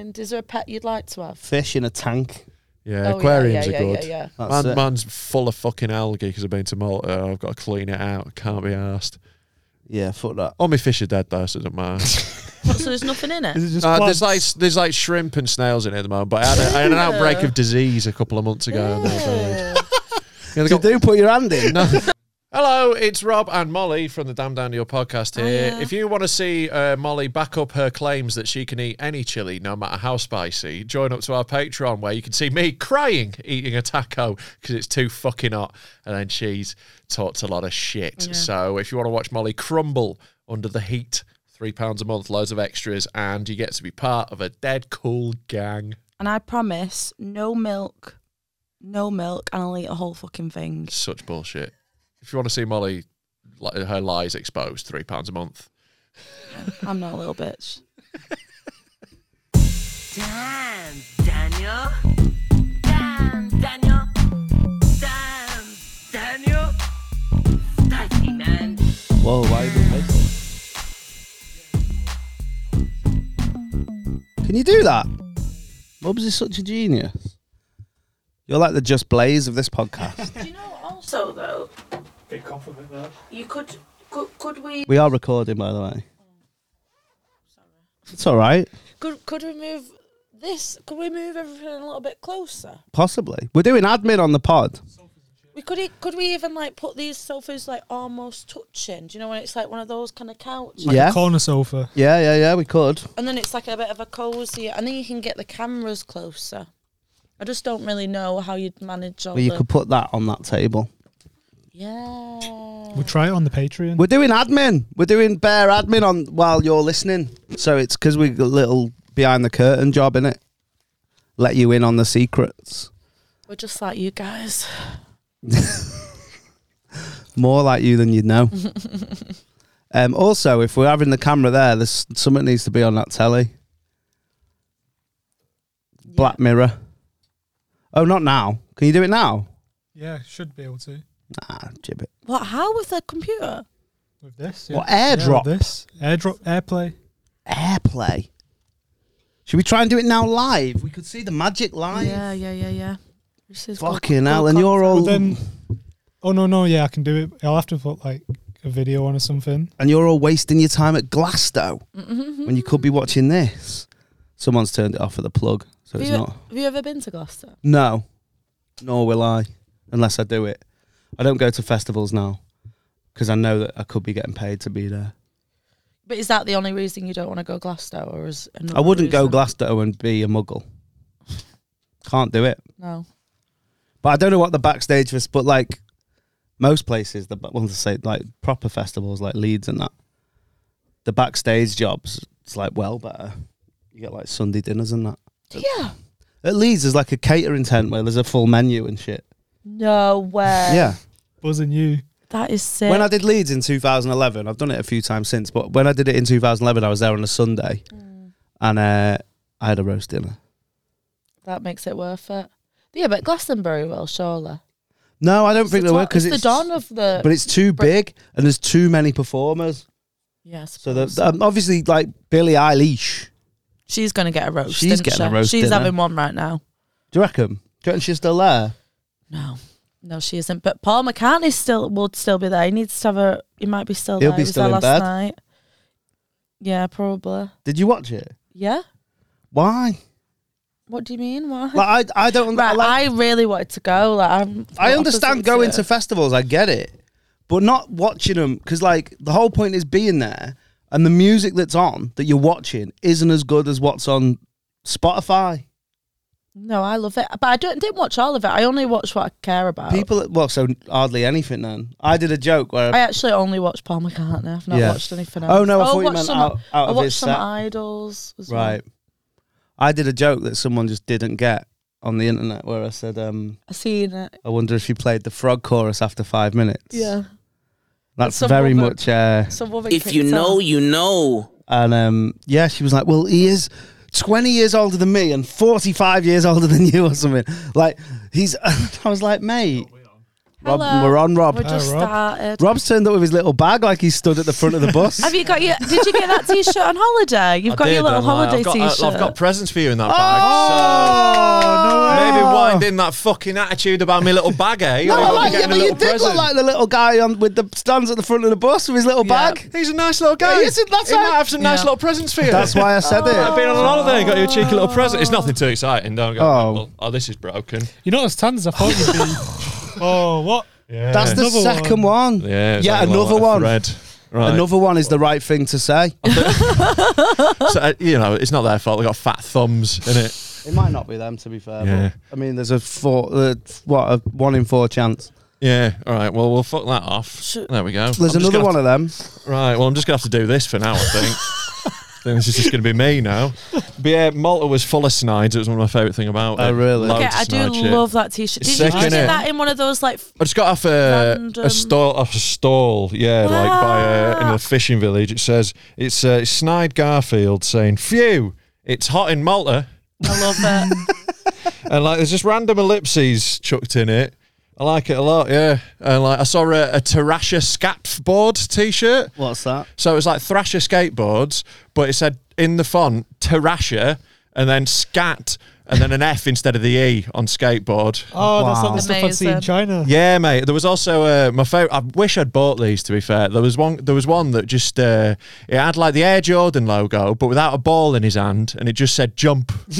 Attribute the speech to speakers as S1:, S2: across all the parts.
S1: And is there a pet you'd like to have?
S2: Fish in a tank.
S1: Oh,
S2: Uh,
S3: Yeah, aquariums
S1: yeah, yeah,
S3: are
S1: yeah,
S3: good.
S1: Yeah, yeah.
S2: That's
S3: Man,
S2: it.
S3: man's full of fucking algae because I've been to Malta. I've got to clean it out. Can't be arsed.
S2: Yeah, fuck that.
S3: All my fish are dead though, so it doesn't matter.
S1: What, so there's nothing in it.
S2: Is it just
S3: Uh, there's like there's like shrimp and snails in it at the moment. But I had, a, I had an outbreak of disease a couple of months ago. And I died.
S1: Yeah.
S3: Yeah, they
S2: you
S3: got-
S2: do put your hand in.
S3: Hello, it's Rob and Molly from the Damn Down to Your podcast here.
S1: Hiya.
S3: If you want to see uh, Molly back up her claims that she can eat any chili, no matter how spicy, join up to our Patreon where you can see me crying eating a taco because it's too fucking hot. And then she's talked a lot of shit. So if you want to watch Molly crumble under the heat, three pounds a month, loads of extras, and you get to be part of a dead cool gang.
S4: And I promise no milk, no milk, and I'll eat a whole fucking thing.
S3: Such bullshit. If you want to see Molly, like, her lies exposed, three pounds a month.
S4: I'm not a little bitch.
S5: Damn, Daniel. Damn, Daniel. Damn, Daniel. Spicy man.
S2: Whoa, why are you doing this? Can you do that? Mubs is such a genius. You're like the just blaze of this podcast.
S4: Do you know also though? Big compliment that. You could could, could we
S2: we are recording, by the way. It's all right.
S1: Could, could we move this? Could we move everything a little bit closer?
S2: Possibly. We're doing admin on the pod.
S1: We could e- could we even like put these sofas like almost touching? Do you know when it's like one of those kind of couches?
S6: Like
S2: Yeah.
S6: a corner sofa.
S2: Yeah, yeah, yeah, we could.
S1: And then it's like a bit of a cozy. I think you can get the cameras closer. I just don't really know how you'd manage all
S2: Well, you
S1: the
S2: could put that on that table.
S1: yeah.
S6: We'll try it on the Patreon.
S2: We're doing admin. We're doing bare admin on while you're listening. So it's because we got a little behind the curtain job in it. Let you in on the secrets.
S1: We're just like you guys.
S2: More like you than you know. um, also, if we're having the camera there, there's something needs to be on that telly. Black Mirror. Oh, not now. Can you do it now?
S6: yeah, should be able to
S2: Nah, gibbet.
S1: What? How with the computer?
S6: with this.
S2: What,
S6: yeah.
S2: airdrop?
S6: Yeah, with this airdrop AirPlay.
S2: Airplay. Should we try and do it now live? We could see the magic live.
S1: Yeah, yeah, yeah, yeah. This is
S2: Fucking hell, and you're all
S6: But then, oh no, no, yeah, I can do it. I'll have to put like a video on or something.
S2: and you're all wasting your time at Glasgow when you could be watching this. Someone's turned it off at the plug, so
S1: Have
S2: it's
S1: you,
S2: not.
S1: have you ever been to Gloucester?
S2: No, nor will I, unless I do it. I don't go to festivals now because I know that I could be getting paid to be there.
S1: But is that the only reason you don't want to go Glasgow, or is
S2: I wouldn't go Glasgow and be a muggle. Can't do it.
S1: No.
S2: But I don't know what the backstage was. But like most places, the ba- well, to say like proper festivals like Leeds and that, the backstage jobs it's like well better. You get like Sunday dinners and that.
S1: Yeah.
S2: At Leeds, there's like a catering tent where there's a full menu and shit.
S1: No way.
S2: yeah.
S6: Buzzing you.
S1: That is sick.
S2: When I did Leeds in 2011, I've done it a few times since, but when I did it in 2011, I was there on a Sunday
S1: Mm.
S2: and uh, I had a roast dinner.
S1: that makes it worth it. Yeah, but Glastonbury will surely.
S2: No, I don't think
S1: the
S2: there were
S1: dawn-
S2: because
S1: it's,
S2: it's,
S1: the dawn of the.
S2: but it's too
S1: Br-
S2: big and there's too many performers.
S1: yes.
S2: So that um, obviously, like Billie Eilish,
S1: she's going to get a roast.
S2: She's
S1: isn't
S2: getting a
S1: she?
S2: roast
S1: She's
S2: dinner.
S1: having one right now.
S2: do you reckon? Do you reckon she's still there?
S1: No, no, she isn't. But Paul McCartney still would still be there. He needs to have a. He might be still
S2: He'll
S1: there.
S2: be
S1: he was
S2: still
S1: there
S2: in
S1: last
S2: bed.
S1: night. Yeah, probably.
S2: Did you watch it?
S1: Yeah.
S2: Why?
S1: What do you mean? Why?
S2: Like I, I don't.
S1: Right,
S2: like,
S1: I really wanted to go. Like I'm.
S2: I
S1: the
S2: understand
S1: opposite
S2: going
S1: it.
S2: to festivals. I get it, but not watching them because like the whole point is being there, and the music that's on that you're watching isn't as good as what's on Spotify.
S1: No, I love it, but I don't didn't watch all of it. I only watched what I care about.
S2: People, well, so hardly anything. Then I did a joke where
S1: I actually only watched Paul McCartney. I've not
S2: Yeah.
S1: watched anything else.
S2: Oh, no, I thought you
S1: watched
S2: meant
S1: some,
S2: out- out
S1: I
S2: of
S1: watched
S2: his
S1: some
S2: set.
S1: idols. As well.
S2: right, I did a joke that someone just didn't get on the internet where I said, um,
S1: I seen it.
S2: "I wonder if you played the frog chorus after five minutes."
S1: Yeah.
S2: that's
S1: Some
S2: very
S1: woman-
S2: much. Uh,
S1: Some woman
S7: If you
S1: kicked
S7: know,
S1: off.
S7: you know.
S2: And um, yeah, she was like, "Well, he is twenty years older than me and forty-five years older than you, or something." Like he's. I was like, "Mate, Rob,
S1: Hello.
S2: we're on
S1: We're
S2: Rob.
S1: just
S6: Hi, Rob.
S1: started.
S2: Rob's turned up with his little bag like he stood at the front of the bus.
S1: Have you got your? Did you get that T-shirt on holiday? You've
S3: I
S1: got
S3: did,
S1: your little
S3: and, like,
S1: holiday
S3: I've got, I-
S1: T-shirt.
S3: I've got presents for you in that
S2: Oh,
S3: bag.
S2: no
S3: Maybe
S2: way.
S3: wind in that fucking attitude about me little bag, eh?
S2: No,
S3: Or
S2: I
S3: you're
S2: like it,
S3: getting a
S2: but you
S3: little
S2: did look
S3: present.
S2: like the little guy on with the stands at the front of the bus with his little bag.
S3: He's a nice little guy.
S2: Yeah, yes, that's
S3: he
S2: right.
S3: might have some nice
S4: Yeah.
S3: little presents for you.
S2: That's why I said
S3: I've
S2: it.
S3: been on a lot of there and got you a cheeky little present. It's nothing too exciting, don't go.
S2: Oh.
S3: Oh, oh this is broken.
S6: You know, as tans, I thought you'd be. oh, what?
S3: Yeah.
S2: That's the
S6: Another
S2: second one.
S3: yeah, it's
S2: yeah,
S3: like a little
S2: another one.
S3: thread. Right.
S2: Another one is the right thing to say.
S3: So, uh, you know, it's not their fault. They got fat thumbs in it.
S2: It might not be them, to be fair.
S3: Yeah.
S2: But, I mean, there's a four, uh, what, a one in four chance.
S3: Yeah. All right. Well, we'll fuck that off.
S1: Sh-
S3: There we go.
S2: There's
S3: I'm just
S2: another
S3: gonna
S2: one of them.
S3: Right. Well, I'm just gonna have to do this for now. I think. I think this is just gonna be me now. But yeah, Malta was full of snides. It was one of my favourite thing about
S2: Oh,
S3: it.
S2: really?
S3: Loads
S1: Okay,
S3: of
S1: I do
S3: snide shit.
S1: love that T-shirt. Did
S3: It's
S1: you, did
S3: sick,
S1: you
S3: innit?
S1: get that in one of those like?
S3: I just got off a,
S1: Random. Ah.
S3: a stall, off a stall, yeah, like by a, in a fishing village. It says it's uh, Snide Garfield saying, "Phew, it's hot in Malta,"
S1: I love it.
S3: and like there's just random ellipses chucked in it. I like it a lot, yeah. And like I saw a, a Tarasha skateboard T-shirt,
S2: What's that?
S3: so it was like Thrasher skateboards, but it said in the font Tarasha and then scat and then an F instead of the E on skateboard.
S6: Oh, that's not
S2: Wow.
S6: the stuff I'd see in
S4: Amazing.
S6: China.
S3: Yeah, mate. There was also uh, my favorite. I wish I'd bought these. To be fair, there was one. There was one that just uh, it had like the Air Jordan logo, but without a ball in his hand, and it just said jump. so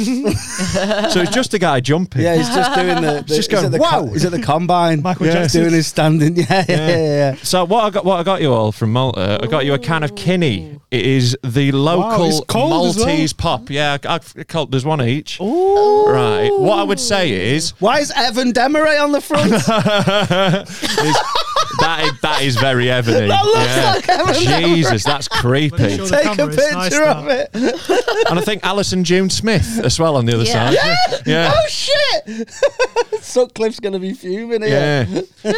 S3: it's just a guy jumping.
S2: Yeah, he's just doing the. the
S3: just
S2: he's
S3: going,
S2: at the
S3: "Wow."
S2: He's at the combine.
S6: Michael
S2: yeah.
S6: Jackson.
S2: doing his standing. Yeah, yeah, yeah. yeah.
S3: So what I got, what I got you all from Malta, I got you a can of Kinney. It is the
S6: it's
S3: local
S6: cold as well.
S3: Maltese pop. Yeah, I, I, I called- there's one each. Ooh. Right. What I would say is
S2: Why is Evan Demaray on the front? that
S3: that is, that is very Ebony.
S2: looks
S3: Yeah.
S2: like Evan Demaray.
S3: Jesus, that's creepy.
S6: Show the
S2: Take a
S6: camera, it's
S2: picture
S6: nice,
S2: of
S6: that.
S2: it.
S3: and I think Alison June Smith as well on the other
S1: Yeah.
S3: side. Yeah.
S2: Oh shit! Sutcliffe's gonna be fuming here.
S3: Yeah.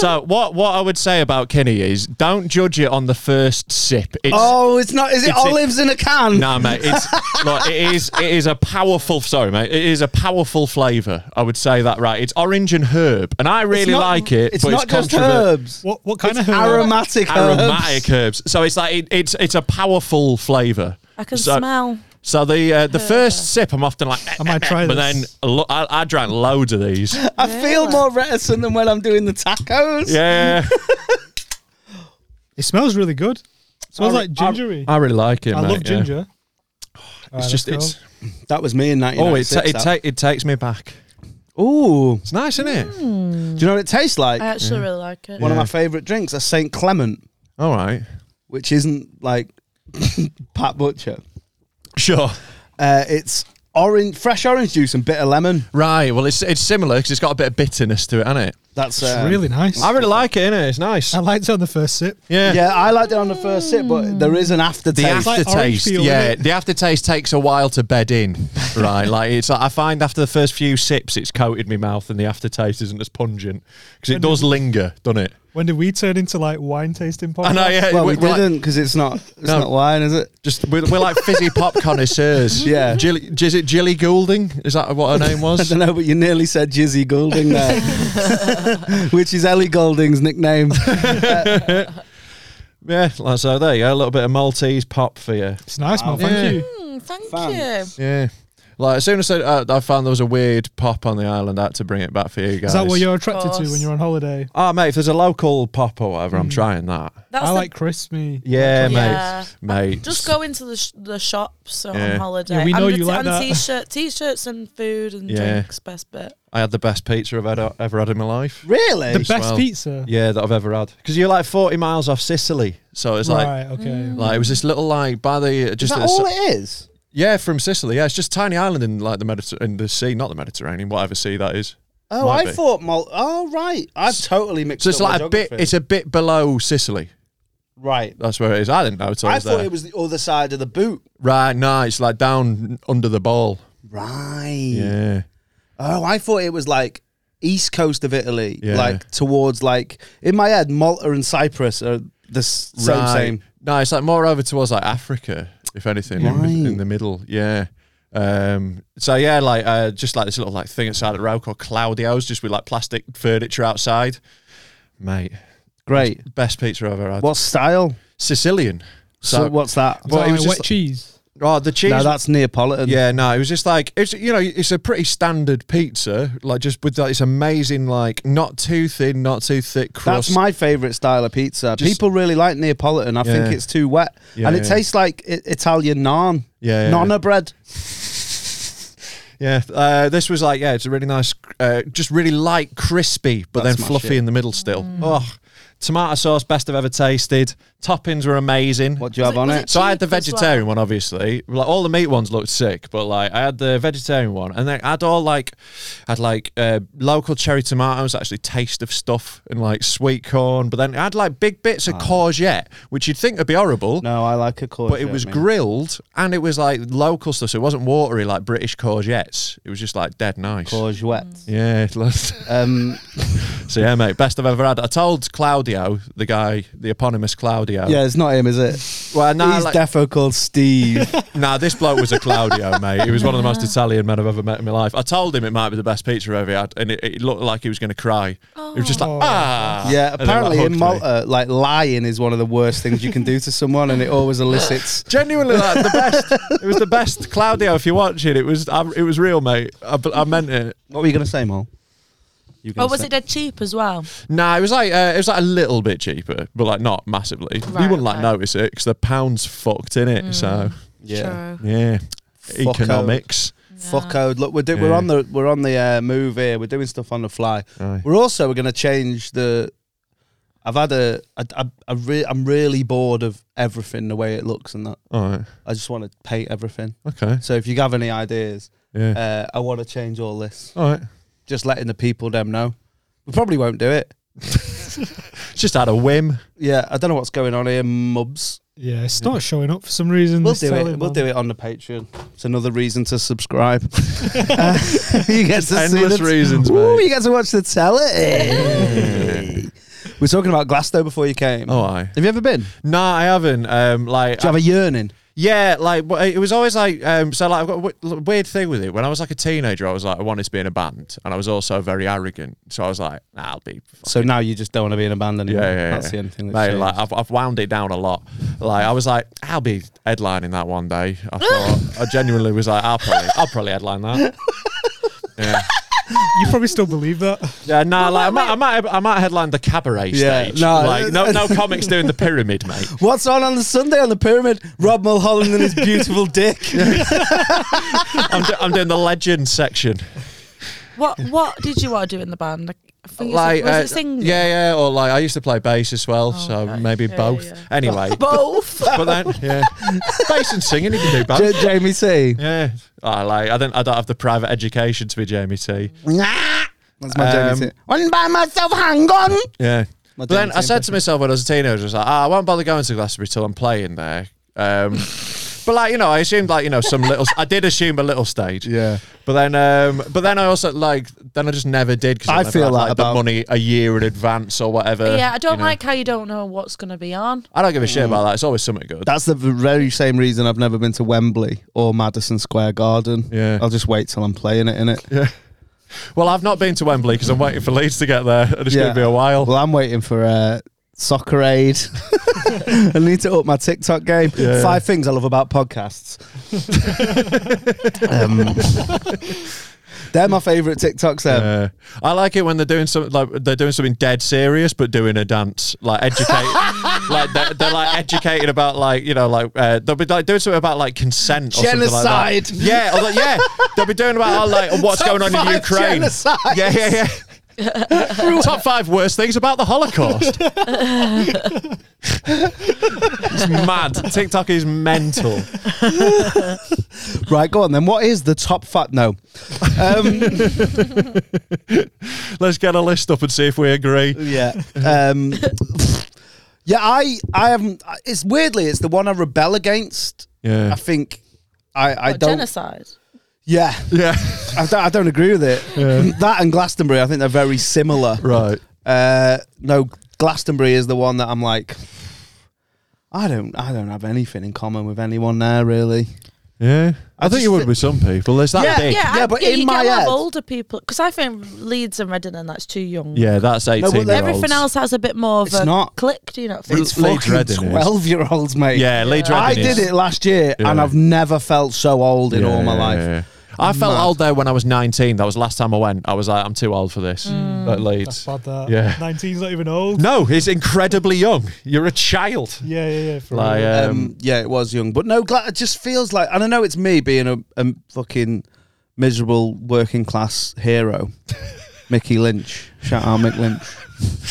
S3: so what what I would say about Kinney is don't judge it on the first sip. It's
S2: Oh, it's not. Is it
S3: It's a-
S2: olives in a can?
S3: Nah, mate. It's like it is. It is a powerful. Sorry, mate. It is a powerful flavour. I would say that right. It's orange and herb, and I really
S2: not-
S3: like it.
S2: It's
S3: but
S2: not
S3: it's
S2: just
S3: controver-
S2: herbs.
S6: What, what kind
S2: It's
S6: of herb?
S2: aromatic,
S3: Aromatic herbs. So it's like it, it's it's a powerful flavour.
S1: I can
S3: So-
S1: smell.
S3: So the uh, the first sip, I'm often like,
S6: I might try
S3: but then
S6: this.
S3: lo- I, I drank loads of these.
S2: I feel more reticent than when I'm doing the tacos.
S3: Yeah,
S6: It smells really good. smells like gingery. I,
S3: I really like it. mate,
S6: love
S3: yeah.
S6: ginger.
S3: It's just it's
S2: That was me in 1996.
S3: oh, it ta- it,
S2: that.
S3: ta- it takes me back.
S2: Ooh,
S3: It's nice, isn't it?
S1: Mm.
S2: do you know what it tastes like?
S1: I actually really like it.
S2: One of my favourite drinks, a Saint Clement,
S3: All right,
S2: which isn't like Pat Butcher.
S3: sure.
S2: Uh, it's orange, fresh orange juice and bitter lemon.
S3: Right. Well, it's it's similar because it's got a bit of bitterness to it, hasn't it?
S2: That's
S6: It's
S2: um,
S6: really nice.
S3: I really like it, innit? It's nice.
S6: I liked it on the first sip.
S3: Yeah.
S2: Yeah, I liked it on the first sip, but there is an
S3: The
S2: aftertaste.
S6: like
S3: aftertaste,
S6: orange peel,
S3: yeah,
S6: innit?
S3: the aftertaste takes a while to bed in, right? Like it's, like, I find after the first few sips, it's coated my mouth, and the aftertaste isn't as pungent because it does linger, doesn't it?
S6: When did we turn into like wine tasting podcast?
S3: I know, yeah.
S2: well, we,
S3: we're like-
S2: didn't because it's not it's
S3: No.
S2: not wine, is it?
S3: just we're, we're like fizzy pop connoisseurs.
S2: Yeah.
S3: Jilly, is it Jilly Goulding? Is that what her name
S2: I
S3: was?
S2: don't know, but you nearly said Jizzy Goulding there, which is Ellie Goulding's nickname.
S3: yeah. like, So there you go, a little bit of Maltese pop for you.
S6: It's nice, man. Thank
S3: Yeah.
S6: you.
S1: Mm, thank
S2: Thanks.
S1: you.
S3: Yeah. Like as soon as I, uh, I, I found there was a weird pop on the island, I had to bring it back for you guys.
S6: Is that what you're attracted to when
S1: course.
S6: you're on holiday?
S3: Oh mate, if there's a local pop or whatever,
S2: Hmm.
S3: I'm trying that.
S1: That's
S6: I
S1: the-
S6: like crispy.
S3: Yeah,
S1: Yeah.
S3: mate. Mate.
S1: Just go into the sh- the shops on
S3: Yeah.
S1: holiday.
S6: Yeah, we know
S1: and the
S6: you like
S1: and
S6: that.
S1: T-shirt, t-shirts, and food and
S3: Yeah.
S1: drinks. Best bit.
S3: I had the best pizza I've had, ever had in my life.
S2: Really?
S6: The best
S3: well.
S6: pizza.
S3: Yeah, that I've ever had. Because you're like 40 miles off Sicily, so it's like.
S6: right. Okay.
S3: Like it was this little like by the uh,
S2: is
S3: just
S2: that
S3: at the s-
S2: all it is?
S3: yeah from Sicily yeah it's just a tiny island in like the Mediter- in the sea not the Mediterranean whatever sea that is
S2: Oh,
S3: Might
S2: I
S3: be.
S2: thought Mal. Oh, right. I've totally mixed.
S3: so it's
S2: up my
S3: like a bit
S2: geography.
S3: it's a bit below Sicily
S2: right.
S3: that's where it is I didn't know until I
S2: I
S3: was
S2: thought
S3: there
S2: it was the other side of the boot.
S3: right no it's like down under the ball
S2: Right.
S3: yeah
S2: Oh, I thought it was like east coast of Italy,
S3: Yeah.
S2: like towards like in my head, Malta and Cyprus are the s- same.
S3: right.
S2: Same.
S3: no it's like more over towards like Africa if anything in,
S2: Right.
S3: in the middle yeah Um, so yeah, like uh, just like this little like thing outside the road called Claudio's, just with like plastic furniture outside. Mate,
S2: Great.
S3: best pizza I've ever had.
S2: What style?
S3: Sicilian.
S2: So,
S3: So,
S2: what's that?
S3: Well, it
S6: like
S3: was
S6: wet
S3: just-
S6: cheese.
S3: oh, the cheese.
S2: No, that's Neapolitan.
S3: yeah, no, it was just like it's you know it's a pretty standard pizza, like just with that it's amazing, like not too thin, not too thick crust.
S2: That's my favorite style of pizza.
S3: Just-
S2: People really like Neapolitan. I
S3: Yeah.
S2: think it's too wet,
S3: Yeah,
S2: and it
S3: yeah.
S2: tastes like I- Italian naan,
S3: yeah, yeah,
S2: nonna bread.
S3: yeah. Uh, this was like yeah, it's a really nice, uh, just really light, crispy, but
S2: That's
S3: then
S2: my
S3: fluffy
S2: shit.
S3: in the middle still.
S4: Mm.
S3: Oh, tomato sauce, best I've ever tasted. Toppings were amazing.
S2: What do you have on it?
S3: So I had the
S4: cheap as well?
S3: vegetarian one, obviously. Like all the meat ones looked sick, but like I had the vegetarian one, and then I had all like, I had like uh, local cherry tomatoes, actually taste of stuff, and like sweet corn. But then I had like big bits of courgette, which you'd think would be horrible,
S2: Ah. No, I like a courgette.
S3: but it was
S2: mate.
S3: grilled and it was like local stuff, so it wasn't watery like British courgettes. It was just like dead nice.
S2: Courgette.
S3: yeah, it looked-
S2: Um,
S3: so yeah, mate, best I've ever had. I told Claudio, the guy, the eponymous Claudio.
S2: yeah, it's not him, is it?
S3: well, nah,
S2: He's
S3: like-
S2: defo called Steve.
S3: Nah, this bloke was a Claudio, mate. He was one of the most Italian men I've ever met in my life. I told him it might be the best pizza I've ever had, and it, it looked like he was going to cry. He was just like,
S6: Oh.
S3: ah.
S2: yeah,
S3: And then, like,
S2: apparently
S3: hugged
S2: in
S3: me.
S2: Malta, like lying is one of the worst things you can do to someone, and it always elicits.
S3: Genuinely, like the best. It was the best, Claudio. If you're watching, it was I, it was real, mate. I, I meant it.
S2: What were you gonna say, Mal? You
S1: Oh,
S2: gonna
S1: was
S2: say-
S1: it dead cheap as well?
S3: Nah, it was like uh, it was like a little bit cheaper, but like not massively.
S4: Right, Mm.
S3: you wouldn't like
S4: okay.
S3: notice it because the pound's fucked in it. So
S2: Yeah.
S4: True.
S3: yeah,
S2: Fucko.
S3: economics.
S2: Fuck code. Look, we're do- we're
S3: Yeah.
S2: on the we're on the uh, move here. We're doing stuff on the fly.
S3: Aye.
S2: We're also going to change the. I've had a. I, I, I re- I'm really bored of everything the way it looks and that.
S3: All right.
S2: I just want to paint everything.
S3: Okay.
S2: So if you have any ideas,
S3: Yeah.
S2: uh, I want to change all this.
S3: All right.
S2: Just letting the people them know. We probably won't do it.
S3: Just out of whim.
S2: Yeah, I don't know what's going on here, mubs.
S6: Yeah, it's not showing up for some reason.
S2: We'll
S6: this
S2: do
S6: telly,
S2: it. We'll
S6: man.
S2: do it on the Patreon. It's another reason to subscribe. Uh, you get to see
S3: endless
S2: the-
S3: reasons,
S2: Ooh,
S3: mate.
S2: you get to watch the telly. We're talking about Glasgow before you came.
S3: Oh, aye.
S2: Have you ever been? Do
S3: No, I haven't. Um, like,
S2: you have a yearning?
S3: yeah, like but it was always like, um, so like I've got a w- weird thing with it. When I was like a teenager, I was like, I wanted to be in a band, and I was also very arrogant. So I was like, nah, I'll be. f-
S2: So now you just don't want to be in a band
S3: Yeah,
S2: anymore.
S3: yeah, yeah.
S2: That's the only thing that's
S3: Mate,
S2: changed.
S3: like I've, I've wound it down a lot. Like I was like, I'll be headlining that one day. I thought I genuinely was like, I'll probably, I'll probably headline that. Yeah,
S6: You probably still believe that.
S3: yeah. No, like I might, I might, I might headline the cabaret
S2: Yeah,
S3: stage.
S2: no.
S3: like no, no comics doing the pyramid, mate.
S2: What's on on the Sunday on the pyramid? Rob Mulholland and his beautiful dick.
S3: I'm, do- I'm doing the legend section.
S1: What What did you want to do in the band? Like, I think
S3: like
S1: like, was
S3: uh,
S1: it singing?
S3: yeah yeah or like i used to play bass as well so
S1: okay.
S3: maybe
S1: Yeah,
S3: both
S1: yeah.
S3: anyway
S1: Both.
S3: but then yeah bass and singing you can do both
S2: J- Jamie T.
S3: yeah i Ah, like i don't i don't have the private education to be jamie t
S2: That's my
S3: Um,
S2: Jamie T. One by myself, hang on.
S3: yeah
S2: My
S3: but then
S2: Jamie
S3: i
S2: T
S3: said to myself when i was a teenager i was like "Ah, i won't bother going to glastonbury till i'm playing there um But like you know, I assumed like you know some little. I did assume a little stage.
S2: Yeah.
S3: But then, um, but then I also like then I just never did because
S2: I
S3: I, never
S2: feel
S3: had,
S2: that
S3: like
S2: about-
S3: the money a year in advance or whatever.
S1: yeah, I
S3: you
S1: don't
S3: know.
S1: like how you don't know what's going to be on.
S3: I don't give a shit about
S2: Mm.
S3: that. It's always something good.
S2: That's the very same reason I've never been to Wembley or Madison Square Garden.
S3: Yeah.
S2: I'll just wait till I'm playing it, innit?
S3: Well, I've not been to Wembley because I'm waiting for Leeds to get there, and it's
S2: Yeah.
S3: going to be a while.
S2: Well, I'm waiting for uh, soccer aid. I need to up my TikTok game.
S3: Yeah.
S2: Five things I love about podcasts. um, they're my favourite TikToks. Then
S3: Yeah. Uh, I like it when they're doing something like they're doing something dead serious, but doing a dance like educate, like they're, they're like educating about like you know like uh, they'll be like doing something about like consent or
S2: Genocide.
S3: something like that. Yeah, or, like, yeah, they'll be doing about oh, like what's
S2: Top
S3: going on in
S2: five
S3: Ukraine.
S2: genocides.
S3: Yeah, yeah, yeah. Top five worst things about the Holocaust. it's mad. TikTok is mental.
S2: Right, go on then. What is the top fat? No, um,
S3: Let's get a list up and see if we agree.
S2: yeah, um, yeah. I, I haven't. It's weirdly, it's the one I rebel against.
S3: Yeah.
S2: I think I, I
S1: What,
S2: don't.
S1: genocide.
S2: Yeah,
S3: Yeah.
S2: I don't, I don't agree with it. That and Glastonbury, I think they're very similar.
S3: right.
S2: Uh, no, Glastonbury is the one that I'm like. I don't. I don't have anything in common with anyone there, really.
S3: Yeah. I,
S2: I
S3: think you
S2: just
S3: would
S2: thi-
S3: with some people. There's that
S1: yeah,
S3: big.
S1: yeah,
S2: Yeah,
S1: I-
S2: but
S1: yeah,
S2: in
S1: you
S2: my
S1: get a lot
S2: head-
S1: of older people because I think Leeds and Reading and that's too young.
S3: Yeah, that's 18
S2: but
S3: year olds.
S1: Everything else has a bit more of
S2: It's
S1: a
S2: not.
S1: click. Do you not think?
S2: It's
S3: Leeds Reading
S2: fucking
S3: is.
S2: twelve year olds, mate.
S3: Yeah, Leeds
S2: I
S3: Reading is-
S2: did it last year,
S3: Yeah.
S2: and I've never felt so old in
S3: Yeah,
S2: all my
S3: yeah,
S2: life.
S3: yeah. I felt
S2: Mad.
S3: old there when I was 19. That was the last time I went. I was like, I'm too old for this.
S1: Mm.
S3: At
S6: That's
S3: Leeds.
S6: bad. That.
S3: Yeah.
S6: 19's not even old.
S3: No, it's incredibly young. You're a child.
S6: Yeah, yeah, yeah. For
S3: Like,
S6: real.
S3: um,
S2: Um, yeah, it was young, but no, gla- it just feels like, and I know it's me being a, a fucking miserable working class hero, Mickey Lynch. Shout out Mick Lynch.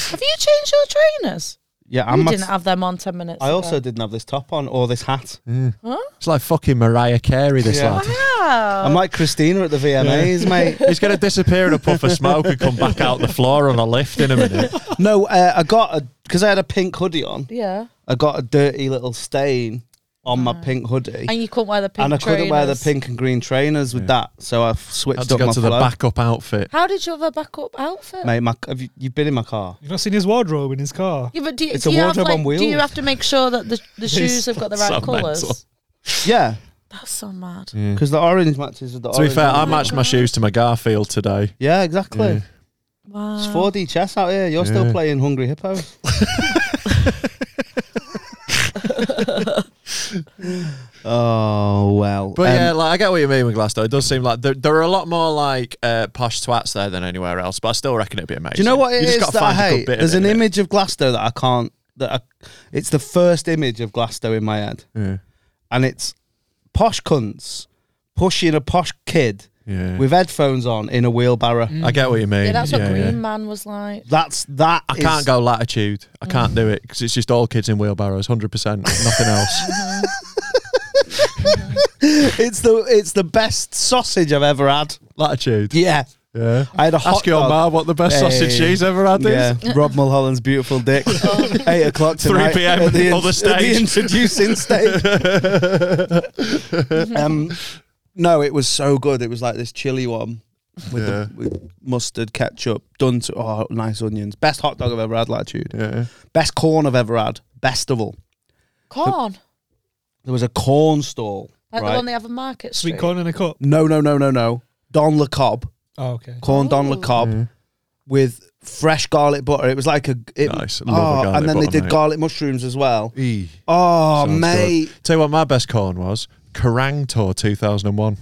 S1: Have you changed your trainers?
S2: Yeah,
S1: you
S2: I'm.
S1: didn't have them on ten minutes.
S2: I
S1: ago.
S2: also didn't have this top on or this hat.
S3: it's like fucking Mariah Carey, this
S2: Yeah.
S3: lad.
S1: Wow.
S2: I'm like Christina at the VMAs, mate.
S3: He's going to disappear in a puff of smoke and come back out the floor on a lift in a minute.
S2: No, uh, I got a because I had a pink hoodie on.
S1: yeah.
S2: I got a dirty little stain on my pink hoodie,
S1: Ah. And you couldn't wear the pink.
S2: and I couldn't wear the
S1: trainers.
S2: pink and green trainers with that. So I switched
S3: Had to
S2: up
S3: go
S2: my
S3: to the
S2: flow.
S3: backup outfit.
S1: How did you have a backup outfit?
S2: Mate, my, have you, you've been in my car.
S6: You've not seen his wardrobe in his car.
S1: Yeah, but do you,
S2: It's
S1: do
S2: a
S1: you have,
S2: wardrobe
S1: like,
S2: on
S1: Do you
S2: wheels.
S1: have to make sure that the, the shoes have got the right
S3: so
S1: colours?
S3: mental.
S2: Yeah,
S1: That's so mad.
S2: because the orange matches with the.
S3: To be
S2: orange
S3: fair, I
S2: one.
S3: matched my shoes to my Garfield today.
S2: Yeah, exactly.
S3: Yeah.
S1: Wow.
S2: It's 4D chess out here. You're still
S3: Yeah.
S2: playing Hungry Hippo. oh well.
S3: But
S2: Um,
S3: yeah, like I get what you mean with Glasgow. It does seem like there, there are a lot more like uh, posh twats there than anywhere else. But I still reckon it'd be amazing.
S2: Do you know what it
S3: you
S2: is
S3: just gotta
S2: that I
S3: find a good
S2: hate?
S3: bit of
S2: There's
S3: it,
S2: an
S3: innit?
S2: image of Glasto that I can't. That I, it's the first image of Glasto in my head,
S3: Yeah.
S2: and it's posh cunts pushing a posh kid
S3: Yeah.
S2: with headphones on in a wheelbarrow.
S3: I get what you mean.
S1: yeah, that's what
S3: Yeah,
S1: Green
S3: yeah.
S1: Man was like.
S2: That's that.
S3: I can't go latitude. I
S2: Mm.
S3: can't do it because it's just all kids in wheelbarrows, hundred percent, nothing else.
S2: It's the it's the best sausage I've ever had.
S3: latitude.
S2: Yeah,
S3: Yeah.
S2: I had a hot
S3: Ask your
S2: dog.
S3: ma what the best sausage
S2: Hey.
S3: she's ever had
S2: Yeah,
S3: is.
S2: Rob Mulholland's beautiful dick.
S3: Oh.
S2: Eight o'clock
S3: 3
S2: tonight.
S3: p.m.
S2: at the,
S3: on the
S2: at
S3: stage.
S2: the introducing stage. um, no, it was so good. It was like this chili one with, the, with mustard, ketchup, done to oh, nice onions. Best hot dog I've ever had. Latitude.
S3: Yeah.
S2: Best corn I've ever had. Best of all,
S1: Corn.
S2: there was a corn stall.
S1: Like the
S2: right?
S1: one they have in Market Street.
S6: Sweet corn in a cup.
S2: no, no, no, no, no. Don Le Cobb.
S6: Oh, okay.
S2: corn don le
S1: Ooh.
S2: cob with fresh garlic butter. It was like a it,
S3: Nice. Love a
S2: Oh,
S3: garlic
S2: and then
S3: butter,
S2: they did
S3: mate.
S2: garlic mushrooms as well.
S3: E.
S2: Oh,
S3: Sounds
S2: mate,
S3: good. Tell you what, my best corn was Kerrang Tour 2001.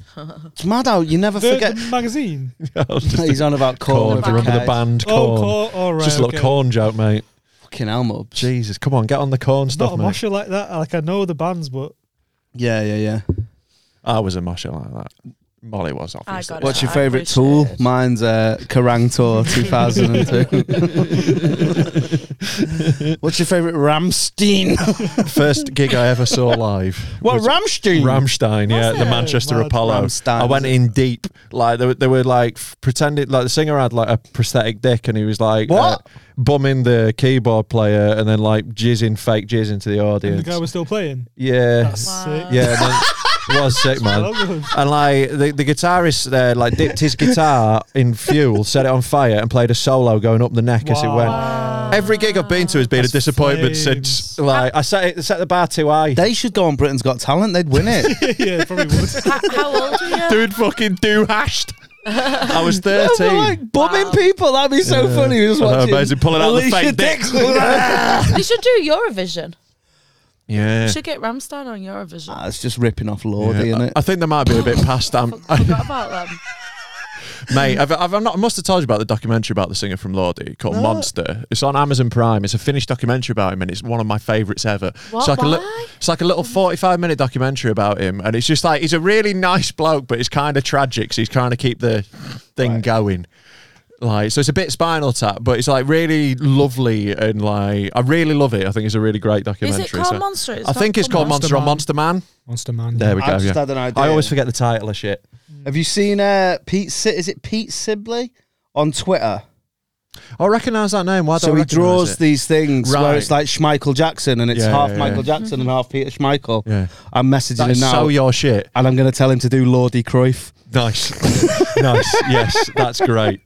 S2: it's mad how you never
S6: The,
S2: forget.
S6: the magazine.
S2: He's on about corn.
S3: corn. Do you remember the
S2: band?
S3: band corn?
S6: Oh, corn. All right.
S3: just a little
S6: okay.
S3: corn joke, mate.
S2: Fucking hell, Mubs.
S3: Jesus, come on, get on the corn
S6: Not
S3: stuff,
S6: a
S3: mate.
S6: masher like that. Like I know the bands, but
S2: Yeah, yeah, yeah.
S3: I was a musher like that. Molly was obviously.
S1: got it.
S2: What's your
S1: I
S2: favourite
S1: appreciate
S2: tool?
S1: it.
S2: Mine's uh, Kerrang Tour 2002. What's your favourite Ramstein?
S3: First gig I ever saw live.
S2: What,
S3: was
S2: Ramstein?
S3: Ramstein, yeah,
S6: Was
S3: the
S6: it?
S3: Manchester
S6: Mad.
S3: Apollo.
S2: Ramstein,
S3: I went
S2: was
S3: in deep, like they were, they were like f- pretending, like the singer had like a prosthetic dick, and he was like uh,
S2: What?
S3: bumming the keyboard player, and then like jizzing fake jizz into the audience.
S6: the guy was still playing.
S3: yeah,
S6: That's sick.
S3: yeah, and then- it was sick, man. And like the, the guitarist there, like dipped his guitar in fuel, set it on fire, and played a solo going up the neck as it went. Every gig I've been to has been
S6: That's
S3: a disappointment
S6: flames.
S3: since like I set it, set the bar too high.
S2: they should go on Britain's Got Talent. They'd win it.
S6: yeah, probably would.
S1: How, how old are you?
S3: Dude fucking do hashed. I was
S2: They're
S3: 13.
S2: like bumming people. That'd be so funny. Just
S3: I know,
S2: watching
S3: amazing. Pulling out the
S2: Alicia
S3: fake
S2: Dix.
S1: you should do Eurovision.
S3: Yeah.
S1: You should get Ramstein on Eurovision.
S2: Ah, it's just ripping off Lordy,
S3: I,
S2: innit?
S3: I think they might be a bit past um,
S1: I forgot about them.
S3: mate. I've, I've, I've not, I must have told you about the documentary about the singer from Lordy called Monster. It's on Amazon Prime. It's a Finnish documentary about him, and it's one of my favourites ever.
S1: What?
S3: It's like a li-
S1: Why?
S3: it's like a little forty-five minute documentary about him, and it's just like he's a really nice bloke, but it's kind of tragic. So he's trying to keep the thing going. Like so, it's a bit Spinal Tap, but it's like really lovely and like I really love it. I think it's a really great documentary.
S1: called
S3: so-
S1: Monster? It's
S3: I
S1: not
S3: think it's
S1: called
S3: called Monster, or Monster
S6: Monster
S3: Man.
S6: Monster Man.
S3: There we go.
S2: I just
S3: yeah.
S2: had an idea.
S3: I always forget the title of shit.
S2: Have you seen uh, Pete? Si- is it Pete Sibley on Twitter?
S3: I recognise that name. Why do
S2: so
S3: I
S2: he
S3: recognise
S2: draws
S3: it?
S2: these things where
S3: Right.
S2: it's like Schmeichel Jackson, and it's
S3: Yeah,
S2: half
S3: yeah,
S2: Michael Jackson and half Peter Schmeichel.
S3: Yeah.
S2: I'm messaging
S3: That
S2: him
S3: is
S2: now,
S3: so your shit.
S2: and I'm going to tell him to do Lordy Cruyff.
S3: Nice. nice. Yes, that's great.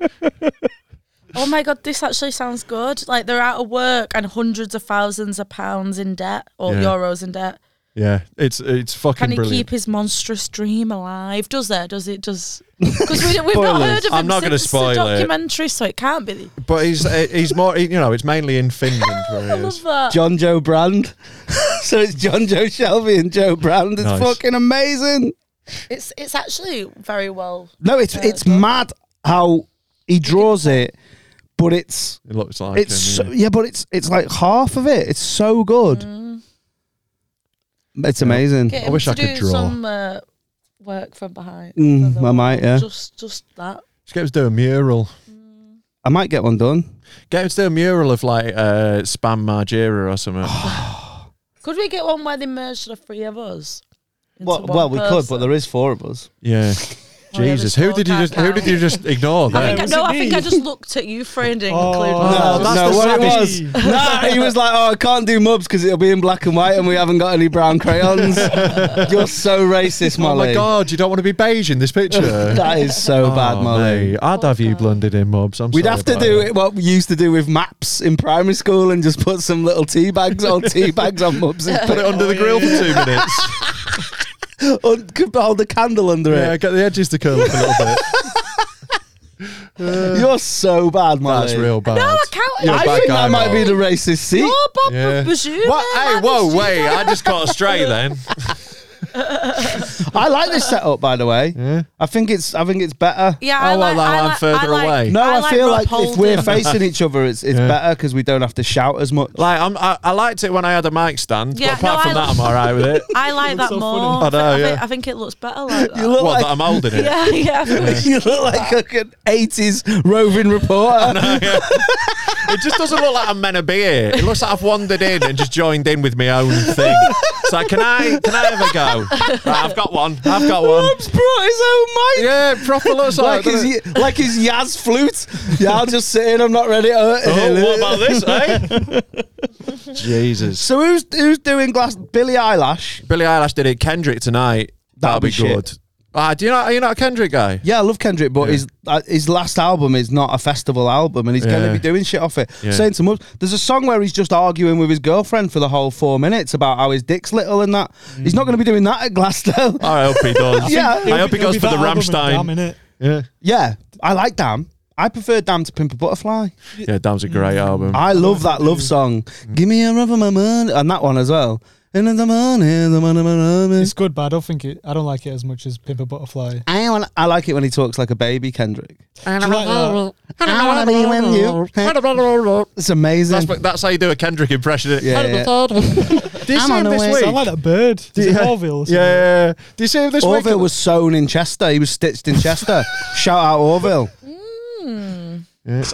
S1: Oh my god, this actually sounds good. Like they're out of work and hundreds of thousands of pounds in debt or
S3: Yeah.
S1: euros in debt.
S3: Yeah, it's it's fucking
S1: Can he
S3: brilliant.
S1: keep his monstrous dream alive? Does there? Does it? Does because we, we've not heard of him
S3: I'm not gonna
S1: since
S3: spoil it.
S1: the documentary, so it can't be.
S3: but he's uh, he's more you know it's mainly in Finland
S1: I
S3: where he
S1: love
S3: is.
S1: that.
S2: John Joe Brand. so it's John Joe Shelby and Joe Brand. It's
S3: Nice.
S2: fucking amazing.
S1: It's it's actually very well.
S2: No, it's
S1: Yeah,
S2: it's
S1: it's good.
S2: mad how he draws it, but it's
S3: It looks like
S2: it's
S3: him,
S2: so,
S3: yeah.
S2: yeah, but it's it's like half of it. It's so good. It's amazing.
S1: Get
S3: I
S1: him
S3: wish
S1: to
S3: I could
S1: do
S3: draw.
S1: Some uh, work from behind.
S2: Mm,
S1: Another
S2: I
S1: one.
S2: might, yeah.
S1: Just just that.
S3: Just get him to do a mural.
S2: I might get one done.
S3: Get him to do a mural of like uh, spam margera or something.
S1: Could we get one where they merge the three of us? into
S2: Well,
S1: one
S2: well, we could, but
S1: person?
S2: there is four of us.
S3: yeah.
S1: Oh, yeah,
S3: Jesus,
S1: the
S3: who did you
S1: scorecard
S3: just who did you just ignore
S1: I
S3: there?
S2: uh,
S1: think I,
S6: was
S1: no,
S6: it
S1: I think
S6: me?
S1: I just looked at you, friend, and
S6: Oh,
S1: included.
S3: No,
S1: myself.
S3: that's the
S2: what it was.
S3: savage-
S2: no, he was like, "Oh, I can't do mubs because it'll be in black and white, and we haven't got any brown crayons." You're so racist,
S3: Oh
S2: Molly.
S3: my god, you don't want to be beige in this picture.
S2: that is so
S3: Oh,
S2: bad, Molly.
S3: mate, I'd have you blended in mobs. I'm
S2: We'd
S3: sorry
S2: have to
S3: about
S2: do
S3: that.
S2: it what we used to do with maps in primary school and just put some little tea bags or tea bags on mubs and
S3: Put it under the grill for two minutes.
S2: un- could hold a candle under
S3: yeah,
S2: it.
S3: get the edges to curl up a little bit.
S2: You're so bad, Molly.
S3: That's real bad.
S1: No, I can't.
S3: You're a
S2: I
S3: bad
S2: think
S3: guy,
S2: that might be
S3: Molly.
S2: the racist seat.
S1: Your Bob
S3: Yeah.
S1: was you.
S3: What? Hey, whoa, wait! I just caught a stray then.
S2: I like this setup, by the way.
S3: Yeah.
S2: I think it's I think it's better.
S1: Yeah,
S3: Oh,
S1: I like,
S3: well,
S1: I
S3: I'm
S1: like,
S3: further
S1: I like,
S3: away.
S2: No, I, feel
S1: Rob
S2: like if
S1: Holden.
S2: we're facing each other, it's it's
S3: Yeah.
S2: better because we don't have to shout as much.
S3: Like I'm, I, I liked it when I had a mic stand,
S1: Yeah,
S3: but apart
S1: no,
S3: from
S1: I-
S3: that, I'm all right with it.
S1: I like that
S6: so funny.
S1: more. I,
S3: I know,
S1: thi- I
S3: yeah.
S1: think, I think it looks better like that.
S2: you look
S3: Well,
S2: like
S3: that I'm holding it.
S1: yeah, yeah. I think we
S2: you look like like an eighties roving reporter.
S3: It just doesn't look like I'm meant to be here. It looks like I've wandered in and just joined in with my own thing. It's like, can I, can I have a go? Right, I've got one. I've got one.
S2: Rob's brought his own mic.
S3: Yeah, it proper looks
S2: Like
S3: like.
S2: his,
S3: doesn't it?
S2: y- like his Yaz flute. Yeah, I'll just sit in. I'm not ready. Uh,
S3: Oh, what about this, eh? Jesus.
S2: So who's who's doing glass? Billy Eyelash.
S3: Billy Eyelash did it. Kendrick tonight.
S2: That'll
S3: That'll,
S2: be
S3: be,
S2: shit.
S3: good. Ah, do you not? Are you not a Kendrick guy?
S2: Yeah, I love Kendrick, but
S3: Yeah.
S2: his uh, his last album is not a festival album, and he's going to
S3: Yeah.
S2: be doing shit off it.
S3: Yeah.
S2: Saying to Mubs, there's a song where he's just arguing with his girlfriend for the whole four minutes about how his dick's little and that. He's not going to be doing that at Glasgow.
S3: I hope he does.
S2: Yeah.
S3: I hope he goes for the Ramstein.
S6: Damn,
S3: Yeah,
S2: yeah, I like Damn. I prefer Damn to Pimp a Butterfly.
S3: yeah, Damn's a great album.
S2: I love that love song. Give me a rub of my money, and that one as well. And in the morning, the morning, the morning.
S6: It's good, but I don't think it. I don't like it as much as Pimp a Butterfly.
S2: I want. I like it when he talks like a baby, Kendrick.
S6: Do you like that?
S2: I want to be with you. It's amazing.
S3: That's, what- that's how you do a Kendrick impression. isn't it?
S2: Yeah,
S3: Did you see
S2: on
S3: him
S2: the
S3: this
S2: way.
S3: week?
S6: I like that bird. Is it Orville? or something?
S3: Yeah, yeah, yeah. Do you see him this
S2: Orville
S3: week?
S2: was sewn in Chester. He was stitched in Chester. Shout out Orville.
S8: It's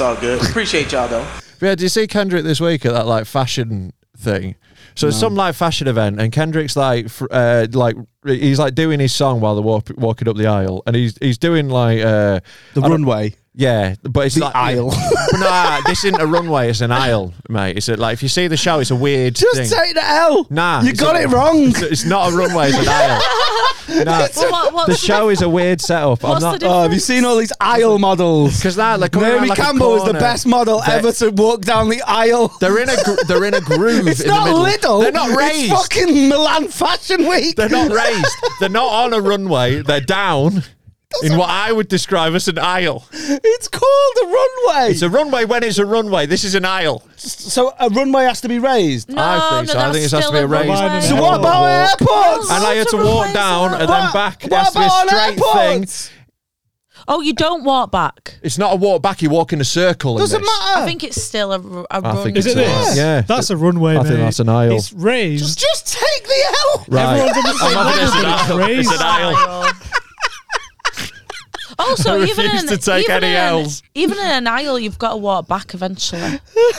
S8: all good. Appreciate y'all though.
S3: yeah, do you see Kendrick this week at that like fashion thing? So it's some like fashion event, and Kendrick's like, fr- uh, like he's like doing his song while they're walk- walking up the aisle, and he's he's doing like, uh,
S2: The
S3: I don't-
S2: runway.
S3: yeah, but it's
S2: The
S3: like
S2: aisle.
S3: nah, this isn't a runway; it's an aisle, mate. It's a, like if you see the show, it's a weird. thing.
S2: Just take the L.
S3: Nah,
S2: You
S3: it's
S2: got
S3: a-
S2: it wrong.
S3: It's, it's not a runway; it's an aisle. Nah,
S1: Well, what- what's
S3: the
S1: the
S3: show is a weird setup.
S1: What's
S3: I'm
S1: the
S3: not.
S2: Oh, have you seen all these aisle models?
S3: Because that, like, coming
S2: Naomi
S3: around like a
S2: Campbell is the
S3: corner,
S2: best model
S3: They-
S2: ever to walk down the aisle.
S3: They're in a gr- they're in a groove.
S2: It's
S3: in
S2: not
S3: the
S2: little.
S3: middle. They're not raised.
S2: It's fucking Milan Fashion Week.
S3: they're not raised. They're not on a runway. They're down in what I would describe as an aisle.
S2: It's called a runway.
S3: It's a runway when it's a runway. This is an aisle.
S2: so a runway has to be raised.
S1: No,
S3: I think
S1: no,
S3: so. I
S1: that's
S3: think it has to
S1: still
S3: be
S1: a
S3: a raised-
S1: runway.
S2: So what about airports?
S3: And Oh. I had
S1: Lots
S3: to
S1: of
S3: walk
S1: runways
S3: down
S1: are-
S3: and then back. It
S2: What
S3: has to be a
S2: about on
S3: straight thing.
S2: airports?
S1: Oh, you don't walk back.
S3: It's not a walk back. You walk in a circle. in
S2: Doesn't
S3: this.
S2: matter.
S1: I think it's still a, r- a
S3: I
S1: run.
S3: think
S6: Is it
S3: it's an aisle.
S6: this?
S3: Yeah.
S6: That's a runway.
S3: I think
S6: mate.
S3: that's an aisle.
S6: It's raised.
S2: just take the L.
S3: Right.
S6: Everyone's on the same
S3: I'm having
S6: level,
S3: an
S6: but it's
S3: aisle. It's an
S6: raised.
S3: aisle.
S1: Also,
S3: I
S1: even
S3: refuse
S1: in
S3: to take
S1: even
S3: any
S1: in,
S3: Ls.
S1: even in an aisle, you've got to walk back eventually.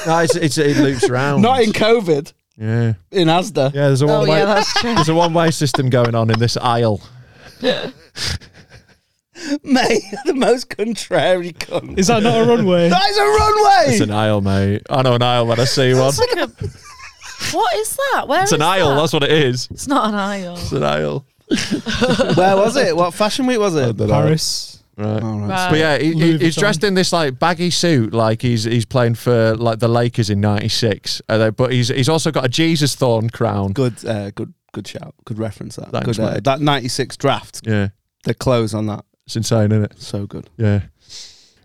S3: No, it's, it's, it loops around.
S2: Not in COVID.
S3: yeah.
S2: In Asda.
S3: Yeah. There's a one
S1: oh
S3: way.
S1: yeah, that's true.
S3: there's a one way system going on in this aisle.
S2: Mate, the most contrary cunt.
S6: Is that not a runway?
S2: That is a runway.
S3: It's an aisle, mate. I know an aisle when I see one.
S1: What is that? Where
S3: It's an
S1: is
S3: aisle.
S1: that?
S3: That's what it is.
S1: It's not an aisle.
S3: It's an aisle.
S2: Where was it? What fashion week was it?
S6: Paris.
S3: Right.
S2: All right.
S3: But yeah, he, he-
S6: Louis
S3: he's
S6: Vuitton.
S3: dressed in this like baggy suit, like he's he's playing for like the Lakers in '96. Uh, but he's he's also got a Jesus thorn crown.
S2: Good, uh, good, good shout. Good reference. That.
S3: Thanks,
S2: good. Uh,
S3: mate.
S2: that '96 draft.
S3: Yeah,
S2: The clothes on that.
S3: it's insane, isn't it?
S2: So good.
S3: Yeah.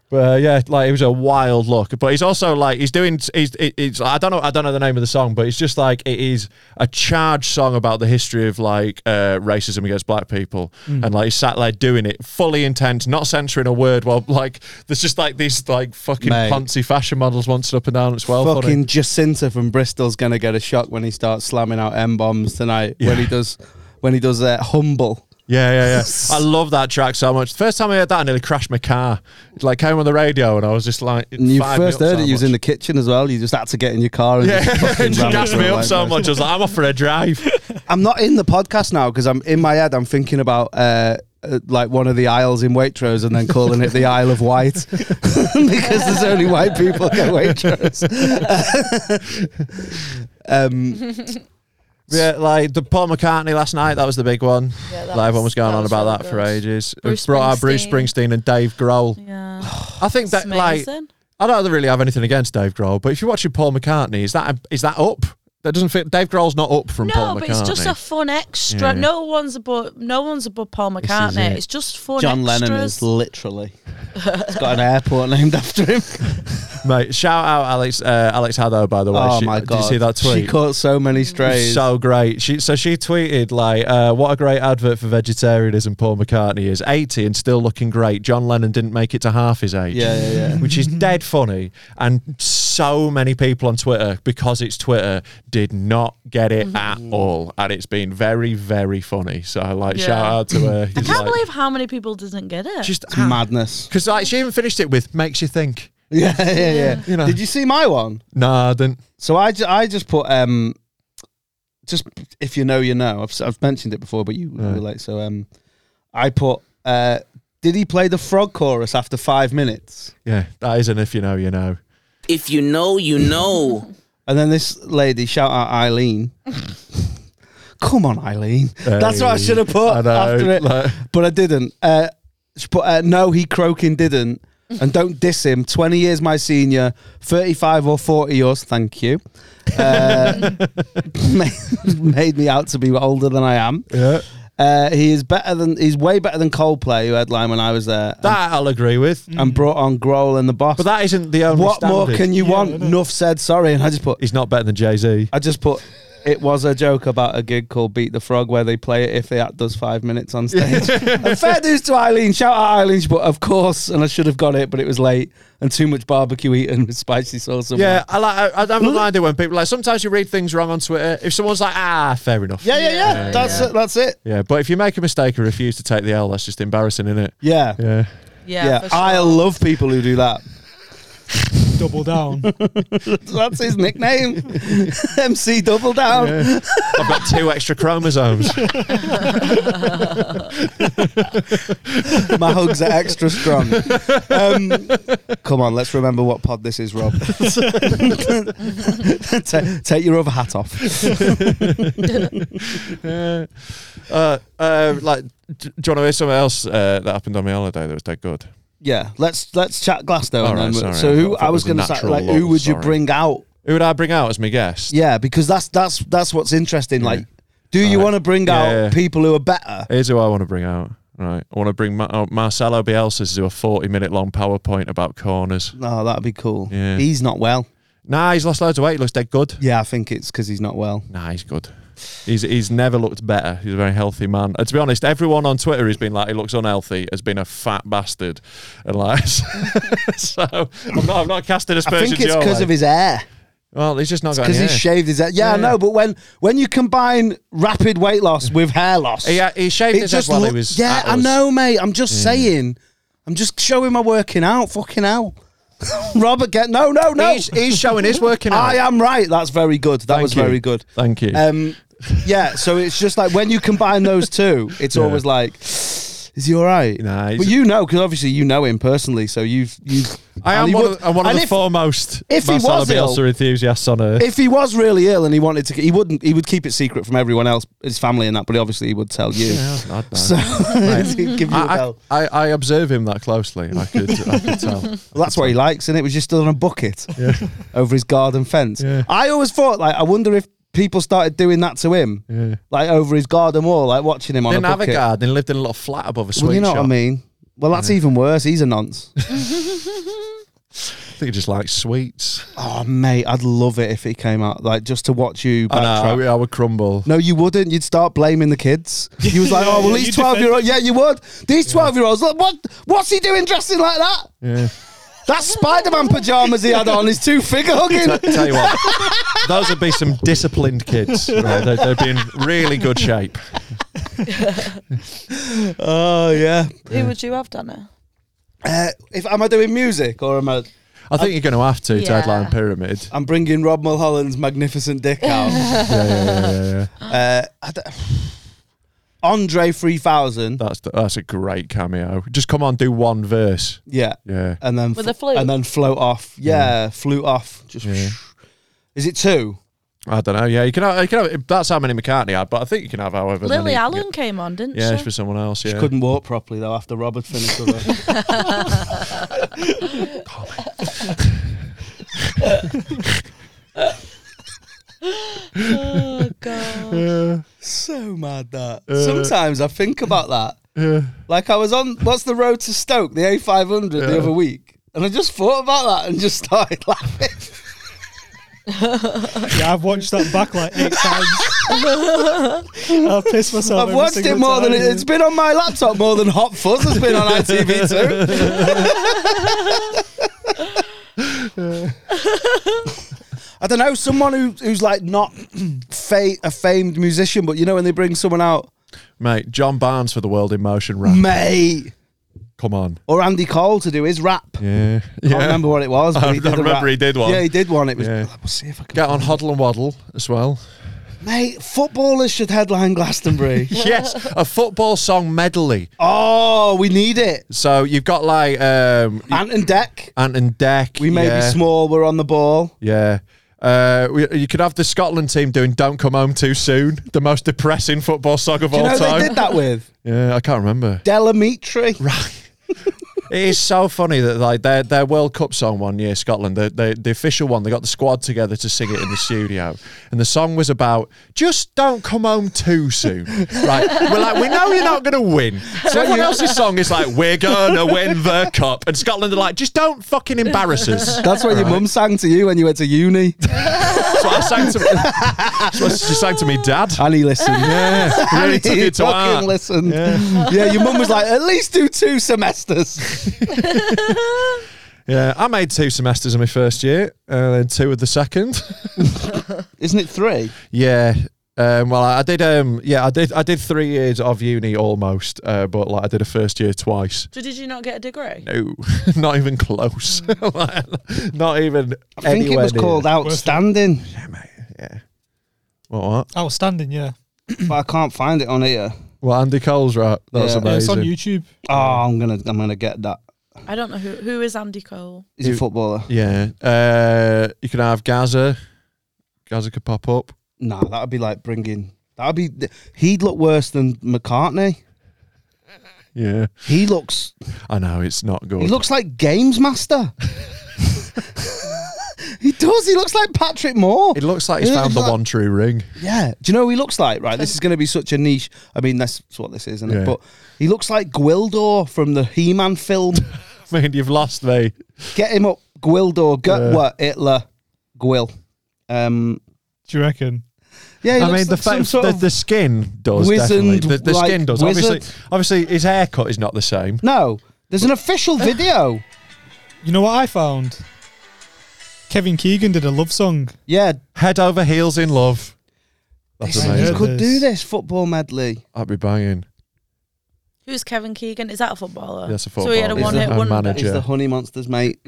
S3: But uh, yeah, like it was a wild look. But he's also like he's doing. He's it, it's I don't know I don't know the name of the song, but it's just like it is a charged song about the history of like uh, racism against black people,
S2: Mm.
S3: and like he's sat there doing it fully intent, not censoring a word. While like there's just like these like fucking
S2: Mate.
S3: poncy fashion models wanting up and down. It's well funny.
S2: Fucking Jacinta from Bristol's gonna get a shock when he starts slamming out M bombs tonight. When he does, when he does uh, humble.
S3: Yeah, yeah, yeah. I love that track so much. First time I heard that, I nearly crashed my car. It like came on the radio, and I was just like,
S2: And you
S3: fired me
S2: first
S3: up
S2: heard
S3: so
S2: it, you was
S3: much.
S2: in the kitchen as well. You just had to get in your car and just
S3: Yeah,
S2: fucking
S3: it
S2: ram it
S3: gassed
S2: through
S3: me
S2: a
S3: up
S2: light
S3: so
S2: post.
S3: much. I was like, I'm off for a drive.
S2: I'm not in the podcast now because I'm in my head. I'm thinking about uh, uh, like one of the aisles in Waitrose and then calling it the Isle of White because there's only white people at Waitrose. um,
S3: yeah, like the Paul McCartney last night. That was the big one.
S1: Yeah, that
S3: Like, everyone was going
S1: that
S3: on about
S1: really
S3: that for
S1: good.
S3: ages.
S4: Bruce
S3: we brought out Bruce
S4: Springsteen.
S3: Springsteen and Dave Grohl.
S4: Yeah.
S3: I think Oh, that like
S4: amazing.
S3: I don't really have anything against Dave Grohl, but if you're watching Paul McCartney, is that is that up? That doesn't fit. Dave Grohl's not up from
S1: No,
S3: Paul McCartney.
S1: but it's just a fun extra.
S3: Yeah.
S1: No one's above. No one's above Paul
S3: is
S1: McCartney.
S3: it.
S1: It's just fun.
S2: John
S1: extras.
S2: Lennon is literally. It's got an airport named after him.
S3: Mate, shout out Alex uh, Alex Haddo by the way.
S2: oh
S3: She-
S2: my
S3: Did
S2: god!
S3: you see that tweet?
S2: She caught so many strays.
S3: So great. She so she tweeted like, uh, "What a great advert for vegetarianism." Paul McCartney is eighty and still looking great. John Lennon didn't make it to half his age.
S2: yeah, yeah, yeah.
S3: Which is dead funny, and so many people on Twitter because it's Twitter did not get it
S1: Mm-hmm.
S3: at all, and it's been very, very funny. So like,
S1: Yeah.
S3: shout out to her.
S1: I can't believe how many people didn't get it.
S3: just
S2: It's madness.
S3: because like she even finished it with "makes you think."
S2: Yeah, yeah, yeah.
S3: You know.
S2: Did you see my one?
S3: Nah, I didn't.
S2: So I, ju- I just put um, just if you know you know. I've s- I've mentioned it before, but you
S3: Yeah.
S2: were like so um, I put uh, did he play the frog chorus after five minutes?
S3: Yeah, that isn't if you know, you know.
S5: If you know, you know.
S2: And then this lady shout out Eileen. Come on, Eileen. That's what I
S3: Hey,
S2: should have put
S3: I know,
S2: after it,
S3: like-
S2: but I didn't. Uh, she put uh, no, he croaking didn't. And don't diss him. Twenty years my senior, thirty-five or forty yours. Thank you. Uh, made, made me out to be older than I am.
S3: Yeah,
S2: Uh, he is better than he's way better than Coldplay, who headlined when I was there, and-
S3: that I'll agree with.
S2: and, brought on Grohl and the Boss.
S3: But that isn't the only.
S2: Mm. what more
S3: standard.
S2: can you
S6: Yeah, I
S2: want?
S6: know.
S2: Nuff said sorry, and I just put
S3: He's not better than Jay Z.
S2: I just put it was a joke about a gig called Beat the Frog where they play it if the act does five minutes on stage. and fair dues to Eileen. Shout out Eileen. She put, of course, and I should have got it, but it was late and too much barbecue eaten with spicy sauce. and
S3: Yeah,
S2: wine.
S3: I like. I, I don't mind it when people like. Sometimes you read things wrong on Twitter. If someone's like, ah, fair enough.
S2: Yeah, yeah, yeah. that's it. That's it.
S3: Yeah, but if you make a mistake or refuse to take the L, that's just embarrassing, isn't it?
S2: Yeah. Yeah.
S3: Yeah.
S1: yeah, for sure.
S2: I love people who do that.
S6: Double down.
S2: That's his nickname. MC Double Down.
S3: I've got two extra chromosomes.
S2: My hugs are extra strong. Um, come on, let's remember what pod this is, Rob. Ta- take your other hat off.
S3: Yeah. uh, uh, like, d- do you want to hear something else uh, that happened on my holiday that was dead good?
S2: Yeah, let's let's chat Glasgow.
S3: All
S2: and
S3: right,
S2: then
S3: sorry,
S2: we-
S3: I
S2: so who
S3: thought
S2: I
S3: it
S2: was
S3: was a
S2: going to say,
S3: natural
S2: like,
S3: law,
S2: who would you
S3: sorry.
S2: bring out?
S3: Who would I bring out as my guest?
S2: Yeah, because that's that's that's what's interesting.
S3: Yeah.
S2: Like, do you
S3: Right.
S2: want to bring
S3: Yeah,
S2: out
S3: yeah.
S2: people who are better?
S3: Here's who I want to bring out. Right, I want to bring Ma- oh, Marcelo Bielsa to do a 40 minute long PowerPoint about corners.
S2: No, that'd be cool.
S3: Yeah.
S2: He's not well.
S3: Nah, he's lost loads of weight. He looks dead good.
S2: Yeah, I think it's because he's not well.
S3: Nah, he's good. He's he's never looked better. He's a very healthy man. And to be honest, everyone on Twitter who's been like he looks unhealthy has been a fat bastard, and like so. I'm not I'm not casting
S2: I
S3: aspersions.
S2: think it's
S3: your
S2: because
S3: way.
S2: of his hair.
S3: Well, he's just not got
S2: Because
S3: any hair.
S2: he's shaved his hair. Yeah, I
S3: Yeah.
S2: know. But when when you combine rapid weight loss with hair loss,
S3: he, uh, he shaved
S2: it
S3: his head
S2: just
S3: while
S2: loo-
S3: he was.
S2: yeah.
S3: at
S2: I
S3: us.
S2: know, mate. I'm just saying. I'm just showing my working out. Fucking hell, Robert. Get no, no, no.
S3: He's, he's showing his working out.
S2: I am Uh, right. That's very good. That
S3: Thank
S2: was
S3: you.
S2: very good.
S3: Thank you.
S2: Um, yeah. So it's just like when you combine those two, it's
S3: Yeah.
S2: always like Is he all right?
S3: Nah, he's-
S2: but you know, because obviously you know him personally, so you've you've.
S3: I
S2: and
S3: am
S2: he
S3: one
S2: would-
S3: of, the- I'm one of
S2: and
S3: the
S2: if,
S3: foremost
S2: if he
S3: Marcelo
S2: was
S3: Bielsa
S2: ill-
S3: enthusiasts on earth.
S2: If he was really ill and he wanted to, he wouldn't. He would keep it secret from everyone else, his family and that. But obviously, he would tell you.
S3: Yeah, I'd know.
S2: So he'd give you a
S3: I,
S2: bell.
S3: I, I, I observe him that closely. I could, I could tell.
S2: Well, that's what he likes, and it was just on a bucket over his garden fence.
S3: Yeah.
S2: I always thought, like, I wonder if people started doing that to him,
S3: Yeah.
S2: like over his garden wall, like watching him on
S3: Didn't
S2: a
S3: have a
S2: bucket.
S3: garden. Lived in a little flat above a sweet
S2: well, you know
S3: shop.
S2: what I mean. Well, that's even worse. He's a nonce.
S3: I think he just likes sweets.
S2: oh, mate, I'd love it if he came out, like, just to watch you.
S3: I know.
S2: backtrack.
S3: I would crumble.
S2: No, you wouldn't. You'd start blaming the kids. You was like, oh, well,
S6: Yeah,
S2: these
S6: you
S2: 12 year olds. Yeah, you would. These 12 year olds, look, what, what's he doing dressing like that?
S3: Yeah.
S2: That Spider Man pajamas he had on is too figure
S3: T-
S2: hugging.
S3: tell you what, those would be some disciplined kids. You know, they'd, they'd be in really good shape.
S2: oh, yeah.
S1: Who would you have done it?
S2: Uh, if Am I doing music or am I.
S3: I think you're going to have to, to
S4: Yeah.
S3: headline Pyramid.
S2: I'm bringing Rob Mulholland's magnificent dick out.
S3: Yeah, yeah, yeah, yeah,
S2: uh,
S3: yeah.
S2: I don't- Andre 3000.
S3: That's, the, that's a great cameo. Just come on, do one verse.
S2: Yeah.
S3: Yeah.
S2: And then
S1: With
S2: fl-
S1: a flute?
S2: And then float off. Yeah, flute off. Just.
S3: Yeah.
S2: Is it two?
S3: I don't know. Yeah, you can have, you can have that's how many McCartney had, but I think you can have however many.
S1: Lily
S3: you can
S1: Allen came on, didn't
S3: get. Yeah, it's
S1: she?
S3: for someone else.
S2: She
S3: Yeah.
S2: couldn't walk properly, though, after Rob had finished with her.
S1: Oh god.
S2: So mad that. Sometimes I think about that. Like I was on what's the road to Stoke, the A five hundred the other week. And I just thought about that and just started laughing.
S6: Yeah, I've watched that back like eight times. I've pissed myself.
S2: I've
S6: every
S2: watched it
S6: single
S2: more than
S6: time.
S2: it, it's been on my laptop more than Hot Fuzz has been on ITV two. I don't know someone who, who's like not fa- a famed musician, but you know when they bring someone out,
S3: Mate, John Barnes for the World in Motion rap.
S2: mate,
S3: Come on.
S2: or Andy Cole to do his rap. I
S3: Yeah. Yeah.
S2: can't remember what it was. But
S3: I
S2: he did the
S3: remember
S2: rap.
S3: he did one.
S2: Yeah, he did one. It was.
S3: Yeah.
S2: We'll see if I can.
S3: Get on Hoddle and Waddle as well.
S2: Mate, footballers should headline Glastonbury.
S3: yes, a football song medley.
S2: oh, we need it.
S3: So you've got like um,
S2: Ant and Deck.
S3: Ant and Deck.
S2: We may
S3: yeah,
S2: be small. We're on the ball.
S3: Yeah. Uh, we, you could have the Scotland team doing "Don't Come Home Too Soon," the most depressing football song of
S2: Do you
S3: all
S2: know who
S3: time.
S2: they did that with
S3: Yeah, I can't remember.
S2: Delamitri.
S3: It is so funny that like their their World Cup song one year, Scotland, the, the the official one, they got the squad together to sing it in the studio, and the song was about just don't come home too soon, right? We're like, we know you're not gonna win. So everyone else's song is like, we're gonna win the cup, and Scotland are like, just don't fucking embarrass us.
S2: That's what your mum sang to you when you went to uni,
S3: That's what I sang to. That's what she sang to me, Dad.
S2: and he listened.
S3: Yeah, really
S2: And
S3: took
S2: he
S3: it to
S2: fucking
S3: heart.
S2: listened. Yeah. your mum was like, at least do two semesters.
S3: Yeah, I made two semesters in my first year, and then two of the second.
S2: Isn't it three?
S3: Yeah. Um, well, I I did. Um, yeah, I did. I did three years of uni almost, uh, but like I did a first year twice.
S1: So did you not get a degree?
S3: No, not even close. Like, not even.
S2: Hmm. I think it was called Outstanding,
S3: What? What?
S6: Outstanding, yeah.
S2: but I can't find it on here.
S3: Well, Andy Cole's right. That's
S2: Yeah.
S6: yeah. It's on
S3: amazing.
S6: YouTube.
S2: Oh, I'm gonna, I'm gonna get that.
S1: I don't know who who is Andy Cole.
S2: He's a
S3: You-
S2: footballer.
S3: Yeah. Uh, you can have Gaza. Gaza could pop up.
S2: Nah, that would be like bringing. That would be. He'd look worse than McCartney.
S3: Yeah.
S2: He looks.
S3: I know it's not good.
S2: He looks like Games Master. he does. He looks like Patrick Moore.
S3: it looks like he's
S2: It
S3: found the
S2: looks like-
S3: one true ring.
S2: Yeah. Do you know who he looks like? Right. This is going to be such a niche. I mean, that's what this is, isn't
S3: Yeah.
S2: it? But he looks like Gwildor from the He-Man film.
S3: I mean, you've lost me.
S2: Get him up, Gwildor. Get
S3: Yeah.
S2: what Hitler, Gwil. Um.
S6: Do you reckon?
S2: Yeah. He
S3: I
S2: looks
S3: mean, the,
S2: like some
S3: fa-
S2: sort
S3: the,
S2: of-
S3: the skin does
S2: wizened,
S3: definitely. The, the
S2: like,
S3: skin does.
S2: wizard.
S3: Obviously, obviously, his haircut is not the same.
S2: no. There's an official video.
S6: You know what I found? Kevin Keegan did a love song.
S2: Yeah.
S3: Head over heels in love. That's
S2: This-
S3: amazing.
S2: you could
S6: This-
S2: do this football medley.
S3: I'd be banging.
S1: Who's Kevin Keegan? Is that a footballer?
S3: That's a
S1: So he had a
S3: footballer.
S1: one
S3: He's
S1: hit
S3: a
S1: one.
S3: manager.
S2: He's the honey monsters, mate.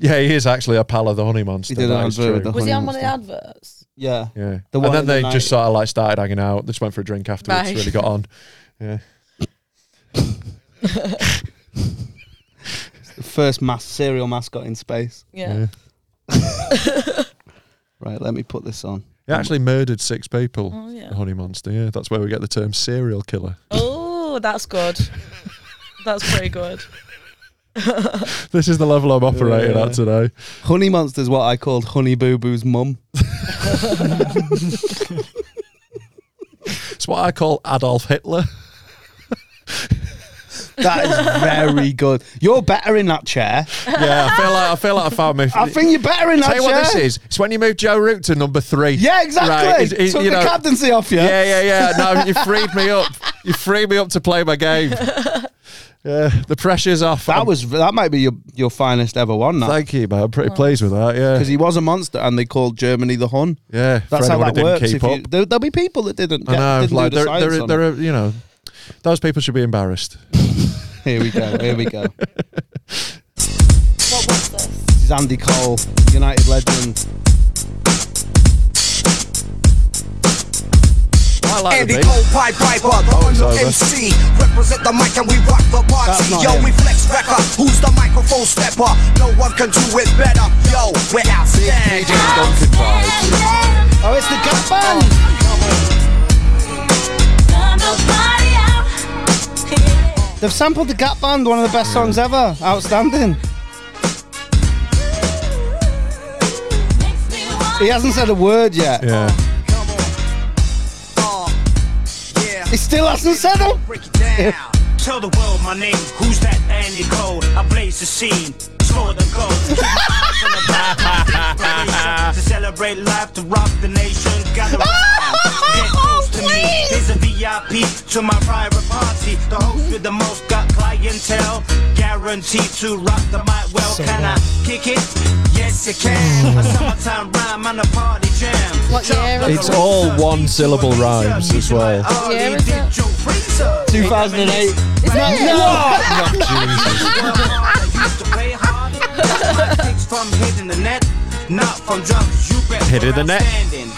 S3: Yeah, he is actually a pal of the honey monster.
S2: He did
S3: that
S2: an
S3: is
S2: advert with
S3: true.
S2: the-
S1: Was he on one of the adverts?
S2: Yeah.
S3: Yeah.
S2: The
S3: and
S2: one
S3: then
S2: in the
S3: they
S2: night.
S3: just sort of like started hanging out. They just went for a drink afterwards.
S1: Right.
S3: Really got on.
S2: The first mass serial mascot in space.
S1: Yeah.
S2: Right, let me put this on.
S3: He actually murdered six
S2: Mm.
S3: people.
S1: Oh
S3: The
S1: yeah.
S3: honey monster. Yeah, that's where we get the term serial killer.
S1: Oh, that's good. That's pretty good.
S3: This is the level I'm operating
S2: Yeah.
S3: at today.
S2: Honey Monster's what I called Honey Boo Boo's mum.
S3: It's what I call Adolf Hitler.
S2: That is very good. You're better in that chair.
S3: yeah, I feel like I feel like I found my.
S2: I think you're better in that
S3: Tell you
S2: chair.
S3: what this is. It's when you move Joe Root to number three.
S2: Yeah, exactly.
S3: Right, it- it-
S2: Took
S3: you
S2: the
S3: know-
S2: captaincy off you.
S3: Yeah, yeah, yeah. No, you freed me up. You freed me up to play my game. Yeah, the pressure's off.
S2: That
S3: I'm-
S2: was that might be your, your finest ever one. That
S3: Thank you, man. I'm
S9: Oh.
S3: pretty pleased with that. Yeah,
S2: because he was a monster, and they called Germany the Hun.
S3: yeah. for
S2: That's how
S3: anyone
S2: that
S3: who
S2: works.
S3: Didn't keep
S2: if you-
S3: up.
S2: there, will be people that didn't. Get,
S3: I know.
S2: didn't
S3: Like
S2: do the
S3: there,
S2: science
S3: there,
S2: on
S3: there are, you know, those people should be embarrassed.
S2: it. Here we go. Here we go.
S1: What was this?
S2: this is Andy Cole, United legend.
S3: I like the
S9: Andy
S3: beat.
S9: Cole, Pied Piper, the original
S3: over.
S9: MC. Represent the mic and we rock the
S2: That's
S9: party.
S2: not
S9: Yo,
S2: him.
S9: we flex record. Who's the microphone stepper? No one can do it better. Yo, we're outstanding.
S2: Oh, it's the Gap Band. They've sampled the Gap Band, one of the best songs ever. Outstanding. He hasn't said a word yet.
S3: Yeah.
S9: Come on. Uh, yeah.
S2: He still hasn't said it.
S9: Break it down.
S10: Tell the world my name, who's that Andy Cole? I blaze the scene, score the goal. Keep my eyes on the prize. to celebrate life, to rock the nation, gather around. Get close
S1: Oh,
S10: to me. Here's a VIP to my private party. The host with the most got clientele, guaranteed to rock the mic. Well, can I kick it? Yes, you can. a summertime rhyme on a party jam.
S1: What year is
S3: It's all one syllable rhymes as well.
S1: What year is it?
S2: 2008. No,
S10: from hitting the net, not from drugs. You bet
S3: Hitting the
S10: we're
S3: net.
S10: outstanding.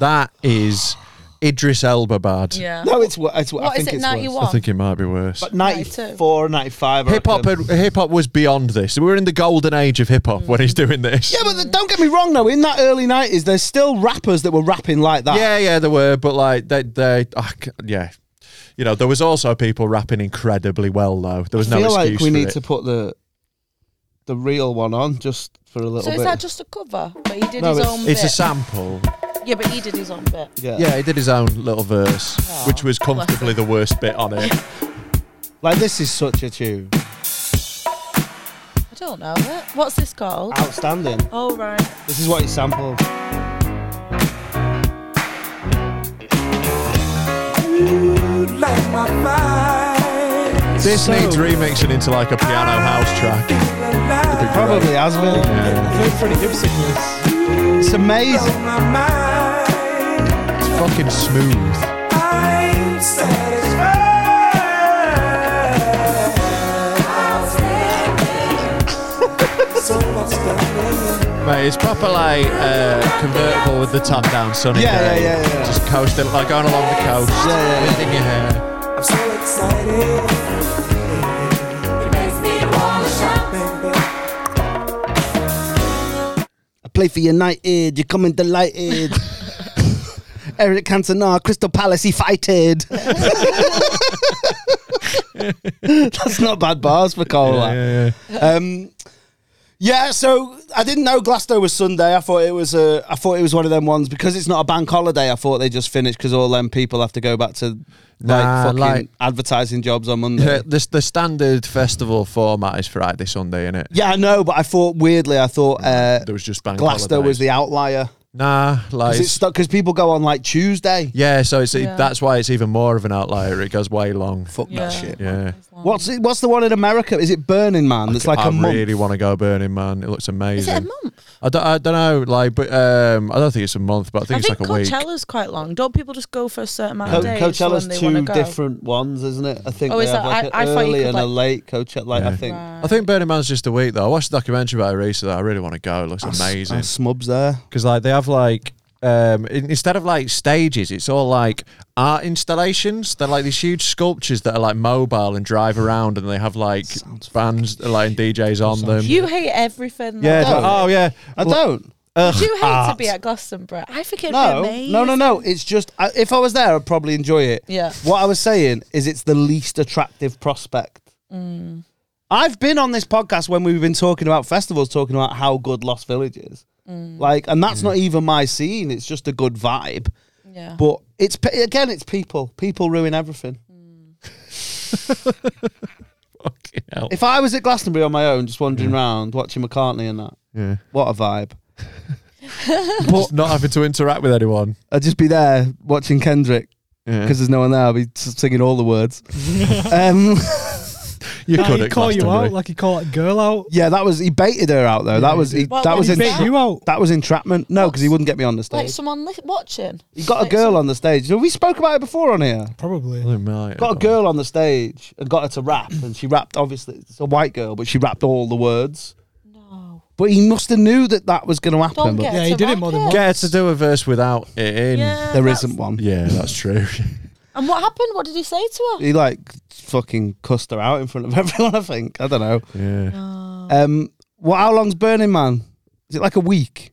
S3: That is Idris Elba bad.
S1: Yeah.
S2: no, no it's, wo- it's wo- I
S1: What is
S2: think
S1: it?
S2: it's
S1: Ninety
S2: worse.
S3: I
S1: one.
S3: think it might be worse.
S2: But 94, 95. I
S3: Hip hop,
S2: reckon.
S3: had- hip hop was beyond this. We were in the golden age of hip hop
S9: Mm.
S3: when he's doing this.
S2: Yeah, but th- don't get me wrong though. In that early nineties, there's still rappers that were rapping like that.
S3: Yeah, yeah, there were, but like they, they, I c yeah, you know, there was also people rapping incredibly well though. There was
S2: I
S3: no
S2: feel like
S3: excuse
S2: we
S3: for
S2: need
S3: it.
S2: to put the the real one on just for a little
S1: So
S2: bit.
S1: is that just a cover? But he did
S2: No,
S1: his
S2: it's-
S1: own
S3: It's
S1: bit.
S3: a sample.
S1: yeah, but he did his own bit.
S2: yeah.
S3: Yeah, he did his own little verse, which was comfortably the worst bit on it.
S2: Like this is such a tune.
S1: I don't know it. What's this called?
S2: Outstanding.
S1: Oh right.
S2: This is what he sampled.
S3: This
S2: So-
S3: needs remixing into like a piano house track.
S2: Probably has been.
S6: I think Freddie Gibson was.
S2: It's amazing.
S3: It's fucking smooth. Mate, it's proper like uh, convertible with the top down, sunny
S2: Yeah,
S3: day.
S2: yeah, yeah, yeah.
S3: Just coasting, like going along the coast,
S2: yeah, yeah.
S3: lifting your hair.
S2: I play for United. You're coming delighted. Eric Cantona, Crystal Palace, he fighted. That's not bad bars for Cole. that.
S3: Yeah, yeah.
S2: Um, yeah, so I didn't know Glasgow was Sunday. I thought it was a, I thought it was one of them ones because it's not a bank holiday. I thought they just finished because all them people have to go back to like
S3: Nah,
S2: fucking
S3: like-
S2: advertising jobs on
S3: The,
S2: Monday.
S3: the, the standard festival format is Friday, Sunday, innit?
S2: yeah, I know, but I thought weirdly, I thought uh,
S3: There was just bank
S2: Glasgow was
S3: holidays.
S2: the outlier
S3: Nah, like
S2: because because people go on like Tuesday.
S3: yeah, so it's
S1: Yeah.
S3: that's why it's even more of an outlier. It goes way long.
S2: Fuck
S1: Yeah.
S2: that shit.
S3: Yeah,
S2: What's it, what's the one in America? Is it Burning Man? That's like
S3: I
S2: a month.
S3: really want to go Burning Man. It looks
S1: Is
S3: amazing.
S1: it a month?
S3: I don't, I don't know, like, but um, I don't think it's a month, but I think
S1: I
S3: it's
S1: think
S3: like a week.
S1: Coachella's quite long. Don't people just go for a certain amount
S2: Co-
S1: of days
S2: Coachella's
S1: when they
S2: two
S1: want to go?
S2: different ones, isn't it? I think
S1: Oh,
S2: they
S1: is
S2: have
S1: that-
S2: like
S1: I- I
S2: an
S1: thought you
S2: early
S1: could,
S2: and a
S1: like-
S2: late Coachella. Like I
S3: Yeah.
S2: think.
S3: I think Burning Man's just a week though. I watched the documentary about it recently. I really want to go. It looks amazing
S2: Smubs there.
S3: because like they have like um, in- instead of like stages, it's all like art installations. They're like these huge sculptures that are like mobile and drive around, and they have like bands, like and DJs on them.
S1: You hate everything.
S3: yeah.
S1: like-
S3: it's like, oh yeah.
S2: I don't.
S3: Ugh,
S1: Do you hate to
S3: art.
S1: be at Glastonbury? I think it'd
S2: No,
S1: be amazing.
S2: no, no, no. It's just I, if I was there, I'd probably enjoy it.
S1: Yeah.
S2: What I was saying is, it's the least attractive prospect.
S1: Mm.
S2: I've been on this podcast when we've been talking about festivals, talking about how good Lost Village is.
S1: Mm.
S2: Like, and that's not even my scene. It's just a good vibe.
S1: Yeah. Mm.
S2: But it's pe- again, it's people. People ruin everything.
S3: Fucking hell.
S2: If I was at Glastonbury on my own, just wandering around watching McCartney and that,
S3: Yeah.
S2: what a vibe!
S3: Just not having to interact with anyone.
S2: I'd just be there watching Kendrick
S3: Yeah.
S2: because there's no one there. I'd be s- singing all the words. um,
S3: you
S6: Nah,
S3: could
S6: he'd
S3: at
S6: call you
S3: Glastonbury.
S6: out, like he call a girl out.
S2: yeah, that was he baited her out though. that was he,
S1: Well,
S2: that
S1: what
S2: was
S1: did
S6: He
S1: he
S6: bit
S2: entrap-
S6: you out.
S2: that was entrapment. No, because he wouldn't get me on the
S1: Like
S2: stage.
S1: someone li- watching.
S2: He got a
S1: like some-
S2: girl on the stage. We spoke about it before on here.
S6: Probably.
S3: Oh, my
S2: Got a
S3: God.
S2: girl on the stage and got her to rap, and she rapped. Obviously, it's a white girl, but she rapped all the words.
S1: No.
S2: But he must have knew that that was going to happen.
S1: Don't
S2: but
S1: get
S6: Yeah, he
S1: to
S6: did it
S1: rack
S6: more than once.
S3: Get her to do a verse without it in.
S1: Yeah,
S2: there
S1: that's-
S2: isn't one.
S3: Yeah, that's true.
S1: And what happened? What did he say to her?
S2: He like fucking cussed her out in front of everyone. I think I don't know.
S3: yeah.
S1: Oh.
S2: Um, what? How long's Burning Man? Is it like a week?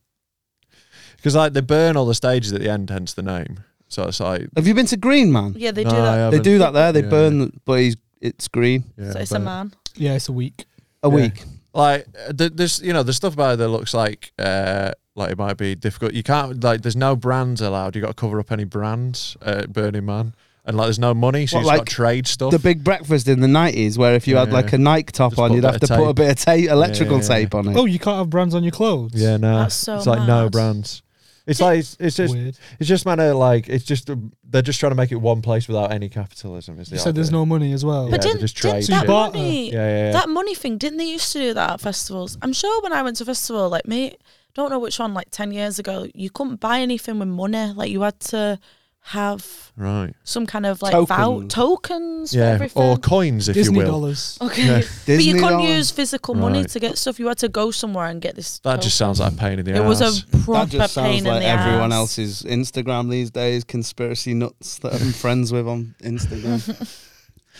S3: Because like they burn all the stages at the end, hence the name. So it's like
S2: Have you been to Green Man?
S1: Yeah, they
S3: no,
S1: do
S3: I
S1: that.
S2: They
S3: haven't.
S2: do that there. They
S3: Yeah.
S2: burn, the- but he's, it's green.
S3: Yeah,
S1: so it's a
S3: but-
S1: man.
S6: Yeah, it's a week.
S2: A
S3: Yeah.
S2: week.
S3: Like uh, th- there's you know the stuff about it that looks like uh like it might be difficult. You can't like there's no brands allowed. You got to cover up any brands at Burning Man, and like there's no money, so
S2: What,
S3: you just
S2: like
S3: got trade stuff.
S2: The big breakfast in the nineties, where if you had
S3: Yeah.
S2: like a Nike top
S3: Just
S2: on,
S3: put a
S2: you'd
S3: bit
S2: have to
S3: of
S2: put a
S3: tape.
S2: bit of tape, electrical
S3: yeah, yeah.
S2: tape on it.
S6: Oh, you can't have brands on your clothes.
S3: yeah, no,
S1: That's so
S3: it's like no
S1: mad.
S3: brands. It's like it's, it's just
S6: Weird.
S3: it's just man uh, like it's just um, they're just trying to make it one place without any capitalism. Is the
S6: You said there's no money as well.
S3: Yeah,
S1: But
S3: they
S1: didn't,
S3: just
S1: didn't
S3: trade
S1: that
S6: shit. Bought her.
S1: money?
S3: Yeah, yeah, yeah.
S1: That money thing. Didn't they used to do that at festivals? I'm sure when I went to a festival, like me, don't know which one, like ten years ago, you couldn't buy anything with money. Like you had to have
S3: right.
S1: some kind of like vou-
S2: Tokens.
S1: tokens for
S3: Yeah,
S1: everything.
S3: or coins if
S6: Disney
S3: you will.
S6: dollars.
S1: okay. But
S2: Disney
S1: you couldn't
S2: dollars.
S1: use physical money
S3: Right.
S1: to get stuff. You had to go somewhere and get this.
S3: That just
S1: token.
S3: sounds like a pain in the
S1: It was
S3: arse.
S1: a
S2: That
S1: proper
S2: just sounds
S1: pain in
S2: like
S1: the
S2: everyone
S1: ass.
S2: else's Instagram these days. Conspiracy nuts that I'm friends with on Instagram.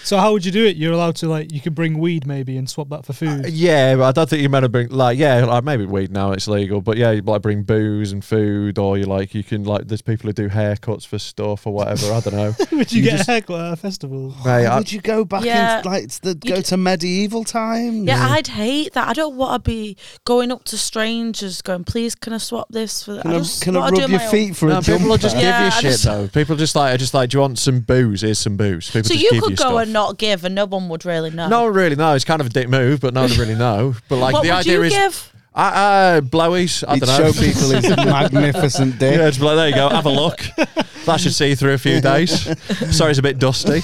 S6: So how would you do it? You're allowed to like you could bring weed maybe and swap that for
S3: Uh,
S6: food.
S3: Yeah, but I don't think you meant to bring like yeah, like maybe weed now it's legal, but yeah, you like bring booze and food, or you like you can like there's people who do haircuts for stuff or whatever. I don't know.
S6: would you,
S3: You
S6: get
S3: just-
S6: a haircut at a festival?
S3: Mate,
S2: Why
S3: I-
S2: would you go back
S1: Yeah.
S2: in like to the,
S1: You
S2: go to medieval times?
S1: Yeah, I'd hate that. I don't want to be going up to strangers going, please, can I swap this for that?
S2: Can
S1: I
S2: I,
S1: just
S2: can I
S1: wanna do
S2: rub your
S1: my own-
S2: feet for
S3: No,
S2: a jumper?
S3: people will just
S1: Yeah,
S3: give
S1: I
S3: you shit
S1: just-
S3: though. People just like are just like, do you want some booze? Here's some booze. People
S1: So
S3: just
S1: you
S3: give
S1: could
S3: you
S1: go
S3: stuff.
S1: and not give and no one would really know.
S3: No, one really, no. It's kind of a dick move, but no one really know. But like
S1: what
S3: the
S1: would
S3: idea
S1: you
S3: is,
S1: give?
S3: uh, uh, blowies. I
S2: He'd
S3: don't know.
S2: show people his magnificent dick.
S3: Yeah, just be like, there you go. Have a look. That should see you through a few days. Sorry, it's a bit dusty.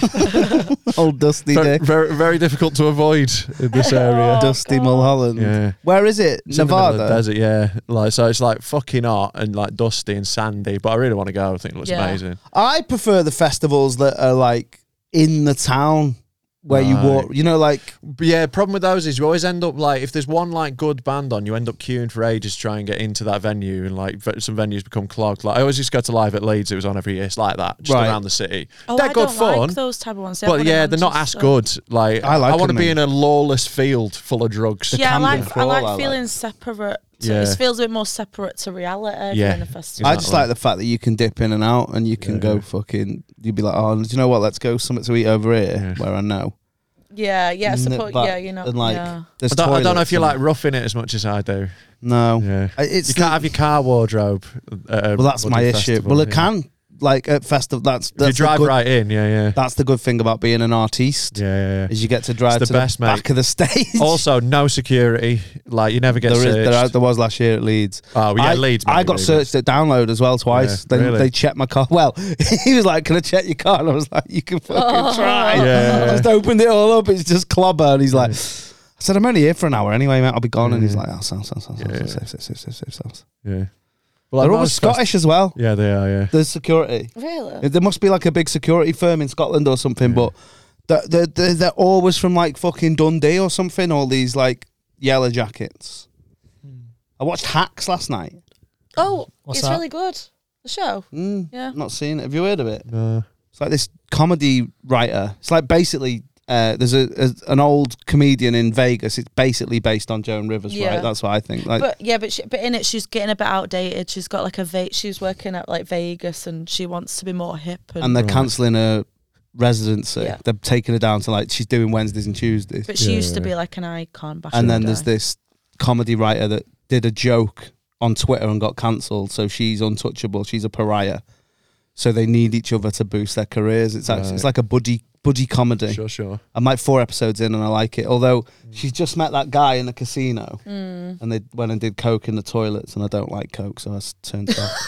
S2: Old dusty
S3: Very,
S2: dick.
S3: very, very difficult to avoid in this
S1: Oh,
S3: area.
S2: dusty Mulholland.
S3: Yeah.
S2: Where is it?
S3: It's in the middle of the
S2: Nevada.
S3: desert, yeah. Like so, it's like fucking hot and like dusty and sandy. But I really want to go. I think it looks
S1: Yeah.
S3: amazing.
S2: I prefer the festivals that are like in the town where you
S3: Right.
S2: walk. You know, like
S3: But yeah, problem with those is you always end up like if there's one like good band on, you end up queuing for ages to try and get into that venue, and like ve- some venues become clogged. Like I always used to go to live at Leeds. It was on every year. It's like that, just
S2: Right.
S3: around the city.
S1: Oh,
S3: they're
S1: I
S3: good
S1: don't
S3: fun.
S1: like those type of ones. They have
S3: but
S1: one in
S3: yeah, they're not as
S1: Manchester.
S3: good. Like
S2: I like
S3: want to
S2: them,
S3: be
S2: mate.
S3: in a lawless field full of drugs.
S1: Yeah, I
S2: Camden
S1: like, I
S2: Crawl, I
S1: like
S2: like.
S1: feeling separate. To,
S3: Yeah.
S1: It feels a bit more separate to reality
S3: Yeah.
S1: yeah. in a festival.
S2: I just like the fact that you can dip in and out, and you can
S3: Yeah.
S2: go fucking. You'd be like, oh, do you know what? Let's go something to eat over here
S3: Yeah.
S2: where I know.
S1: yeah, yeah,
S2: Nip
S1: support,
S2: back
S1: yeah, you know.
S2: and, like,
S1: yeah.
S2: There's
S3: I don't, I don't know
S2: toilets
S3: if you
S2: and-
S3: like roughing it as much as I do.
S2: No,
S3: Yeah.
S2: I- Oh. it's
S3: you can't have your car wardrobe. At a
S2: well, that's my
S3: bloody
S2: issue.
S3: festival,
S2: Well, it
S3: yeah.
S2: can like at festival. That's,
S3: If
S2: that's
S3: you
S2: the
S3: drive
S2: good,
S3: right in, yeah, yeah.
S2: That's the good thing about being an artiste
S3: yeah, yeah, yeah.
S2: is you get to drive
S3: the
S2: to
S3: best,
S2: the
S3: mate.
S2: back of the stage.
S3: Also, no security. Like you never get
S2: there is
S3: searched.
S2: there, are- there was last year at Leeds.
S3: oh, yeah,
S2: I,
S3: Leeds.
S2: I
S3: mate,
S2: got
S3: Leeds.
S2: searched at download as well twice.
S3: Yeah,
S2: they,
S3: really?
S2: they checked my car. Well, he was like, "Can I check your car?" And I was like, "You can fucking
S1: Oh.
S2: try."
S3: Yeah, yeah,
S2: I
S3: yeah.
S2: just opened it all up. It's just clobber, and he's like, "I said I'm only here for an hour anyway, mate. I'll be gone." And he's like, "Oh, sound, sound, sound, sound,
S3: Yeah,
S2: sound,
S3: yeah.
S2: safe, safe, safe, safe, safe, sound."
S3: Yeah. Well,
S2: They're
S3: like,
S2: always
S3: most fest-
S2: Scottish as well.
S3: Yeah, they are. Yeah.
S2: The security.
S1: Really?
S2: There must be like a big security firm in Scotland or something, but they're, they're, they're, they're always from like fucking Dundee or something, all these like yellow
S3: Hmm.
S2: jackets. I watched Hacks last night.
S1: Oh,
S6: What's
S1: it's
S6: that?
S1: really good. The show.
S2: Mm,
S1: Yeah.
S2: Not seen it. Have you heard of it?
S3: No.
S2: It's like this comedy writer. It's like basically uh, there's a, a an old comedian in Vegas. It's basically based on Joan Rivers,
S1: Yeah.
S2: right? That's what I think. Like,
S1: but yeah, but she, but in it, she's getting a bit outdated. She's got like a va- she's working at like Vegas, and she wants to be more hip. And,
S2: and they're cancelling her residency.
S1: Yeah.
S2: They're taking her down to like she's doing Wednesdays and Tuesdays.
S1: but she
S3: Yeah,
S1: used to
S3: yeah.
S1: be like an icon back.
S2: and
S1: in
S2: then
S1: the
S2: there's
S1: day.
S2: this comedy writer that did a joke on Twitter and got cancelled, so she's untouchable. She's a pariah. So they need each other to boost their careers. It's actually, it's
S3: Right.
S2: like a buddy buddy comedy.
S3: Sure, sure.
S2: I'm like four episodes in and I like it. Although
S3: Mm.
S2: she's just met that guy in the casino
S1: Mm.
S2: and they went and did coke in the toilets, and I don't like coke, so I s- turned it off.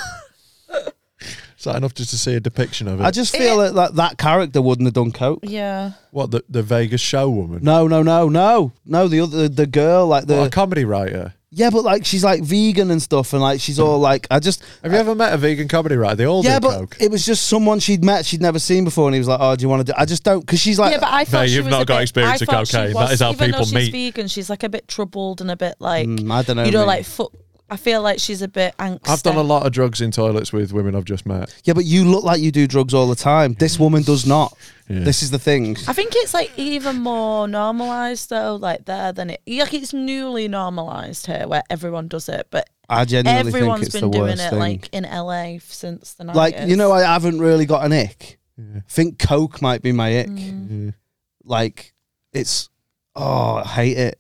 S3: Is that enough just to see a depiction of it?
S2: I just feel that, that that character wouldn't have done coke.
S1: Yeah,
S3: what the the Vegas show woman?
S2: No, no, no, no, no. The other the girl like the
S3: What, a comedy writer.
S2: yeah, but like she's like vegan and stuff, and like she's all like I just
S3: Have you ever met a vegan comedy writer? They all
S2: yeah,
S3: do
S2: but
S3: coke.
S2: it was just someone she'd met she'd never seen before, and he was like, "Oh, do you want to do?" I just don't because she's like,
S1: yeah, but I thought
S3: No,
S1: she
S3: you've
S1: was
S3: not
S1: a
S3: got
S1: bit-
S3: experience
S1: I
S3: of
S1: thought she
S3: cocaine. That
S1: was-
S3: is how
S1: even
S3: people
S1: though
S3: meet.
S1: She's vegan. She's like a bit troubled and a bit like
S2: Mm, I don't know.
S1: you know,
S2: mate.
S1: like foot. I feel like she's a bit angst.
S3: I've done a lot of drugs in toilets with women I've just met.
S2: yeah, but you look like you do drugs all the time. This woman does not.
S3: Yeah.
S2: This is the thing.
S1: I think it's like even more normalized though, like there than it. Like it's newly normalized here, where everyone does it, but
S2: I genuinely think
S1: everyone's
S2: it's
S1: been
S2: the
S1: doing
S2: worst
S1: it
S2: thing.
S1: like in LA since the 90s.
S2: like you know i haven't really got an ick think coke might be my ick
S1: Mm.
S2: like it's oh i hate it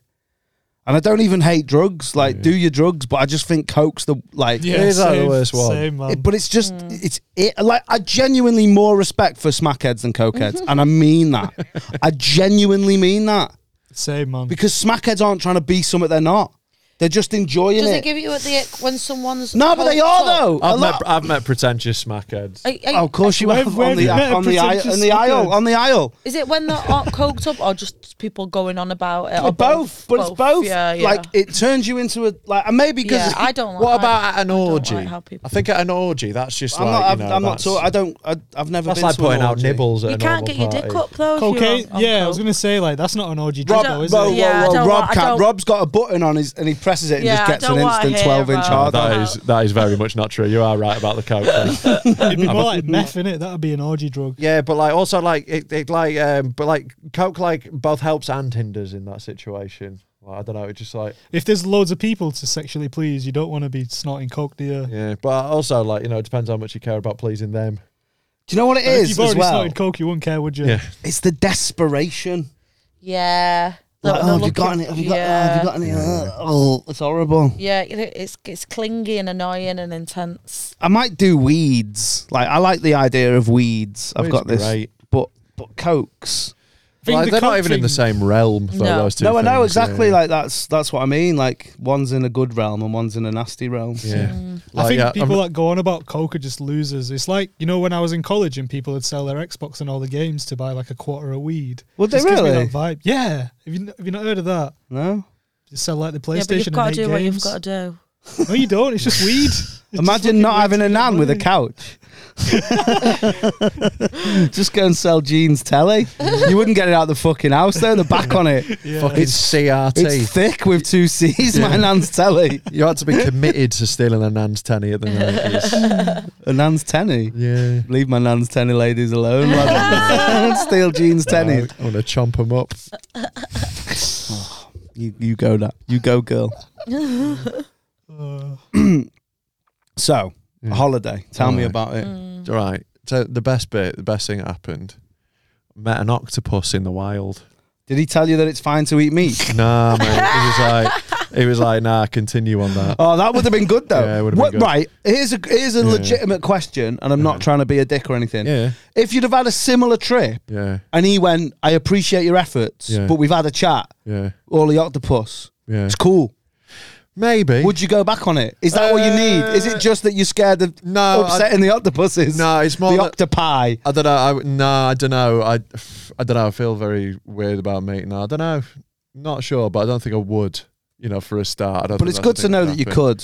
S2: and i don't even hate drugs like do your drugs but i just think coke's the like
S6: Yeah,
S3: It is like the
S6: same-
S3: worst one.
S6: Same, man.
S2: it- but it's just
S1: Mm.
S2: it's it like i genuinely more respect for smackheads than cokeheads and i mean that i genuinely mean that
S6: same, man.
S2: because smackheads aren't trying to be something they're not they're just enjoying
S1: does it
S2: it,
S1: give you the ick when someone's
S2: no but they
S1: coked
S2: are
S1: up?
S2: though A
S3: I've
S2: lot-
S3: met, I've met pretentious smackheads.
S1: Are- are-
S2: Oh, of course you
S6: Where-
S2: have on
S6: where have
S2: the
S6: you met a
S2: on the aisle
S6: pretentious
S2: on the aisle
S6: smoker?
S2: on the aisle.
S1: Is it when they're all coked up or just people going on about it? Or
S2: Well, both, but it's both.
S1: Yeah, yeah.
S2: Like it turns you into a like, and maybe because
S1: yeah, I don't like
S3: What
S1: I-
S3: about at an
S1: I don't
S3: orgy?
S1: like how people-
S3: I think at an orgy, that's just
S2: I'm
S3: like
S2: not,
S3: you
S2: I've,
S3: know,
S2: I'm not.
S3: that's,
S2: Talk, I don't. I, I've never.
S3: that's
S2: been
S3: like
S2: to an
S3: putting out
S2: orgy.
S3: nibbles. At
S1: You
S3: a
S1: can't
S3: normal
S1: get your dick
S3: party.
S1: up though. if you're
S6: cocaine.
S1: on- on
S6: yeah, I was
S1: coke.
S6: gonna say like that's not an orgy drug,
S2: Rob,
S1: don't-
S6: though, is
S2: whoa,
S6: it?
S2: whoa,
S1: Yeah, I
S2: whoa,
S1: don't
S2: Rob
S1: want- I
S2: can't.
S1: don't-
S2: Rob's got a button on his, and he presses it and
S1: Yeah,
S2: just
S1: I
S2: gets
S1: don't
S2: an
S1: wanna
S2: instant
S1: hear
S2: twelve inch
S1: Rob.
S2: hard.
S1: That
S3: Oh, That is that is very much not true. You are right about the coke. thing.
S6: It'd be more like meth in it. That'd be an orgy drug.
S3: yeah, but like also like it, it like um, but like coke like both helps and hinders in that situation. Like, I don't know. It's just like
S6: If there's loads of people to sexually please, you don't want to be snorting coke, do you?
S3: yeah, but also like you know it depends how much you care about pleasing them.
S2: Do you know what it
S6: If
S2: is
S6: you've
S2: as
S6: already
S2: well?
S6: snorted coke, you wouldn't care, would you?
S3: Yeah.
S2: It's the desperation.
S1: Yeah. The- the
S2: Like, oh, have you
S1: look
S2: got
S1: at-
S2: any? Have you got? oh,
S1: yeah.
S2: have you got any? Uh, oh, it's horrible.
S1: Yeah, it- it's it's clingy and annoying and intense.
S2: I might do weeds. Like I like the idea of weeds. I've
S3: Weeds
S2: got
S3: are
S2: this,
S3: great.
S2: but but cokes.
S6: I think
S3: Like,
S6: the
S3: they're not
S6: coke
S3: even in the
S6: thing-
S3: same realm. Though,
S1: No.
S3: those two
S2: No, I know
S3: things,
S2: exactly.
S3: yeah.
S2: Like that's that's what I mean. Like one's in a good realm and one's in a nasty realm.
S3: yeah.
S6: I
S3: Like,
S6: think
S3: yeah, I'm-
S6: people that go on about coke are just losers. It's like you know when I was in college and people would sell their Xbox and all the games to buy like a quarter of weed.
S2: Would they
S6: Just gives me
S2: really?
S6: that vibe. Yeah. Have you, have you not heard of that?
S2: No.
S6: You sell like the
S1: yeah,
S6: PlayStation.
S1: but you've
S6: and
S1: got to
S6: eight
S1: do what you've
S6: games.
S1: got to do.
S6: No, you don't. It's just weed. It's just
S2: Imagine
S6: fucking
S2: not
S6: weed
S2: having
S6: to
S2: a
S6: get
S2: nan with a
S6: money.
S2: couch. Just go and sell jeans telly. You wouldn't get it out the fucking house though, the back on it.
S6: Yeah.
S3: fucking CRT.
S2: It's thick with two C's, my nan's telly.
S3: You had to be committed to stealing a nan's tenny at the nineties.
S2: A nan's tenny.
S3: yeah.
S2: Leave my nan's tenny ladies alone. lad. Steal jeans tenny.
S3: I want to chomp them up.
S2: You, you go that. You go girl.
S6: Uh,
S2: So,
S3: Yeah.
S2: holiday. Tell me
S3: Alright.
S2: about it.
S6: Mm.
S3: All right. So the best bit, the best thing that happened, met an octopus in the wild.
S2: Did he tell you that it's fine to eat meat?
S3: Nah, man. It was like, it was like, nah. Continue on that.
S2: Oh, that would have been good though.
S3: Yeah, it would have
S2: What-
S3: been good.
S2: Right. Here's a here's a
S3: Yeah. Uh-huh.
S2: legitimate question, and I'm not trying to be a dick or anything.
S3: Yeah.
S2: If you'd have had a similar trip
S3: Yeah.
S2: and he went, I appreciate your efforts,
S3: Yeah.
S2: but we've had a chat,
S3: Yeah.
S2: all the octopus.
S3: Yeah.
S2: It's cool.
S3: Maybe.
S2: Would you go back on it? Is that what you need? Is it just that you're scared of
S3: Uh, No,
S2: upsetting the octopuses?
S3: No, it's more
S2: the
S3: that-
S2: octopi.
S3: I don't know. I, w- no, I don't know. I, I don't know. I feel very weird about meeting. her. I don't know. Not sure, but I don't think I would. You know, for a start. I don't
S2: But
S3: think
S2: it's
S3: that's
S2: good
S3: the
S2: to
S3: thing
S2: know
S3: would
S2: that you
S3: happen.
S2: could.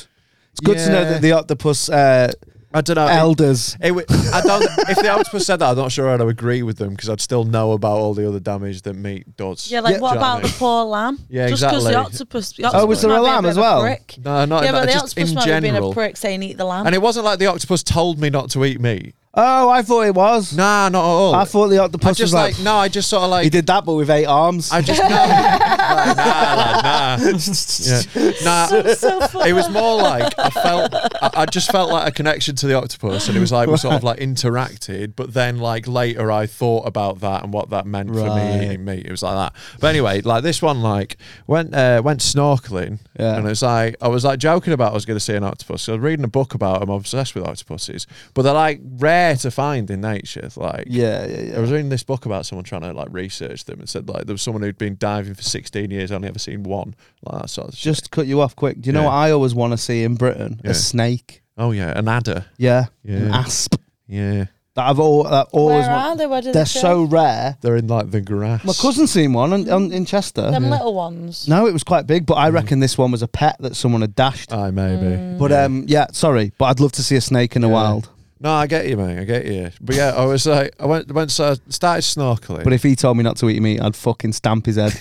S2: It's good to know
S3: Yeah.
S2: that the octopus uh,
S3: I don't know.
S2: Elders.
S3: It, would- I don't. if the octopus said that, I'm not sure I'd agree with them because I'd still know about all the other damage that meat does.
S1: Yeah, like
S3: Do you
S1: what
S3: know I
S1: about the
S3: mean?
S1: poor lamb?
S3: Yeah,
S1: Just
S3: exactly.
S1: the octopus. The
S3: Oh,
S1: octopus
S3: was there
S1: might
S3: a
S1: be
S3: lamb
S1: bit
S3: as
S1: of a
S3: well?
S1: prick.
S3: No, not
S1: yeah,
S3: in
S1: but
S3: that,
S1: the
S3: just
S1: octopus
S3: in
S1: might have been a
S3: general.
S1: prick saying eat the lamb.
S3: And it wasn't like the octopus told me not to eat meat.
S2: Oh, I thought it was.
S3: Nah, not at all.
S2: I thought the octopus
S3: I just
S2: was
S3: like,
S2: like,
S3: no, I just sort of
S2: he
S3: like
S2: did that, but with eight arms.
S3: I just no, Like, nah, lad, nah. Yeah. Nah, it was more like I felt I, I just felt like a connection to the octopus, and it was like we sort of like interacted. But then like later, I thought about that and what that meant for
S2: Right.
S3: me eating meat. It was like that. But anyway, like this one, like went uh, went snorkeling,
S2: Yeah.
S3: and it was like I was like joking about I was going to see an octopus. So I was reading a book about. I'm obsessed with octopuses, but they're like rare to find in nature. Like
S2: yeah, yeah, yeah.
S3: I was reading this book about someone trying to like research them and said like there was someone who'd been diving for 16 years, only ever seen one. Like that sort of shit.
S2: Just to cut you off quick. Do you know
S3: Yeah.
S2: what I always want to see in Britain?
S3: Yeah.
S2: A snake.
S3: oh yeah, an adder.
S2: Yeah. An
S3: Yeah,
S2: asp.
S3: yeah.
S2: That I've all, that always
S1: Where
S2: want.
S1: are they? Where do
S2: They're
S1: they show?
S2: so rare.
S3: They're in like the grass.
S2: My cousin seen one in, on, in Chester.
S1: them little ones.
S2: No, it was quite big,
S3: Mm.
S2: but I reckon this one was a pet that someone had dashed.
S3: Aye, maybe.
S1: Mm.
S2: but um, yeah, sorry, but I'd love to see a snake in the
S3: Yeah.
S2: wild.
S3: No, I get you, mate. I get you. But yeah, I was like, I went, went, so I started snorkeling.
S2: But if he told me not to eat meat, I'd fucking stamp his head.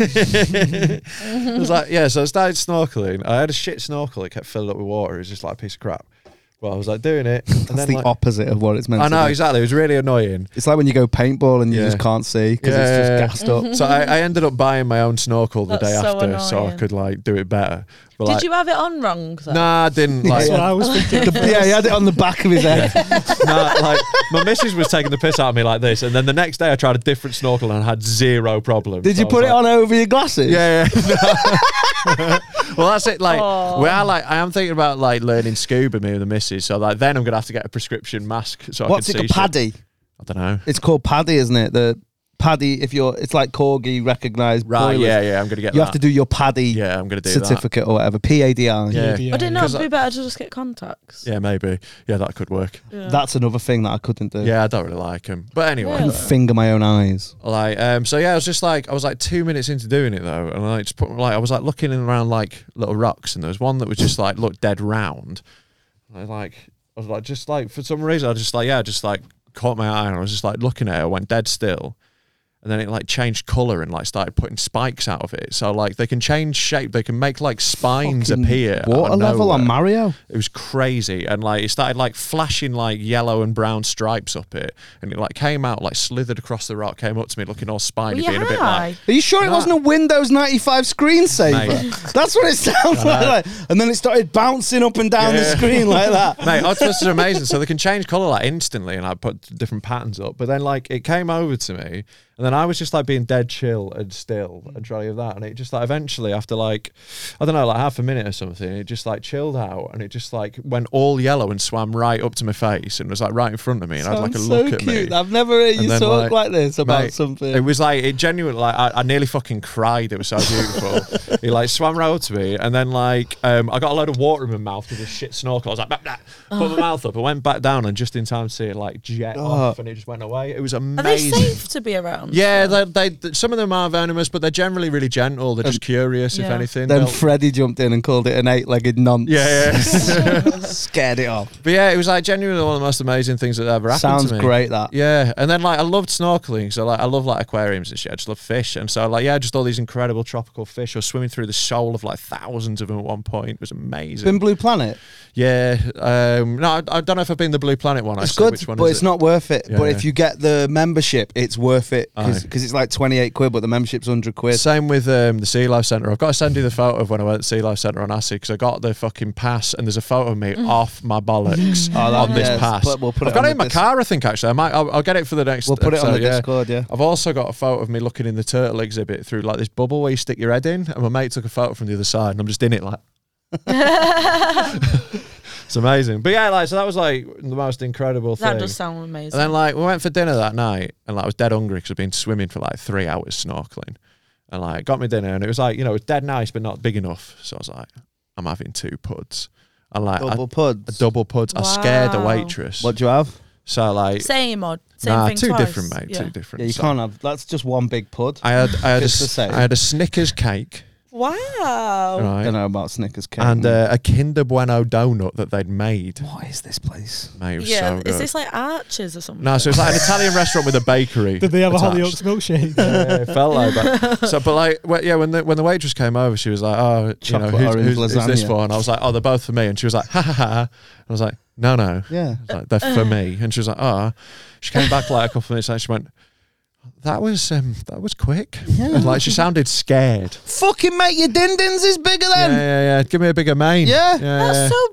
S3: it was like, yeah, so I started snorkeling. I had a shit snorkel. It kept filled up with water. It was just like a piece of crap. Well, I was like doing it. And
S2: That's
S3: then,
S2: the
S3: like,
S2: opposite of what it's meant
S3: I know,
S2: to be.
S3: exactly. It was really annoying.
S2: It's like when you go paintball and you
S3: Yeah.
S2: just can't see because
S3: Yeah.
S2: it's just gassed up.
S3: So I, I ended up buying my own snorkel the
S1: That's
S3: day
S1: so
S3: after, so I
S1: annoying.
S3: could like do it better. But, like,
S1: Did you have it on wrong? Though?
S3: Nah, I didn't. Like,
S6: That's what I was thinking.
S2: The- yeah, he had it on the back of his head.
S3: nah, like my missus was taking the piss out of me like this, and then the next day I tried a different snorkel and I had zero problems.
S2: Did
S3: So
S2: you
S3: I was
S2: put it
S3: like,
S2: on over your glasses?
S3: Yeah. yeah. well, that's it. Like, we are like, I am thinking about like learning scuba me and the missus. So like, then I'm gonna have to get a prescription mask so
S2: What's
S3: I
S2: it
S3: can
S2: called?
S3: see. shit.
S2: Paddy.
S3: I don't know.
S2: It's called Paddy, isn't it? The Paddy. If you're, it's like corgi recognized.
S3: Right?
S2: boilers.
S3: Yeah, yeah. I'm gonna get.
S2: You
S3: that.
S2: have to do your Paddy
S3: Yeah, I'm gonna do that.
S2: certificate or whatever. P A D I.
S3: Yeah.
S6: Yeah.
S1: Would it not
S3: Because I-
S1: be better to just get contacts?
S3: Yeah, maybe. Yeah, that could work.
S2: That's another thing that I couldn't do.
S3: Yeah, I don't really like him. But anyway,
S2: I can finger my own eyes.
S3: Like, um, so yeah, I was just like, I was like two minutes into doing it though, and I just put like, I was like looking in around like little rocks, and there was one that was just like looked dead round. And I like, I was like, just like for some reason, I just like, yeah, just like caught my eye, and I was just like looking at it, I went dead still, and then it like changed color and like started putting spikes out of it. So like they can change shape, they can make like spines
S2: Fucking
S3: appear. out of
S2: Water level
S3: nowhere.
S2: on Mario.
S3: It was crazy, and like it started like flashing like yellow and brown stripes up it, and it like came out like slithered across the rock, came up to me looking all spiny,
S1: Well,
S3: being a bit
S1: yeah.
S3: like.
S2: Are you sure it
S3: Nah.
S2: wasn't a Windows 95 screensaver? That's what it sounds like. like. And then it started bouncing up and down the
S3: Yeah.
S2: screen like that.
S3: Mate, octopuses are amazing, so they can change color like instantly, and I put different patterns up. But then, like, it came over to me, and then I was just like being dead chill and still and trying to do that, and it just like eventually, after like, I don't know, like half a minute or something, it just like chilled out, and it just like went all yellow and swam right up to my face, and was like right in front of me, and I had like a
S2: Sounds
S3: look
S2: so
S3: at
S2: cute.
S3: me.
S2: I've never heard
S3: And
S2: you
S3: then,
S2: talk
S3: like,
S2: like, this about
S3: Mate,
S2: something.
S3: It was like it genuinely like I, I nearly fucking cried. It was so beautiful. he like swam right up to me, and then like um, I got a load of water in my mouth with a shit snorkel. I was like, bah, bah, put my mouth up. I went back down, and just in time to see it like jet
S2: Oh.
S3: off, and it just went away. It was
S1: Are they
S3: amazing.
S1: safe to be around?
S3: Yeah, they, they, th- some of them are venomous, but they're generally really gentle. They're just curious, if
S1: Yeah.
S3: anything.
S2: then
S3: They'll-
S2: Freddy jumped in and called it an eight-legged nonce.
S3: yeah, yeah.
S2: Scared it off.
S3: but yeah, it was like genuinely one of the most amazing things that ever happened
S2: Sounds
S3: to me.
S2: great that.
S3: Yeah, and then like I loved snorkeling, so like I love like aquariums and shit. I just love fish, and so like yeah, just all these incredible tropical fish. I was swimming through the shoal of like thousands of them at one point. It was amazing.
S2: Been Blue Planet.
S3: yeah, um, no, I, I don't know if I've been the Blue Planet one.
S2: It's
S3: actually.
S2: good,
S3: Which one
S2: but
S3: is
S2: it's
S3: it?
S2: not worth it.
S3: Yeah,
S2: but
S3: yeah.
S2: if you get the membership, it's worth it
S3: Aye.
S2: because it's like 28 quid, but the membership's 100 quid.
S3: Same with um, the Sea Life Centre. I've got to send you the photo of when I went to Sea Life Centre on acid because I got the fucking pass and there's a photo of me off my bollocks
S2: Oh,
S3: on this
S2: yes,
S3: pass.
S2: but we'll put
S3: I've
S2: it
S3: got
S2: on
S3: it
S2: the
S3: in my
S2: dis-
S3: car, I think. Actually, I might. I'll, I'll get it for the next.
S2: We'll put it on
S3: episode,
S2: the
S3: yeah.
S2: Discord, yeah.
S3: I've also got a photo of me looking in the turtle exhibit through like this bubble where you stick your head in, and my mate took a photo from the other side, and I'm just in it like. it's amazing, but yeah, like so that was like the most incredible
S1: That
S3: thing.
S1: does sound amazing.
S3: And then like we went for dinner that night, and like I was dead hungry because I'd been swimming for like three hours snorkeling, and like got me dinner, and it was like you know it was dead nice but not big enough, so I was like, I'm having two puds, and like
S2: Double
S3: I,
S2: puds.
S3: double puds. I scared the
S1: Wow.
S3: waitress,
S2: What do you have?
S3: so like
S1: same or same
S3: nah,
S1: thing
S3: two
S1: twice.
S3: different mate,
S1: Yeah.
S3: two different.
S2: Yeah, you
S3: So
S2: can't have. That's just one big pud.
S3: I had I had a,
S2: Just the
S3: s-
S2: same. Oh,
S3: I had a Snickers cake.
S1: Wow.
S3: Right.
S2: I don't know about Snickers cake.
S3: and uh, a Kinder Bueno donut that they'd made.
S2: Mm. what is this place?
S3: Mate, it was
S1: Yeah.
S3: so good.
S1: is this like Arches or something?
S3: no, so it's like an Italian restaurant with a bakery.
S6: Did they have
S3: attached.
S6: a Hollyoaks milkshake?
S3: Yeah, it felt like that. So, but like, well, yeah, when the when the waitress came over, she was like, "Oh,
S2: Chocolate
S3: you know,
S2: orange
S3: who's, who's, who's this
S2: lasagna.
S3: for?" And I was like, "Oh, they're both for me." And she was like, "Ha ha ha!" I was like, "No, no,
S2: Yeah.
S3: I was like, they're for me." And she was like, "Oh." She came back like a couple of minutes later. She went, "That was um, that was quick."
S2: Yeah.
S3: like she sounded scared.
S2: Fucking mate, your dindins is bigger
S3: Yeah,
S2: than.
S3: yeah, yeah. Give me a bigger main.
S2: Yeah.
S1: That's so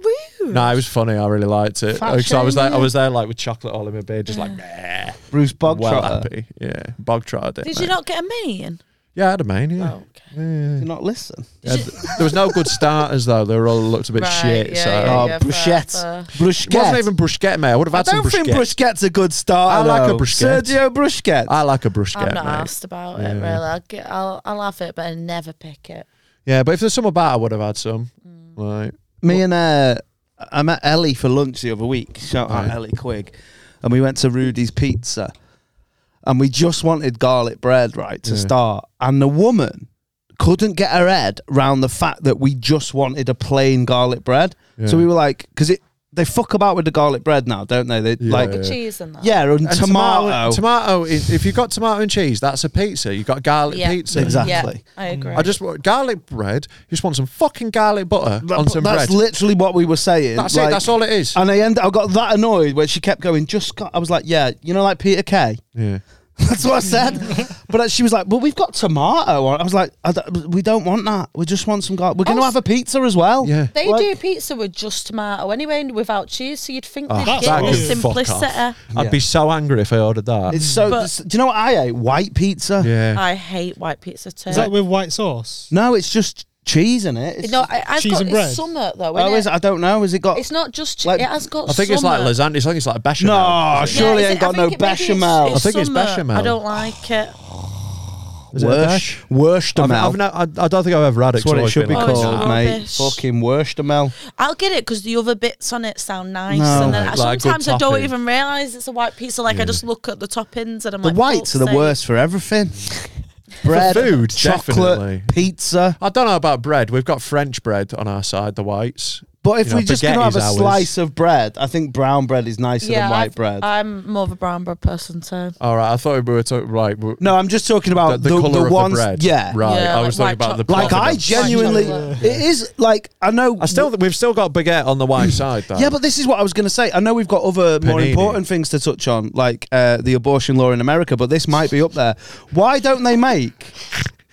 S1: rude.
S3: no, it was funny. I really liked it.
S2: Fat
S3: Because I was there,
S2: shaming.
S3: I was there like with chocolate all in my beard, just like "Meh."
S2: Bruce Bogtrotter.
S3: well happy. Yeah, bog trotter.
S1: Did
S3: mate.
S1: you not get a main?
S3: Yeah, I had a main. Yeah.
S1: Oh, okay.
S3: yeah.
S2: Did you not listen.
S3: Yeah, th- there was no good starters though. They were all looked a bit
S1: Right,
S3: shit.
S1: yeah,
S3: so
S1: yeah,
S2: Oh,
S1: yeah, fair, fair.
S2: bruschette. Bruschette.
S3: it Uh, wasn't even bruschetta, mate. I would have
S2: I
S3: had
S2: don't
S3: some bruschetta.
S2: think bruschette's a good start.
S3: I like a bruschette.
S2: Sergio bruschette.
S3: I like a bruschetta,
S1: I'm not
S3: mate.
S1: asked about
S3: Yeah.
S1: it really. I'll, get, I'll I'll have it, but I never pick it.
S3: Yeah, but if there's some about, I would have had some.
S1: Mm.
S3: Like,
S2: Me and uh, I met Ellie for lunch the other week. Shout out
S3: Right.
S2: Ellie Quig, and we went to Rudy's Pizza, and we just wanted garlic bread right to
S3: Yeah.
S2: start, and the woman couldn't get her head round the fact that we just wanted a plain garlic bread.
S3: Yeah.
S2: So we were like, because it they fuck about with the garlic bread now, don't they? They
S3: Yeah.
S2: like
S1: The cheese and that.
S2: yeah, and,
S3: And
S2: tomato.
S3: tomato. tomato is- if you've got tomato and cheese, that's a pizza. You've got garlic
S1: Yeah.
S3: pizza.
S2: Exactly.
S1: Yeah, I agree.
S3: I just want garlic bread. You just want some fucking garlic butter
S2: That-
S3: on some
S2: that's
S3: bread.
S2: literally what we were saying.
S3: that's it.
S2: like-
S3: That's all it is.
S2: And I end, I got that annoyed when she kept going. Just got, I was like, yeah, you know, like Peter Kay.
S3: yeah.
S2: That's what I said. but uh, she was like, "But we've got tomato." on it." I was like, I don't- "We don't want that. We just want some garlic. We're going to
S1: Oh,
S2: have a pizza as well."
S3: Yeah.
S1: they
S2: Like-
S1: do pizza with just tomato anyway, and without cheese. So you'd think they'd
S6: that's
S1: get
S6: that
S1: the
S6: could
S3: fuck off.
S1: simplicity.
S3: I'd
S2: Yeah.
S3: be so angry if I ordered that.
S2: It's so.
S1: But-
S2: s- do you know what I ate? White pizza.
S3: yeah.
S1: I hate white pizza too.
S6: Is that with white sauce?
S2: No, it's just cheese in it. It's,
S1: no, I, I've
S6: Cheese
S1: got
S6: and
S1: it's
S6: bread?
S1: summer though.
S2: oh,
S1: innit?
S2: is it? I don't know. Has it got?
S1: It's not just. Che-
S2: Like-
S1: it has got.
S3: I think it's like
S1: summer.
S3: lasagna. I think it's like bechamel.
S2: no,
S1: Yeah,
S2: surely
S1: is
S2: ain't
S1: it-
S2: got
S1: I
S2: no
S1: think it- maybe it's-
S2: bechamel.
S1: it's
S3: I think it's
S1: summer.
S3: bechamel.
S1: I don't like it.
S3: Is it a
S2: Worsh,
S3: dash? I've,
S2: Worshtamel.
S3: I've no, I, I don't think I've ever had it.
S2: That's what it should be
S1: like
S2: called,
S1: that.
S2: mate.
S1: Oh, Rubbish.
S2: Fucking Worshtamel.
S1: I'll get it because the other bits on it sound nice,
S2: No.
S1: and then I,
S3: Like- like a good
S1: sometimes I don't
S3: topping.
S1: even realise it's a white pizza. Like I just look at the toppings and I'm
S2: The
S1: like, "Oh,
S2: whites are the
S1: fuck's sake.
S2: worst for everything. Bread,
S3: food,
S2: chocolate,
S3: definitely.
S2: pizza.
S3: I don't know about bread. We've got French bread on our side, the whites.
S2: But if
S3: You know,
S2: we're just going to have a
S3: baguette's ours.
S2: slice of bread, I think brown bread is nicer
S1: Yeah,
S2: than white
S1: I've-
S2: bread.
S1: I'm more of a brown bread person, so
S3: All right, I thought we were talking right. we-
S2: no, I'm just talking
S3: the,
S2: about
S3: the
S2: Oh, the, the,
S3: color of
S2: ones.
S3: the bread.
S2: Yeah.
S3: right.
S1: Yeah,
S3: I
S1: like
S3: was talking
S1: white
S3: about the
S2: Like I
S3: provenance.
S2: genuinely,
S1: chocolate.
S2: it is like I know.
S3: I still we've still got baguette on the white side though.
S2: yeah, but this is what I was going to say. I know we've got other more
S3: Panini.
S2: important things to touch on, like uh, the abortion law in America, but this might be up there. Why don't they make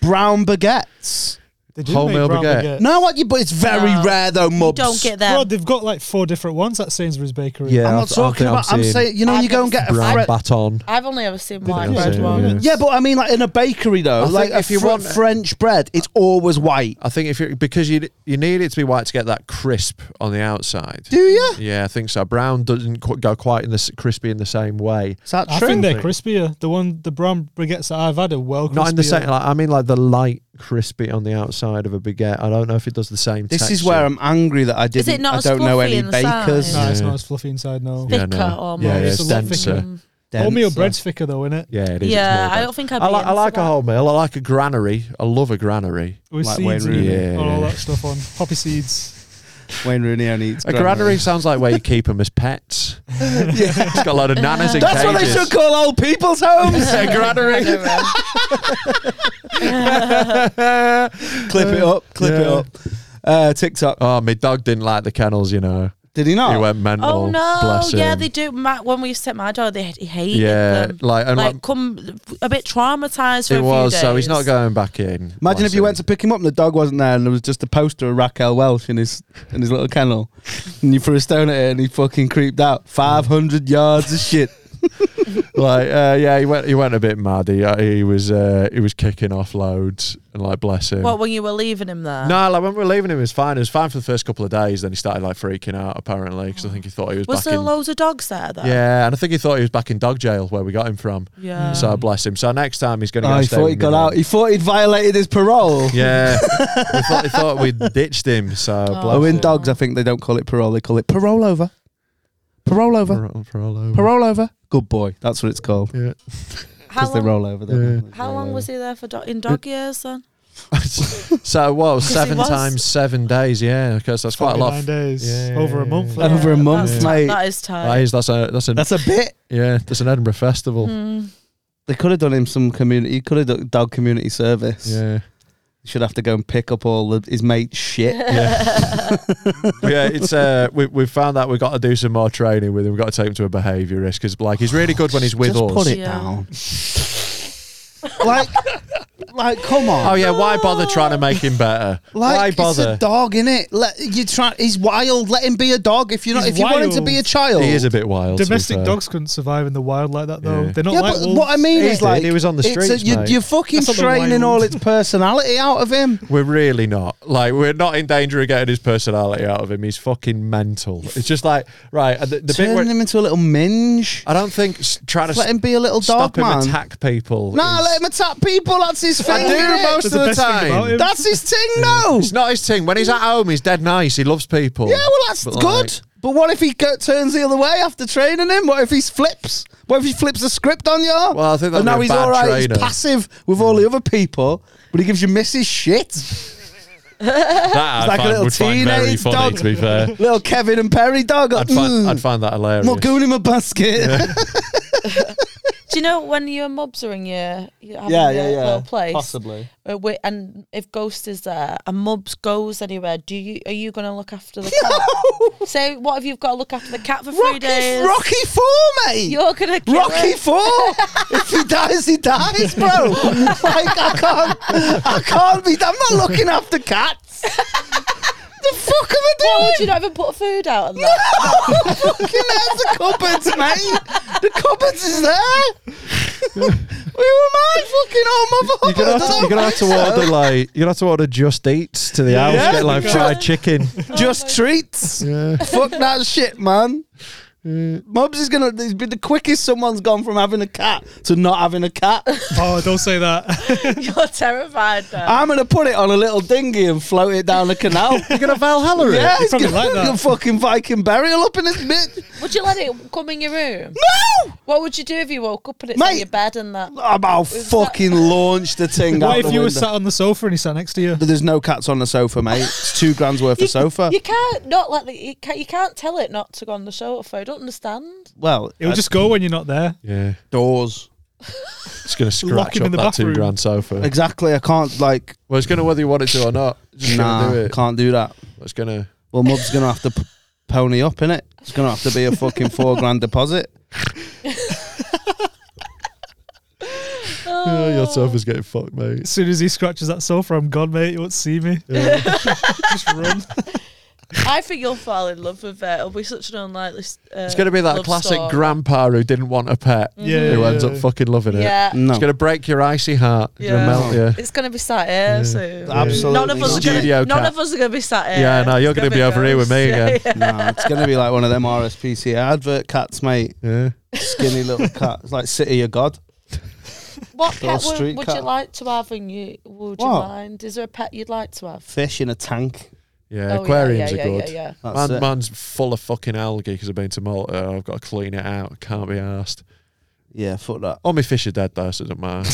S2: brown baguettes?
S6: They do
S3: Wholemeal
S6: make brown
S3: baguette.
S6: baguette.
S2: No, what you? But it's very
S1: No.
S2: rare though.
S1: you
S2: Mubs.
S1: don't get them.
S6: God, they've got like four different ones at Sainsbury's Bakery.
S3: Yeah.
S2: I'm
S3: I
S2: not
S3: th- I
S2: talking
S3: think I'm
S2: about. I'm
S3: seeing
S2: saying, you know,
S1: I've
S2: you go and
S1: never
S2: get a
S3: brown
S2: fre-
S3: baton.
S1: I've only ever seen white
S3: Yeah,
S1: bread
S3: yeah.
S1: ones.
S2: Yeah, but I mean, like in a bakery though,
S3: I
S2: like
S3: think
S2: if
S3: if you
S2: you
S3: want-
S2: French bread, it's always white.
S3: I think if you because you you need it to be white to get that crisp on the outside.
S2: Do you?
S3: Yeah, I think so. Brown doesn't qu- go quite in the s- crispy in the same way.
S2: Is that
S6: I
S2: true?
S6: think they're crispier. The one, the brown baguettes that I've had are well crispier.
S3: Not in the same. Like, I mean, like the light crispy on the outside of a baguette. I don't know if it does the same.
S2: this is
S3: texture.
S2: where I'm angry that I didn't.
S1: it not
S2: I
S1: as
S2: don't know
S1: fluffy
S2: any
S1: in the side?
S2: bakers.
S6: No, it's
S3: Yeah.
S6: not as fluffy inside. No,
S1: Thicker
S3: Yeah, no.
S1: almost.
S3: Yeah, yeah,
S6: It's
S3: it's
S6: a lot
S3: denser.
S1: Mm.
S6: wholemeal
S2: Dense,
S6: bread's thicker though, isn't it?
S3: Yeah, it is.
S1: Yeah,
S3: It's more
S1: I
S3: dense.
S1: don't think I'd be
S3: I like, I
S1: into
S3: like a
S1: that.
S3: wholemeal. I like a granary. I love a granary.
S6: With
S2: Like Wayne
S6: seeds, in
S2: Rooney.
S6: it, all
S3: Yeah.
S6: that stuff on poppy seeds.
S2: uh, Wayne Rooney only eats
S3: A granary sounds like where you keep them as pets. It's got a lot of nanas in
S2: That's
S3: cages.
S2: what they should call old people's homes.
S3: A granary.
S2: clip it up, clip it
S3: Yeah.
S2: up. Uh, TikTok.
S3: Oh, my dog didn't like the kennels. You know,
S2: Did he
S3: he
S2: not?
S3: went mental.
S1: Oh no!
S3: Bless
S1: Yeah,
S3: him.
S1: they do. My, when we used to take my dog, they he hated
S3: Yeah,
S1: them.
S3: like and
S1: Like,
S3: like,
S1: come a bit traumatized for a
S3: it
S1: few
S3: was. So he's
S1: days.
S3: not going back in.
S2: Imagine if
S3: Bless
S2: you went to
S3: him.
S2: pick him up and the dog wasn't there and there was just a poster of Raquel Welch in his in his little kennel, and you threw a stone at it and he fucking creeped out. Five hundred yards of shit.
S3: like uh, yeah, he went. He went a bit mad. He, uh, he was uh, he was kicking off loads and like bless him.
S1: What when you were leaving him there?
S3: No, like when we were leaving him, it was fine. It was fine for the first couple of days. Then he started like freaking out apparently because I think he thought he was,
S1: Was
S3: back
S1: there
S3: in.
S1: loads of dogs there though?
S3: yeah, and I think he thought he was back in dog jail where we got him from.
S1: Yeah.
S3: So bless him. So next time he's going to.
S2: Oh,
S3: go
S2: he
S3: stay
S2: thought
S3: with
S2: he
S3: me
S2: got
S3: now.
S2: out. He thought he'd violated his parole.
S3: Yeah, we thought, he thought we'd ditched him. So
S2: Oh,
S3: bless
S2: in
S3: him.
S2: dogs, I think they don't call it parole. They call it parole over. Parole over.
S3: For- for all over.
S2: Parole over. Good boy. That's what it's called.
S3: Yeah.
S1: How
S2: Because they
S1: long,
S2: roll over. don't they?
S3: Yeah.
S2: They
S1: how
S2: roll
S1: long
S2: over.
S1: was he there for do- in dog years then?
S3: so what?
S1: it
S3: Seven
S1: was-
S3: times seven days. Yeah, because that's quite a lot.
S6: 49 days.
S3: Yeah,
S6: Over a
S3: yeah,
S6: month.
S3: yeah.
S6: like.
S2: Over a month,
S1: that's,
S2: mate.
S1: That is tight.
S3: That is, that's a that's a
S2: That's a bit.
S3: yeah. That's an Edinburgh festival.
S1: Mm.
S2: They could have done him some community. He could have done dog community service.
S3: Yeah,
S2: Should have to go and pick up all the, his mate's shit.
S3: yeah. But yeah, it's uh, we we found that we've got to do some more training with him. We've got to take him to a behaviourist because like he's really good when he's with
S2: Just
S3: us.
S2: put it
S1: Yeah.
S2: down. like, like, come
S3: Oh
S2: on.
S3: yeah, why bother trying to make him better?
S2: like,
S3: why
S2: It's
S3: bother?
S2: a dog, innit? Let you try. He's wild. Let him be a dog. If you're not,
S6: He's
S2: if you want him to
S6: wild.
S2: be a child,
S3: he is a bit wild. to be
S6: Domestic
S3: fair.
S6: dogs couldn't survive in the wild like that, though.
S3: Yeah.
S6: They're not
S2: yeah,
S6: like
S2: but
S6: wolves.
S2: what I mean
S3: He
S2: is
S3: did,
S2: like
S3: he was on the
S2: it's a-
S3: streets,
S2: you,
S3: mate.
S2: You're fucking
S6: That's not the
S2: training
S6: wild.
S2: all its personality out of him.
S3: We're really not. Like, we're not in danger of getting his personality out of him. He's fucking mental. It's just like, right, uh, the, the bit where.
S2: Turn him into a little minge.
S3: I don't think s- trying to
S2: Just let
S3: s-
S2: him be a little
S3: stop
S2: dog,
S3: him
S2: man.
S3: attack people.
S2: Nah,
S3: is-
S2: let him attack people. That's his thing.
S3: I do
S2: innit?
S3: most of
S6: the
S3: the,
S6: best thing
S3: time.
S6: about him.
S2: That's his thing. No.
S3: It's not his thing. When he's at home, he's dead nice. He loves people.
S2: Yeah, well, that's
S3: But,
S2: good.
S3: like,
S2: but what if he go- turns the other way after training him? What if he flips? What if he flips a script on you?
S3: Well, I think that'd
S2: and now
S3: be a
S2: he's
S3: bad
S2: all right.
S3: trainer.
S2: He's passive with all the other people, but he gives your missus shit.
S3: that
S2: like a
S3: I find,
S2: little
S3: would find very
S2: teenage
S3: funny,
S2: dog.
S3: to be fair.
S2: Little Kevin and Perry dog.
S3: I'd
S2: like,
S3: find,
S2: "Mm,
S3: I'd find that hilarious.
S2: I'm not going in my basket.
S1: Do you know when your mobs are in your, you're having your little place? uh, wi- and if Ghost is there and Mubs goes anywhere, do you are you gonna look after the cat? Say what if you've got to look after the cat for three
S2: Rocky,
S1: days?
S2: Rocky Four, mate.
S1: You're gonna kill
S2: Rocky
S1: it.
S2: Four. if he dies, he dies, bro. like I can't, I can't be. I'm not looking after cats. the fuck am I doing?
S1: Why would you not even put food out? On that?
S2: No, fucking there's the cupboards, mate. The cupboards is there. we were mad fucking home of
S3: You're gonna,
S2: Oh,
S3: have to, you're gonna have to order like you're gonna have to order just eats to the house,
S2: Yeah.
S3: get like
S2: Yeah.
S3: fried chicken.
S2: Just treats. Fuck that shit, man. Mubs is gonna he's been the quickest someone's gone from having a cat to not having a cat.
S6: Oh, don't say that.
S1: You're terrified now.
S2: I'm gonna put it on a little dinghy and float it down the canal.
S3: You're gonna Valhalla
S2: yeah,
S6: You
S2: it's
S6: probably
S2: gonna
S6: like that.
S2: a fucking Viking burial up in this bitch.
S1: Would you let it come in your room?
S2: No,
S1: What would you do if you woke up and it's
S2: Mate.
S1: on your bed and that?
S2: I'm- I'll fucking launch the thing. out
S6: what if
S2: the
S6: you were
S2: window.
S6: sat on the sofa and he sat next to you?
S2: But There's no cats on the sofa, mate. It's two grand's worth
S1: You,
S2: of sofa.
S1: You can't not let the, you, can't, you can't tell it not to go on the sofa. I don't understand.
S2: well,
S6: It'll
S2: uh,
S6: just go when you're not there.
S3: Yeah,
S2: doors.
S3: it's gonna
S6: Lock
S3: scratch
S6: him
S3: up that
S6: in
S3: two
S6: the bathroom.
S3: grand sofa.
S2: Exactly. I can't like.
S3: Well, it's gonna whether you want it to or not. It's just
S2: nah,
S3: gonna do it.
S2: can't do that.
S3: It's gonna.
S2: Well, Mub's gonna have to p- pony up in it. It's gonna have to be a fucking four grand deposit.
S3: Yeah, your sofa's getting fucked, mate.
S6: As soon as he scratches that sofa, I'm gone, mate. You won't see me. just run.
S1: I think you'll fall in love with it. It'll be such an unlikely. s- Uh,
S3: It's gonna be that
S1: love
S3: classic
S1: story.
S3: grandpa who didn't want a pet
S6: Yeah,
S3: who ends
S6: yeah.
S3: up fucking loving it. Mm.
S1: Yeah.
S2: No.
S3: It's gonna break your icy heart. It's
S1: Yeah. Oh,
S3: gonna melt you.
S1: It's gonna be sat here soon.
S2: Absolutely.
S1: None of us are gonna,
S3: Studio
S1: none
S3: cat.
S1: of us are gonna be sat here.
S3: Yeah, no, you're
S1: It's
S3: gonna be over here with me
S1: gross.
S3: again.
S2: Nah, it's gonna be like one of them RSPCA advert cats, mate.
S3: Yeah.
S2: Skinny little cat. It's like City of God.
S1: What
S2: Little
S1: pet would,
S2: street
S1: would you
S2: cat.
S1: like to have? And you would you
S2: What?
S1: mind? Is there a pet you'd like to have? Oh,
S2: Fish in a tank.
S3: Yeah,
S1: yeah,
S3: aquariums
S1: yeah,
S3: are
S1: yeah,
S3: good.
S1: Yeah,
S2: That's
S3: Man,
S2: it.
S3: man's full of fucking algae because I've been to Malta. Oh, I've got to clean it out. Can't be asked.
S2: Yeah, fuck that.
S3: All my fish are dead though, so it doesn't matter.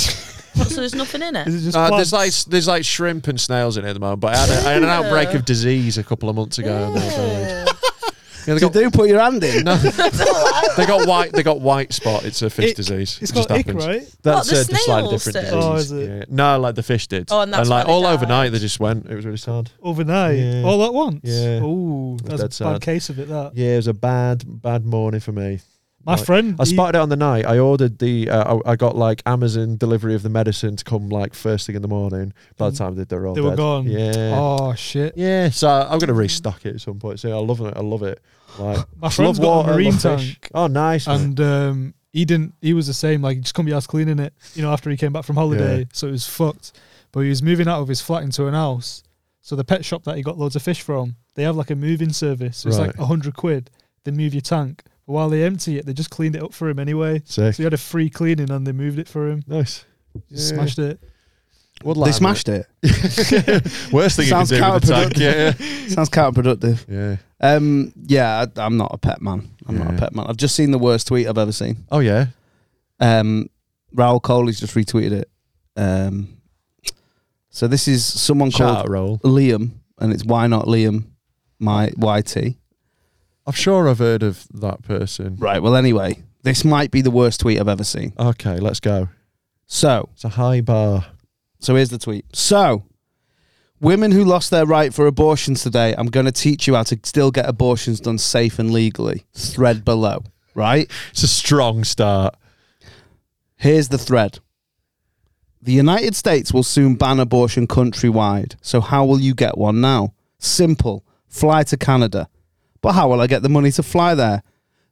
S1: yeah. Oh, so there's nothing in it.
S6: Is it just
S3: Uh,
S6: plants?
S3: there's like there's like shrimp and snails in it at the moment. But I had, a, I had an outbreak
S1: Yeah.
S3: of disease a couple of months ago. And they, died.
S1: Yeah.
S3: Yeah, they
S2: You
S3: got
S2: do put your hand in.
S3: no, they got white. They got white spot. It's a fish
S6: Ick.
S3: disease.
S6: It's
S3: It
S6: called
S3: just
S6: ick,
S3: happens.
S6: right?
S3: That's
S1: What,
S3: a
S1: the
S3: just slightly
S1: snails
S3: different
S1: do?
S3: disease.
S6: Oh, is it?
S3: Yeah. No, like the fish did.
S1: Oh, and that's
S3: like
S1: why they
S3: all
S1: died.
S3: overnight they just went. It was really sad.
S6: Overnight.
S3: Yeah.
S6: All at once.
S3: Yeah.
S6: Oh,
S3: That's
S6: that's a bad
S3: dead sad.
S6: case of it, that.
S3: Yeah, it was a bad, bad morning for me.
S6: My
S3: Right.
S6: friend.
S3: I
S6: he-
S3: spotted it on the night. I ordered the. Uh, I, I got like Amazon delivery of the medicine to come like first thing in the morning. By the time they did, they're all
S6: Mm. They were
S3: dead.
S6: gone.
S3: Yeah.
S6: Oh, shit.
S3: Yeah, so I'm gonna restock it at some point. So I love it. I love it. Like
S6: My friend's
S3: love
S6: got a
S3: water,
S6: marine
S3: love fish.
S6: tank.
S3: Oh, nice. man.
S6: And um, he didn't, he was the same. Like, he just couldn't be asked cleaning it, you know, after he came back from holiday.
S3: Yeah.
S6: So it was fucked. But he was moving out of his flat into an house. So the pet shop that he got loads of fish from, they have like a moving service. So it's like
S3: Right.
S6: 100 quid. They move your tank. But while they empty it, they just cleaned it up for him anyway.
S3: Sick.
S6: So he had a free cleaning and they moved it for him.
S3: Nice.
S6: Just
S3: Yeah.
S6: smashed it.
S3: Would
S2: They
S3: like
S2: smashed it.
S3: it. Worst thing you can
S2: Sounds
S3: do with a tank. Yeah.
S2: Sounds counterproductive.
S3: yeah.
S2: Um, yeah, I, I'm not a pet man. I'm not a
S3: Yeah.
S2: pet man. I've just seen the worst tweet I've ever seen.
S3: Oh yeah.
S2: Um, Raoul Coley's just retweeted it. Um, So this is someone
S3: Shout
S2: called Liam, and it's why not Liam, my YT.
S3: I'm sure I've heard of that person.
S2: Right. Well, anyway, this might be the worst tweet I've ever seen.
S3: Okay, let's go.
S2: So
S3: it's a high bar.
S2: So here's the tweet. So women who lost their right for abortions today, I'm going to teach you how to still get abortions done safe and legally. Thread below. Right.
S3: It's a strong start.
S2: Here's the thread. The United States will soon ban abortion countrywide. So how will you get one now? Simple. Fly to Canada. But how will I get the money to fly there?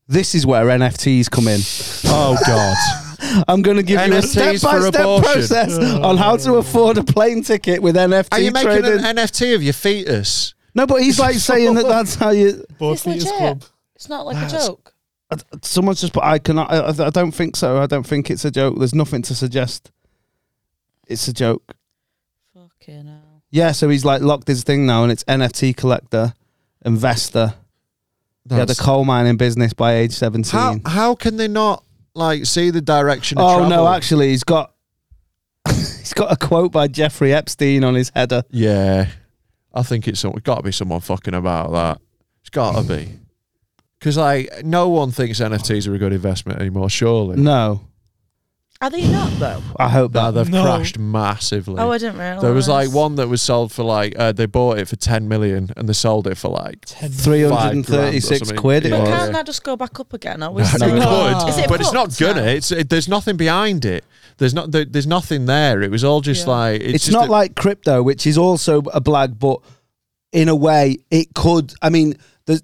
S2: This is where NFTs come in.
S3: Oh God.
S2: I'm going to give you a
S3: NFTs for
S2: step-by-step
S3: abortion.
S2: process on how to afford a plane ticket with NFT
S3: Are you making
S2: trading.
S3: an NFT of your fetus?
S2: no, but he's like saying that that's how you.
S1: It's legit. It's not like a joke.
S2: Someone's just put. I cannot. I, I- I don't think so. I don't think it's a joke. There's nothing to suggest it's a joke.
S1: Fucking hell.
S2: Yeah, so he's like locked his thing now, and it's NFT collector, investor. he had a
S3: That's-
S2: coal mining business by age seventeen.
S3: How how can they not like see the direction?
S2: oh
S3: of travel?
S2: no, actually, he's got he's got a quote by Jeffrey Epstein on his header.
S3: Yeah, I think it's some, got to be someone fucking about that. It's got to be because like no one thinks NFTs are a good investment anymore. Surely,
S2: No,
S1: Are they not though?
S2: I hope
S3: Nah,
S2: that.
S3: they've
S6: No.
S3: crashed massively.
S1: Oh, I didn't realize.
S3: There was like one that was sold for like uh, they bought it for ten million and they sold it for like Five grand or
S2: 336
S3: something.
S2: quid. it
S1: But
S3: Yeah.
S2: was.
S1: can't that just go back up again? Are we
S3: It
S1: still-
S3: could,
S1: Is it
S3: but it's not eh?
S1: fucked
S3: gonna.
S1: now?
S3: It's it, there's nothing behind it. There's not there, there's nothing there. It was all just
S1: Yeah.
S3: like it's,
S2: It's,
S3: just
S2: not
S3: a-
S2: like crypto, which is also a blag, but in a way, it could. I mean, the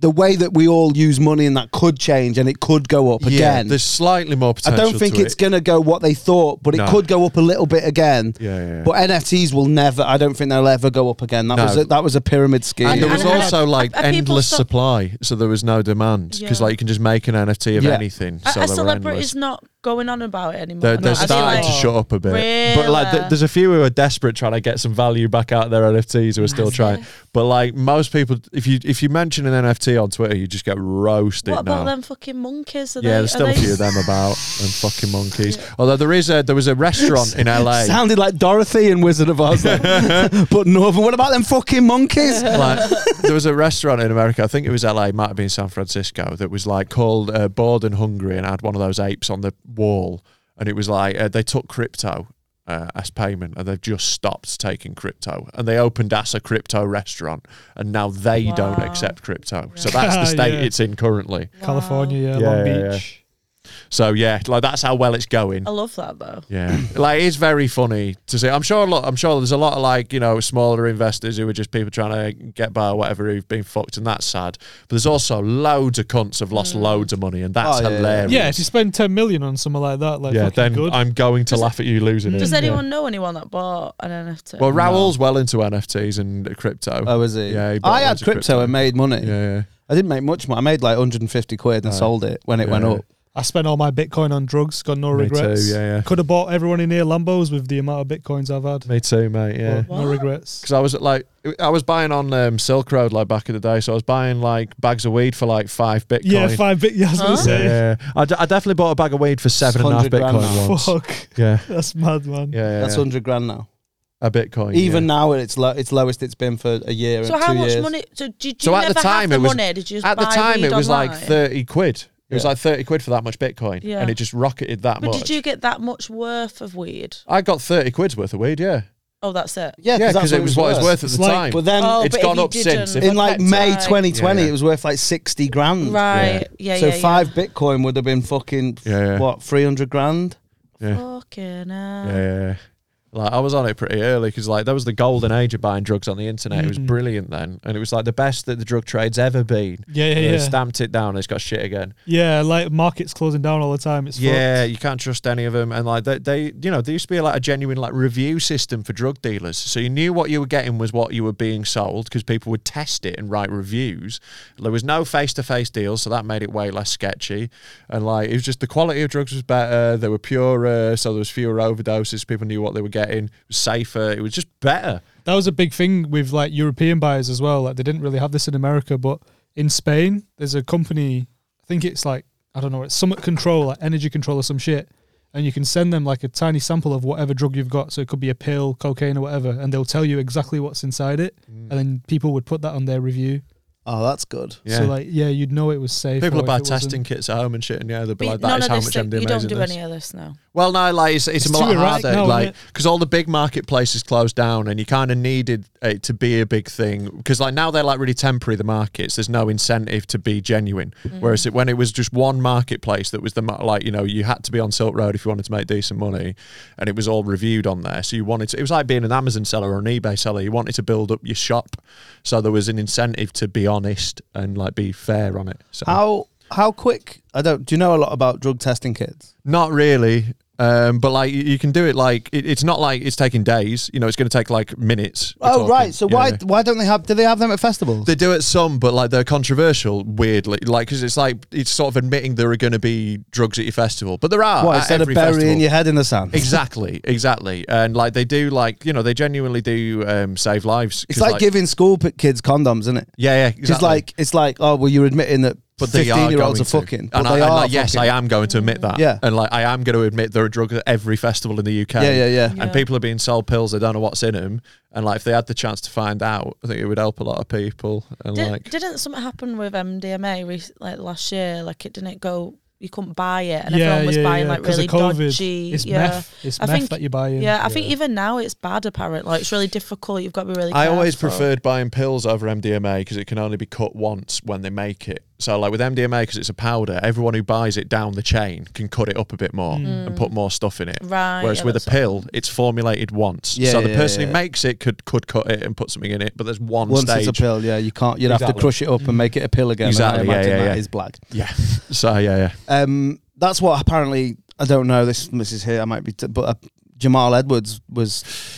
S2: the way that we all use money and that could change, and it could go up
S3: yeah.
S2: again.
S3: There's slightly more
S2: I
S3: potential.
S2: don't think
S3: to
S2: it's
S3: it.
S2: going to go what they thought, but it
S3: No.
S2: could go up a little bit again.
S3: Yeah, yeah, yeah.
S2: But NFTs will never. I don't think they'll ever go up again. That
S3: No.
S2: was a, that was a pyramid scheme.
S3: And there was
S1: And- and-
S3: also
S1: and-
S3: like
S1: and people
S3: endless
S1: stop-
S3: supply, so there was no demand because
S1: Yeah.
S3: like you can just make an NFT of
S2: Yeah.
S3: anything.
S1: A- a
S3: So there were endless.
S1: celebrity's not going on about it anymore.
S3: They're,
S1: No,
S3: they're
S1: I feel
S3: starting to
S1: like-
S3: shut up a bit, but like th-
S1: Really?
S3: there's a few who are desperate trying to get some value back out of their NFTs who are still trying. But like most people, if you if you mention an NFT on Twitter, you just get roasted
S1: What about
S3: now.
S1: them fucking monkeys? Are
S3: Yeah,
S1: they,
S3: there's still
S1: are
S3: a
S1: they,
S3: few of them about and fucking monkeys. Although there is a there was a restaurant in LA.
S2: Sounded like Dorothy and Wizard of Oz, like, but Northern. What about them fucking monkeys?
S3: like there was a restaurant in America, I think it was LA, it might have been San Francisco, that was like called uh, Bored and Hungry, and had one of those apes on the wall, and it was like uh, they took crypto. Uh, as payment, and they've just stopped taking crypto, and they opened as a crypto restaurant, and now they don't
S1: Wow.
S3: accept crypto. So that's the state
S6: Yeah.
S3: it's in currently.
S6: California, yeah,
S3: Yeah,
S6: Long
S3: yeah,
S6: Beach.
S3: So yeah, like that's how well it's going.
S1: I love that though.
S3: Yeah, like it's very funny to see. I'm sure. A lot, I'm sure there's a lot of like you know smaller investors who are just people trying to get by or whatever who've been fucked, and that's sad. But there's also loads of cunts have lost loads of money, and that's
S2: Oh, yeah, yeah.
S3: hilarious.
S6: Mm. Yeah, if you spend ten million on something like that, like
S3: Yeah,
S6: fucking
S3: then
S6: good.
S3: I'm going to laugh at you losing it.
S1: Does
S3: Yeah.
S1: anyone know anyone that bought an NFT?
S3: Well, Raoul's well into NFTs and crypto.
S2: Oh, is he?
S3: Yeah, he bought
S2: I had
S3: loads of
S2: crypto, and made money.
S3: Yeah, yeah.
S2: I didn't make much money. I made like 150 quid and sold it when it went
S3: Yeah.
S2: up.
S6: I spent all my Bitcoin on drugs. Got no
S3: Me
S6: regrets.
S3: too, yeah, yeah.
S6: Could have bought everyone in here Lambos with the amount of Bitcoins I've had.
S3: Me too, mate. Yeah.
S6: But No regrets.
S3: Because I was like, I was buying on um, Silk Road like back in the day, so I was buying like bags of weed for like five bitcoin.
S6: Yeah, five bit. Yeah, I was gonna
S1: Huh?
S6: say.
S3: yeah, I, d- I definitely bought a bag of weed for seven and a half
S2: 100 grand
S3: bitcoin
S2: now.
S3: once.
S6: Fuck,
S3: Yeah,
S6: that's mad, man.
S3: yeah, yeah.
S2: That's
S3: yeah.
S2: 100 grand now.
S3: a bitcoin.
S2: Even
S3: yeah.
S2: now, it's lo- it's lowest it's been for a year.
S1: So
S2: and
S1: how
S2: two
S1: much
S2: years.
S1: money? So did you
S3: So at
S1: never
S3: the
S1: have
S3: time
S1: the
S3: it was-
S1: money? Did you just
S3: at the
S1: buy
S3: time
S1: weed
S3: it was like
S1: online?
S3: thirty quid. It was
S2: Yeah.
S3: like thirty quid for that much bitcoin,
S1: Yeah.
S3: and it just rocketed that
S1: But
S3: much.
S1: did you get that much worth of weed?
S3: I got thirty quid's worth of weed. Yeah,
S1: Oh, that's it.
S2: Yeah,
S3: yeah, because
S2: that's
S3: it was what it's worth at the
S6: like-
S3: time.
S2: But then
S1: Oh,
S3: it's
S1: but if
S3: gone
S1: you
S3: up since.
S1: didn't-
S2: in like
S1: That's
S2: May
S1: right.
S2: 2020,
S3: Yeah, yeah.
S2: it was worth like 60 grand.
S1: Right. Yeah. yeah
S2: so
S1: yeah,
S2: five Bitcoin would have been fucking
S3: Yeah, yeah.
S2: what 300 grand.
S1: Fucking hell.
S3: yeah, yeah, yeah. Like I was on it pretty early because like that was the golden age of buying drugs on the internet. It was brilliant then, and it was like the best that the drug trade's ever been.
S6: Yeah, yeah,
S3: And they
S6: yeah.
S3: Stamped it down. and It's got shit again.
S6: Yeah, like markets closing down all the time. It's
S3: Yeah,
S6: fucked.
S3: you can't trust any of them, and like they, they, you know, there used to be like a genuine like review system for drug dealers, so you knew what you were getting was what you were being sold because people would test it and write reviews. There was no face to face deals, so that made it way less sketchy, and like it was just the quality of drugs was better, they were purer, so there was fewer overdoses, people knew what they were getting, it was safer, it was just better.
S6: that was a big thing with like European buyers as well. Like they didn't really have this in America, but in Spain, there's a company. I think it's like I don't know. It's Summit Control, like energy control or some shit. and you can send them like a tiny sample of whatever drug you've got. So it could be a pill, cocaine, or whatever, and they'll tell you exactly what's inside it,
S3: Mm.
S6: and then people would put that on their review.
S2: Oh, that's good.
S6: So like, yeah, you'd know it was safe.
S3: People
S6: or
S3: are buy
S6: if it wasn't.
S3: testing kits at home and shit, and yeah, they'll be
S1: But
S3: like,
S1: none
S3: "That is
S1: of
S3: how
S1: this
S3: much
S1: thing-
S3: I'm doing."
S1: You don't do any of this now.
S3: Well, no, like it's, it's,
S6: It's
S3: a lot
S6: too erratic
S3: harder,
S6: now, isn't
S3: like
S6: it?
S3: because all the big marketplaces closed down, and you kind of needed it to be a big thing. Because like now they're like really temporary. The markets, there's no incentive to be genuine. Whereas it, when it was just one marketplace that was the ma- like you know you had to be on Silk Road if you wanted to make decent money, and it was all reviewed on there. So you wanted to. It was like being an Amazon seller or an eBay seller. You wanted to build up your shop, so there was an incentive to be honest and like be fair on it. So
S2: How how quick? I don't. Do you know a lot about drug testing kits?
S3: Not really. Um, but like you- you can do it like it, it's not like it's taking days. You know, it's going to take like minutes. We're
S2: Oh
S3: talking,
S2: right. So
S3: you
S2: why
S3: know.
S2: why don't they have? Do they have them at festivals?
S3: They do it some, but like they're controversial. Weirdly, like because it's like it's sort of admitting there are going to be drugs at your festival, but there are.
S2: what
S3: at
S2: instead of
S3: every
S2: burying
S3: festival.
S2: your head in the sand?
S3: Exactly, exactly, and like they do, like you know, they genuinely do um, save lives. 'Cause,
S2: It's like, giving school p- kids condoms, isn't it?
S3: yeah, yeah,
S2: Just
S3: exactly.
S2: like it's like oh well, you're admitting that
S3: But they
S2: fifteen year olds are
S3: going to.
S2: fucking. But
S3: And, I,
S2: they
S3: and,
S2: are.
S3: like, yes, I am going to admit that.
S2: Yeah.
S3: And like, I am going to admit there are drugs at every festival in the UK.
S2: Yeah, yeah, yeah.
S3: And people are being sold pills. They don't know what's in them. And like, if they had the chance to find out, I think it would help a lot of people. And
S1: Did,
S3: like,
S1: didn't something happen with MDMA rec- like last year? Like it didn't go. You couldn't buy it, and
S6: Yeah,
S1: everyone was
S6: yeah,
S1: buying
S6: yeah,
S1: like
S6: 'cause
S1: really
S6: of COVID.
S1: dodgy.
S6: It's
S1: yeah.
S6: meth. It's meth that you're buying.
S1: Yeah, I think even now it's bad. Apparently, like it's really difficult. You've got to be really.
S3: I always
S1: careful.
S3: preferred buying pills over MDMA because it can only be cut once when they make it. So, like with MDMA, because it's a powder, everyone who buys it down the chain can cut it up a bit more and put more stuff in it.
S1: Mm. Right,
S3: Whereas
S1: yeah,
S3: with a
S1: that's what I
S3: pill, it's formulated once.
S2: Yeah,
S3: so the
S2: yeah,
S3: person
S2: yeah.
S3: who makes it could could cut it and put something in it, but there's one
S2: Once
S3: stage.
S2: it's a pill, yeah, you can't. You'd have to
S3: Exactly.
S2: crush it up and make it a pill again.
S3: Exactly,
S2: And
S3: yeah,
S2: I imagine
S3: yeah,
S2: that
S3: yeah.
S2: is black.
S3: Yeah. So yeah, yeah.
S2: Um, that's what apparently I don't know. This this is here. I might be, t- but uh, Jamal Edwards was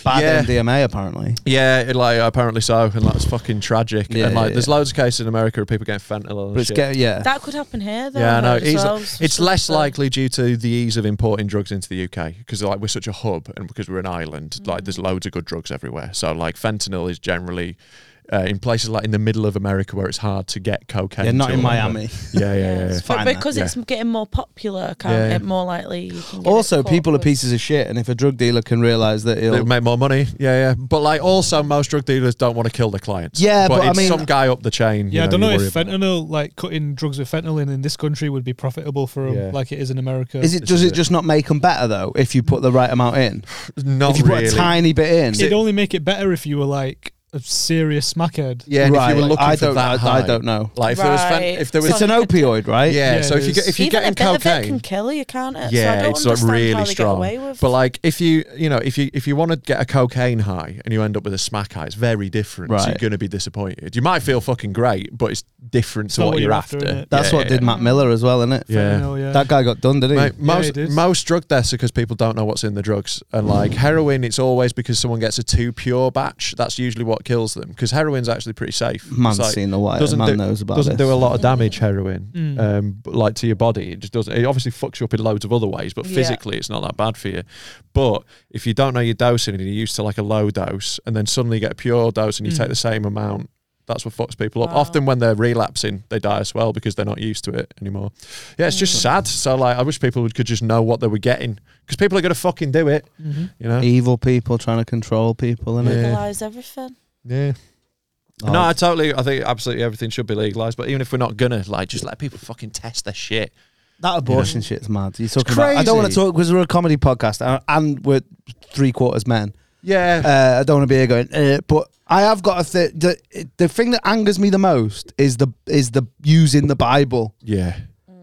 S2: bad
S3: Yeah.
S2: MDMA apparently.
S3: Yeah, it, like apparently so, and that's fucking tragic.
S2: Yeah,
S3: and like,
S2: yeah,
S3: there's loads of cases in America of people getting fentanyl. And
S2: But it's
S3: Oh, shit.
S2: get yeah.
S1: That could happen here, though.
S3: yeah, I know.
S1: As
S3: Easily-
S1: well.
S3: It's, less likely due to the ease of importing drugs into the UK because like we're such a hub and because we're an island,
S6: Mm.
S3: like there's loads of good drugs everywhere. So like fentanyl is generally uh, in places like in the middle of America where it's hard to get cocaine.
S2: yeah, not
S3: to
S2: in
S3: or whatever.
S2: Miami.
S3: Yeah, yeah, yeah.
S2: fine
S3: yeah.
S1: But
S2: then.
S1: because it's getting more popular, can't
S3: Yeah.
S1: it? More likely. You can get
S2: Also,
S1: it caught
S2: people are
S1: with-
S2: pieces of shit, and if a drug dealer can realize that
S3: They
S2: he'll
S3: make more money, yeah, yeah. But like, also, most drug dealers don't want to kill their clients.
S2: Yeah, but I
S3: it's
S2: mean-
S3: some guy up the chain. you
S6: Yeah, I don't
S3: you
S6: know
S3: worry
S6: if
S3: about.
S6: fentanyl, like cutting drugs with fentanyl in, in this country, would be profitable for 'em,
S3: Yeah.
S6: like it is in America.
S2: Is it does it just not make them better though? If you put the right amount in,
S3: Not
S2: if you
S3: really.
S2: put a tiny bit in,
S6: It'd only make it better if you were like a serious smackhead.
S3: yeah, and if you were
S2: Right,
S3: looking
S2: I
S3: for
S2: don't-
S3: that
S2: I- I
S3: high-
S2: don't know.
S3: Like if there was, fen-
S1: Right.
S3: if there was,
S2: it's an opioid, right?
S3: yeah,
S6: Yeah,
S3: So
S6: it
S3: if you get,
S6: is.
S3: if you're
S1: Even
S3: getting
S1: a bit of it
S3: cocaine,
S1: can kill you, can't it? so I
S3: yeah,
S1: don't
S3: it's like
S1: understand how
S3: really
S1: they
S3: strong.
S1: Get away with.
S3: But like if you, you know, if you if you want to get a cocaine high and you end up with a smack high, it's very different. So
S2: Right.
S3: you're going to be disappointed. You might feel fucking great, but it's different to
S6: not
S3: what,
S6: what
S3: you're,
S6: you're after,
S3: after.
S6: innit?
S2: That's
S3: Yeah,
S2: what
S3: yeah,
S2: did Matt Miller as well, isn't it?
S3: Yeah.
S6: Fentanyl, yeah.
S2: That guy got done, didn't he?
S3: Mate, most
S6: it is.
S3: most drug deaths are because people don't know what's in the drugs, and
S2: Mm.
S3: like heroin, it's always because someone gets a too pure batch. That's usually what kills them because heroin's actually pretty safe. It's
S2: Man's
S3: like-
S2: seen the wire.
S3: doesn't
S2: Man
S3: do,
S2: knows about
S3: doesn't
S2: this.
S3: do a lot of damage heroin
S6: Mm.
S3: um but, like to your body it just doesn't it obviously fucks you up in loads of other ways but
S1: Yeah.
S3: physically it's not that bad for you but if you don't know your dosing and you're used to like a low dose and then suddenly you get a pure dose and you
S6: Mm.
S3: take the same amount that's what fucks people up.
S1: Wow.
S3: Often when they're relapsing, they die as well because they're not used to it anymore. Yeah, it's just sad. So like, I wish people would- could just know what they were getting because people are gonna fucking do it.
S6: Mm-hmm.
S3: You know?
S2: Evil people trying to control people, Oh, and it?
S3: Yeah.
S1: Legalize everything.
S3: Yeah. No, I totally. I think absolutely everything should be legalized. But even if we're not gonna, like, just let people fucking test their shit.
S2: that abortion shit's mad. You're talking about. I
S3: crazy.
S2: don't want to talk because we're a comedy podcast, and, and we're three quarters men.
S3: Yeah.
S2: Uh, I don't want to be here going, uh, but I have got a thi- the the thing that angers me the most is the is the using the Bible.
S3: yeah.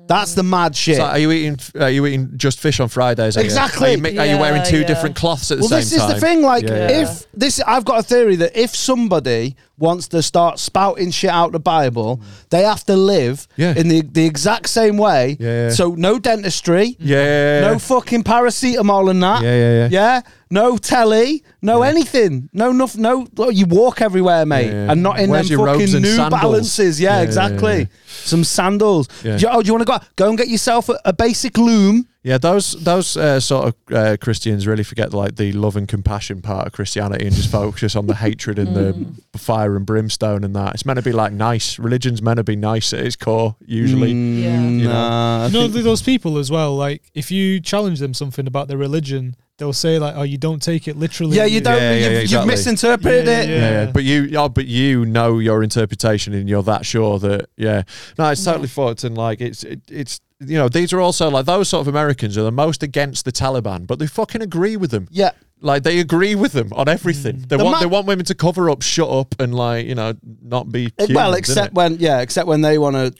S2: That's the mad shit.
S3: So are you eating? Are you eating just fish on Fridays? are you?
S2: Exactly.
S3: Are you, mi- are you
S1: Yeah,
S3: wearing two
S1: yeah.
S3: different cloths at the
S2: well,
S3: same
S2: this is
S3: time?
S2: the thing. Like,
S3: Yeah.
S2: if this, I've got a theory that if somebody wants to start spouting shit out the Bible, they have to live
S3: Yeah.
S2: in the the exact same way.
S3: Yeah.
S2: So no dentistry.
S3: Yeah.
S2: No fucking paracetamol and that.
S3: Yeah, yeah, yeah.
S2: Yeah. No telly. No anything. No nothing. No. look, You walk everywhere, mate,
S3: Yeah.
S2: and not in
S3: Where's
S2: them
S3: your robes
S2: fucking
S3: and
S2: New
S3: sandals?
S2: Balances. Yeah,
S3: Yeah, yeah,
S2: exactly.
S3: yeah.
S2: Some sandals.
S3: Yeah.
S2: Do you, oh, do you want to go? Go and get yourself a, a basic loom.
S3: Yeah, those those uh, sort of uh, Christians really forget like the love and compassion part of Christianity and just focus on the hatred and
S2: Mm.
S3: the fire and brimstone and that. It's meant to be like nice. Religion's meant to be nice at its core usually.
S2: Yeah.
S3: You know?
S2: Mm, Nah, I
S6: you know
S2: think-
S6: th- those people as well. Like if you challenge them something about their religion, they'll say like, "Oh, you don't take it literally."
S2: yeah, you don't.
S3: Yeah, yeah,
S2: you've,
S3: yeah,
S2: you've
S3: exactly.
S2: misinterpreted
S6: Yeah,
S2: it.
S6: yeah.
S3: Yeah, but you, oh, but you know your interpretation, and you're that sure that, yeah, no, it's totally fucked, and like it's, it, it's, you know, these are also like those sort of Americans are the most against the Taliban, but they fucking agree with them.
S2: Yeah.
S3: Like they agree with them on everything. They
S2: Mm. The
S3: want
S2: ma-
S3: they want women to cover up, shut up, and like you know not be
S2: It-
S3: humans,
S2: well,
S3: innit?
S2: except when yeah, except when they want to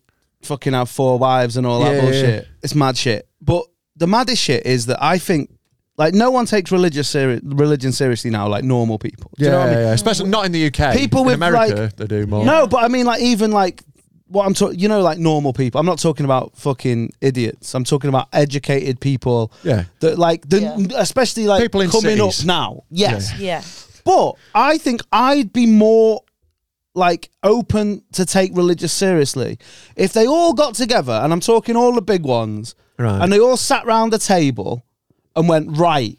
S2: fucking have four wives and all that
S3: Yeah, yeah,
S2: bullshit. It's mad shit. But the maddest shit is that I think like no one takes religious seri- religion seriously now, like normal people. Do
S3: yeah,
S2: you know what I mean?
S3: yeah, especially not in the UK.
S2: People
S3: in
S2: with,
S3: America,
S2: like-
S3: they do more.
S2: No, but I mean like even like what I'm talking, you know, like normal people. I'm not talking about fucking idiots. I'm talking about educated people.
S3: Yeah.
S2: That like the
S1: Yeah.
S2: especially like
S3: People in
S2: coming
S3: cities.
S2: up now. Yes.
S1: Yeah.
S2: But I think I'd be more like open to take religious seriously if they all got together, and I'm talking all the big ones,
S3: Right.
S2: and they all sat round the table and went, right,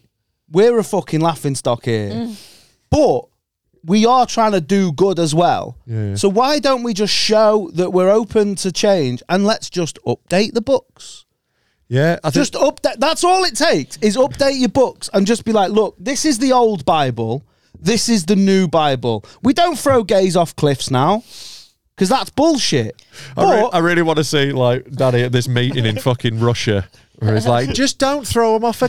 S2: we're a fucking laughing stock here, but we are trying to do good as well.
S3: Yeah, yeah.
S2: So why don't we just show that we're open to change and let's just update the books?
S3: yeah, I think,
S2: just update. That's all it takes is update your books and just be like, look, this is the old Bible. This is the new Bible. We don't throw gays off cliffs now because that's bullshit.
S3: I, re-
S2: But-
S3: I really want to see like Daddy at this meeting in fucking Russia, where he's like, just don't throw him off a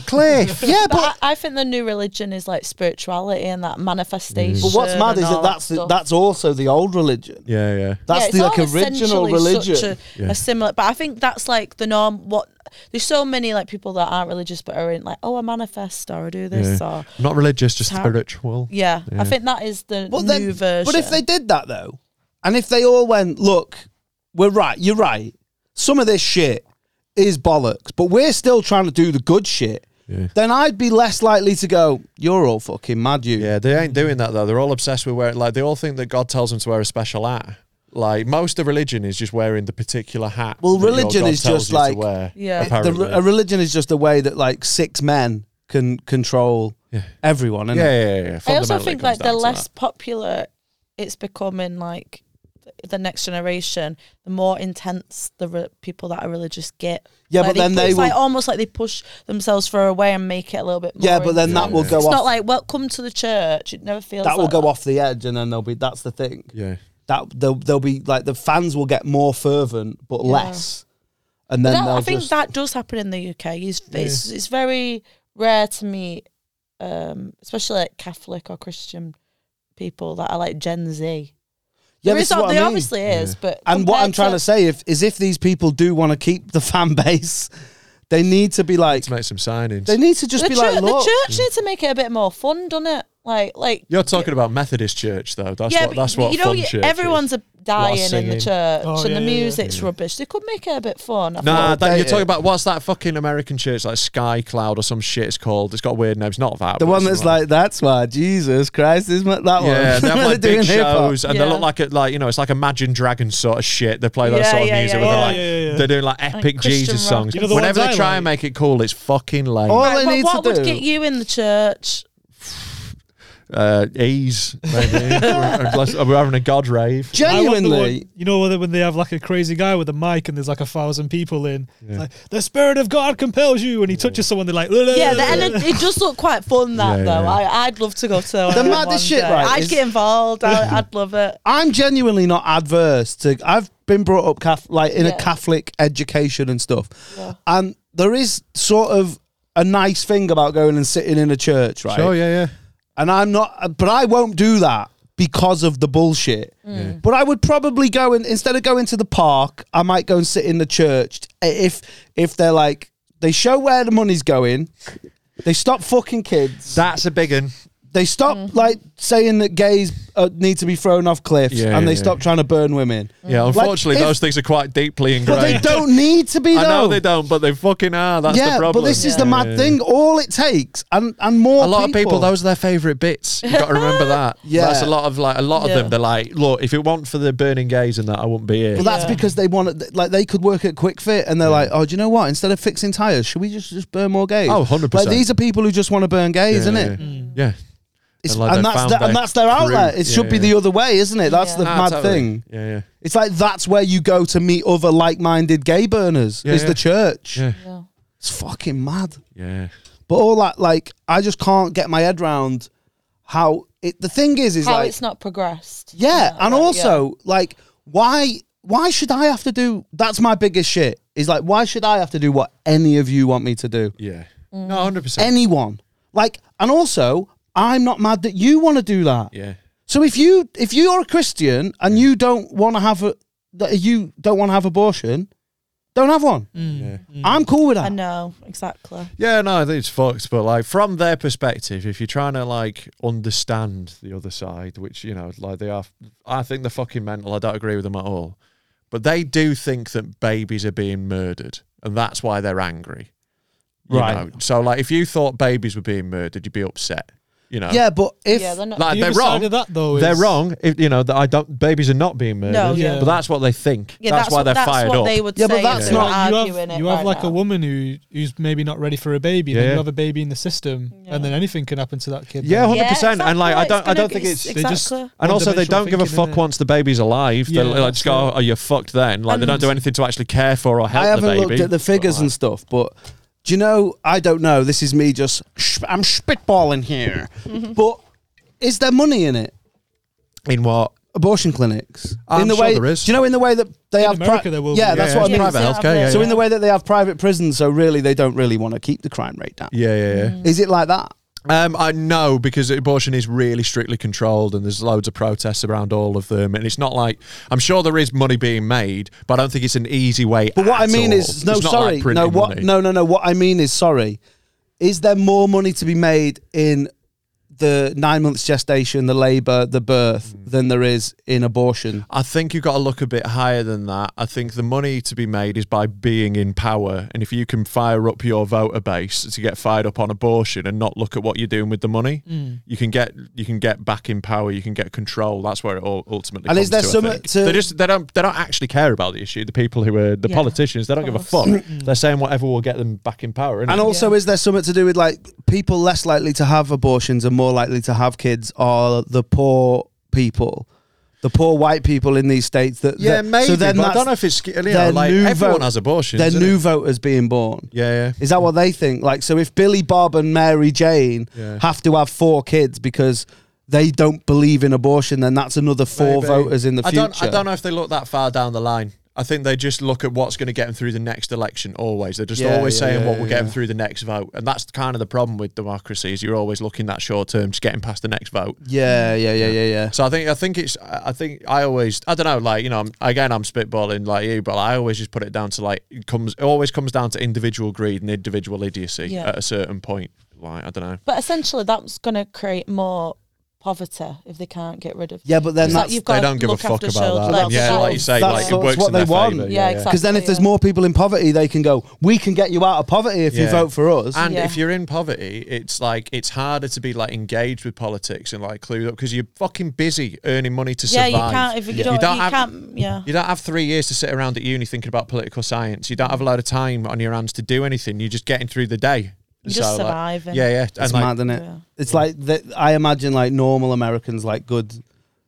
S3: cliff.
S2: yeah,
S1: But
S2: but,
S1: I, I think the new religion is like spirituality and that manifestation.
S2: but what's mad
S1: and
S2: is
S1: all
S2: that that's the,
S1: stuff.
S2: that's also the old religion.
S3: Yeah, yeah.
S1: Yeah,
S2: That's
S1: it's all
S2: the like original
S1: essentially
S2: religion.
S1: Such a,
S3: Yeah.
S1: a similar, but I think that's like the norm. What there's so many like people that aren't religious but are in like, oh, I manifest or I do this or
S3: I'm not religious, just
S1: Tap.
S3: spiritual.
S1: yeah.
S3: Yeah.
S1: I think that is the
S2: But
S1: new
S2: then-
S1: version.
S2: But if they did that though, and if they all went, look, we're right, you're right. Some of this shit is bollocks, but we're still trying to do the good shit.
S3: Yeah.
S2: Then I'd be less likely to go. You're all fucking mad, you.
S3: Yeah, they ain't doing that though. They're all obsessed with wearing. Like they all think that God tells them to wear a special hat. Like most of religion is just wearing the particular hat.
S2: Well,
S3: that your
S2: religion
S3: God
S2: is
S3: tells
S2: just
S3: you to
S2: like-
S3: wear,
S1: Yeah. It- the
S2: the,
S3: apparently.
S2: re- a religion is just a way that like six men can control everyone. Isn't
S3: yeah,
S2: it?
S3: yeah, yeah, yeah.
S1: I also
S3: Fundamentally
S1: think
S3: it comes
S1: like the
S3: down to
S1: less
S3: that.
S1: popular it's becoming, like th- the next generation, the more intense the re- people that are religious get.
S2: Yeah,
S1: Like,
S2: but then
S1: pu-
S2: they
S1: it's like
S2: will-
S1: almost like they push themselves further away and make it a little bit. more
S2: yeah, but then that will go
S1: it's
S2: off.
S1: not like welcome to the church. It never feels
S2: that will
S1: like
S2: go off the edge, and then they'll be. That's the thing.
S3: Yeah.
S2: That they'll, they'll be like the fans will get more fervent, but
S1: Yeah.
S2: less, and then
S1: That-
S2: they'll
S1: I think
S2: just.
S1: that does happen in the UK. It's, it's, it's very rare to meet, um, especially like Catholic or Christian people that are like Gen Z.
S2: yeah,
S1: there
S2: this
S1: is,
S2: is what I
S1: there
S2: mean.
S1: obviously is, but
S2: And what
S1: compared
S2: I'm trying to say if, is, if these people do want to keep the fan base, they need to be like.
S3: Let's make some signings.
S2: They need to just
S1: the,
S2: be
S1: chur-
S2: like, look.
S1: the church needs to make it a bit more fun, doesn't it? Like, like
S3: You're talking about Methodist church though. That's
S1: yeah,
S3: what.
S1: but
S3: That's what
S1: you know,
S3: fun
S1: you-
S3: church is.
S1: everyone's a dying in the
S3: singing.
S1: church,
S6: Oh,
S1: and
S6: yeah,
S1: the
S6: yeah, yeah.
S1: music's rubbish. They could make it a bit fun. I
S3: Nah,
S1: thought.
S3: that, you're
S2: updated.
S3: talking about what's that fucking American church like Sky Cloud or some shit? It's called. It's got a weird name. It's not that.
S2: The
S3: but
S2: one
S3: it's
S2: that's like, that's why Jesus Christ is my, that one.
S3: Yeah, they have like
S2: Oh. They're
S3: big
S2: doing hip-hop.
S3: shows, and they
S1: Yeah.
S3: look like it, like you know, it's like Imagine Dragons sort of shit. They play that
S1: Yeah,
S3: sort of
S1: yeah,
S3: music.
S1: yeah,
S3: where they're
S1: yeah.
S3: like,
S6: Yeah, yeah, yeah.
S3: they're doing like epic
S1: Christian
S3: Jesus
S1: rock.
S3: songs.
S6: You know the
S3: Whenever
S6: ones
S3: they
S6: I
S3: try
S6: like?
S3: and make it cool, it's fucking lame.
S2: All
S1: Right,
S2: they
S1: what-
S2: need
S1: what
S2: to
S1: would
S2: do.
S1: get you in the church?
S3: Uh, ease, maybe. We're- unless- we're having a god rave.
S6: I want the one-
S2: Genuinely,
S6: you know when they- when they have like a crazy guy with a mic and there's like a thousand people in, it's like the spirit of God compels you, and he touches someone, they're like,
S1: Yeah, the, and it, it does look quite fun that
S3: Yeah,
S1: though.
S3: yeah.
S1: I, I'd love to go to
S2: The
S1: one
S2: maddest
S1: one
S2: shit,
S1: day.
S2: right,
S1: I'd
S2: is-
S1: get involved. I, I'd love it.
S2: I'm genuinely not adverse to. I've been brought up Cath- like in
S1: Yeah.
S2: a Catholic education and stuff,
S1: Yeah.
S2: and there is sort of a nice thing about going and sitting in a church, right?
S3: Sure, yeah, yeah.
S2: And I'm not, but I won't do that because of the bullshit. But I would probably go and instead of going to the park, I might go and sit in the church if if they're like they show where the money's going. They stop fucking kids.
S3: That's a big one.
S2: They stop like saying that gays uh, need to be thrown off cliffs,
S3: Yeah,
S2: and they
S3: yeah.
S2: stop trying to burn women.
S3: Yeah,
S2: Like,
S3: unfortunately,
S2: if-
S3: those things are quite deeply ingrained.
S2: But they don't need to be.
S3: I know
S2: though.
S3: they don't, but they fucking are. That's
S2: yeah,
S3: the problem.
S2: but this is the mad thing. All it takes, and and more.
S3: A lot of people, those are their favourite bits. You've got to remember that.
S2: Yeah.
S3: That's a lot of like a lot of
S2: Yeah.
S3: them. They're like, look, if it weren't for the burning gays and that, I wouldn't be here.
S2: Well, that's because they want like they could work at Quick Fit and they're like, oh, do you know what? Instead of fixing tires, should we just just burn more gays?
S3: Oh, 100%.
S2: Like these are people who just want to burn gays, isn't
S3: yeah,
S2: it?
S3: Yeah. yeah.
S2: It's,
S3: like
S2: and
S3: they
S2: that's
S3: found
S2: their, and that's their outlet.
S3: crew.
S2: It should
S3: Yeah,
S2: be
S3: yeah.
S2: the other way, isn't it? That's the
S3: Ah,
S2: mad
S3: totally.
S2: thing.
S3: Yeah, yeah.
S2: It's like that's where you go to meet other like-minded gay burners.
S3: Yeah,
S2: is
S3: yeah.
S2: the church?
S3: Yeah.
S2: It's fucking mad.
S3: Yeah.
S2: But all that, like, I just can't get my head round how it. The thing is, is
S1: How
S2: like,
S1: it's not progressed.
S2: yeah, and
S1: like,
S2: also like, why, why should I have to do? That's my biggest shit. Is like, why should I have to do what any of you want me to do?
S3: Yeah. No, hundred percent.
S2: Anyone, like, and also, I'm not mad that you want to do that.
S3: Yeah.
S2: So if you if you are a Christian and you don't want to have a that you don't want to have abortion, don't have one.
S3: Mm.
S2: I'm cool with that.
S1: I know exactly.
S3: Yeah, no, I think it's fucked. But like from their perspective, if you're trying to like understand the other side, which you know, like they are, I think they're fucking mental. I don't agree with them at all. But they do think that babies are being murdered, and that's why they're angry. You
S2: Right.
S3: know? So like, if you thought babies were being murdered, you'd be upset. You know.
S2: Yeah, but if
S1: Yeah, they're not-
S3: Like
S6: The
S3: they're
S6: other side
S3: wrong.
S6: of that, though,
S3: they're
S6: is-
S3: wrong. If you know that I don't, babies are not being murdered.
S1: yeah.
S3: But that's what they think.
S1: Yeah,
S3: that's,
S1: that's
S3: why
S1: what-
S3: they're
S1: that's
S3: fired
S1: what
S3: up.
S1: they would
S2: Yeah, but
S1: say.
S2: that's
S1: if they were
S2: not-
S6: you
S1: arguing
S6: have,
S1: it
S6: you have
S1: right
S6: like
S1: now.
S6: a woman who who's maybe not ready for a baby,
S3: Yeah.
S6: then you have a baby in the system, and then anything can happen to that kid.
S3: Yeah,
S6: then.
S3: hundred percent. And like, I
S1: exactly,
S3: don't, I
S1: it's
S3: don't
S1: gonna
S3: think
S1: get-
S3: it's.
S1: it's- They just-
S6: exactly.
S3: and also, they
S6: one-dimensional
S3: don't give a
S6: thinking,
S3: fuck
S6: innit?
S3: once the baby's alive.
S6: Yeah,
S3: They're like, just
S6: that's
S3: go,
S6: it.
S3: oh, you're fucked then. Like, they don't do anything to actually care for or help
S2: I haven't
S3: the baby.
S2: looked at the figures and stuff, but do you know? I don't know. This is me just. Sh- I'm spitballing here, but is there money in it?
S3: In what?
S2: Abortion clinics.
S3: I'm
S2: in the
S3: sure
S2: way
S3: there is.
S2: Do you know in the way that they have?
S6: America there will be,
S2: yeah,
S6: yeah,
S2: that's
S3: yeah,
S2: what I
S3: yeah,
S2: mean.
S3: private
S1: Yeah,
S3: healthcare. Yeah,
S2: So
S3: yeah.
S2: in the way that they have private prisons, so really they don't really want to keep the crime rate down.
S3: yeah, yeah, yeah.
S1: Mm.
S2: Is it like that?
S3: Um, I know because abortion is really strictly controlled, and there's loads of protests around all of them. And it's not like I'm sure there is money being made, but I don't think it's an easy way.
S2: But what I
S3: at
S2: mean
S3: all.
S2: is, no,
S3: It's not like
S2: sorry, no,
S3: printing
S2: what,
S3: money.
S2: no, no, no. What I mean is, sorry, is there more money to be made in the nine months gestation, the labour, the birth,
S3: Mm.
S2: than there is in abortion?
S3: I think you've got to look a bit higher than that. I think the money to be made is by being in power. And if you can fire up your voter base to get fired up on abortion and not look at what you're doing with the money, you can get you can get back in power, you can get control. That's where it all ultimately
S2: And
S3: comes
S2: is there
S3: to, I
S2: some-
S3: think.
S2: to-
S3: they just they don't they don't actually care about the issue. The people who are the
S1: Yeah,
S3: politicians, they don't give a fuck. They're saying whatever will get them back in power.
S2: Mm. And also, is there something to do with like people less likely to have abortions and more likely to have kids are the poor people, the poor white people in these states that
S3: yeah,
S2: that-
S3: maybe. but I
S2: that's
S3: don't know if it's you know,
S2: their
S3: like
S2: new
S3: everyone
S2: vote-
S3: has abortions.
S2: their
S3: isn't
S2: new
S3: it?
S2: voters being born.
S3: yeah, yeah.
S2: Is that what they think? Like, so if Billy Bob and Mary Jane
S3: Yeah.
S2: have to have four kids because they don't believe in abortion, then that's another four
S3: Maybe.
S2: voters in the
S3: I
S2: future.
S3: Don't, I don't know if they look that far down the line. I think they just look at what's going to get them through the next election. Always, they're just
S2: Yeah,
S3: always
S2: yeah,
S3: saying
S2: yeah,
S3: what will get them
S2: yeah.
S3: through the next vote, and that's kind of the problem with democracy is you're always looking that short term, just getting past the next vote.
S2: Yeah, yeah, yeah, yeah, yeah.
S3: So I think I think it's I think I always I don't know like you know I'm, again I'm spitballing like you but I always just put it down to like it comes it always comes down to individual greed and individual idiocy
S1: Yeah.
S3: at a certain point like I don't know
S1: But essentially, that's going to create more poverty if they can't get rid of.
S2: Yeah, but then
S1: It's like
S2: that's-
S1: you've got
S3: they
S1: to
S3: don't give a
S1: look
S3: fuck
S1: after
S3: about that
S1: children.
S3: yeah like you say
S2: That's
S3: like it
S2: sort of
S3: works
S2: what
S3: in
S2: they
S3: their
S2: want.
S3: favour.
S1: Yeah, exactly.
S2: Because then if there's
S1: yeah.
S2: more people in poverty, they can go, we can get you out of poverty if you
S3: Yeah.
S2: vote for us.
S3: And
S1: Yeah.
S3: if you're in poverty, it's like it's harder to be like engaged with politics and like clued up because you're fucking busy earning money to
S1: yeah,
S3: survive.
S1: you can't. If you, don't, you,
S3: have,
S1: can't. Yeah.
S3: You don't have three years to sit around at uni thinking about political science. You don't have a lot of time on your hands to do anything. You're just getting through the day.
S1: You're just
S3: like,
S1: surviving.
S3: yeah, yeah.
S2: it's
S3: And, like,
S2: mad, isn't it?
S1: Yeah.
S2: It's like, that. I imagine like normal Americans, like good,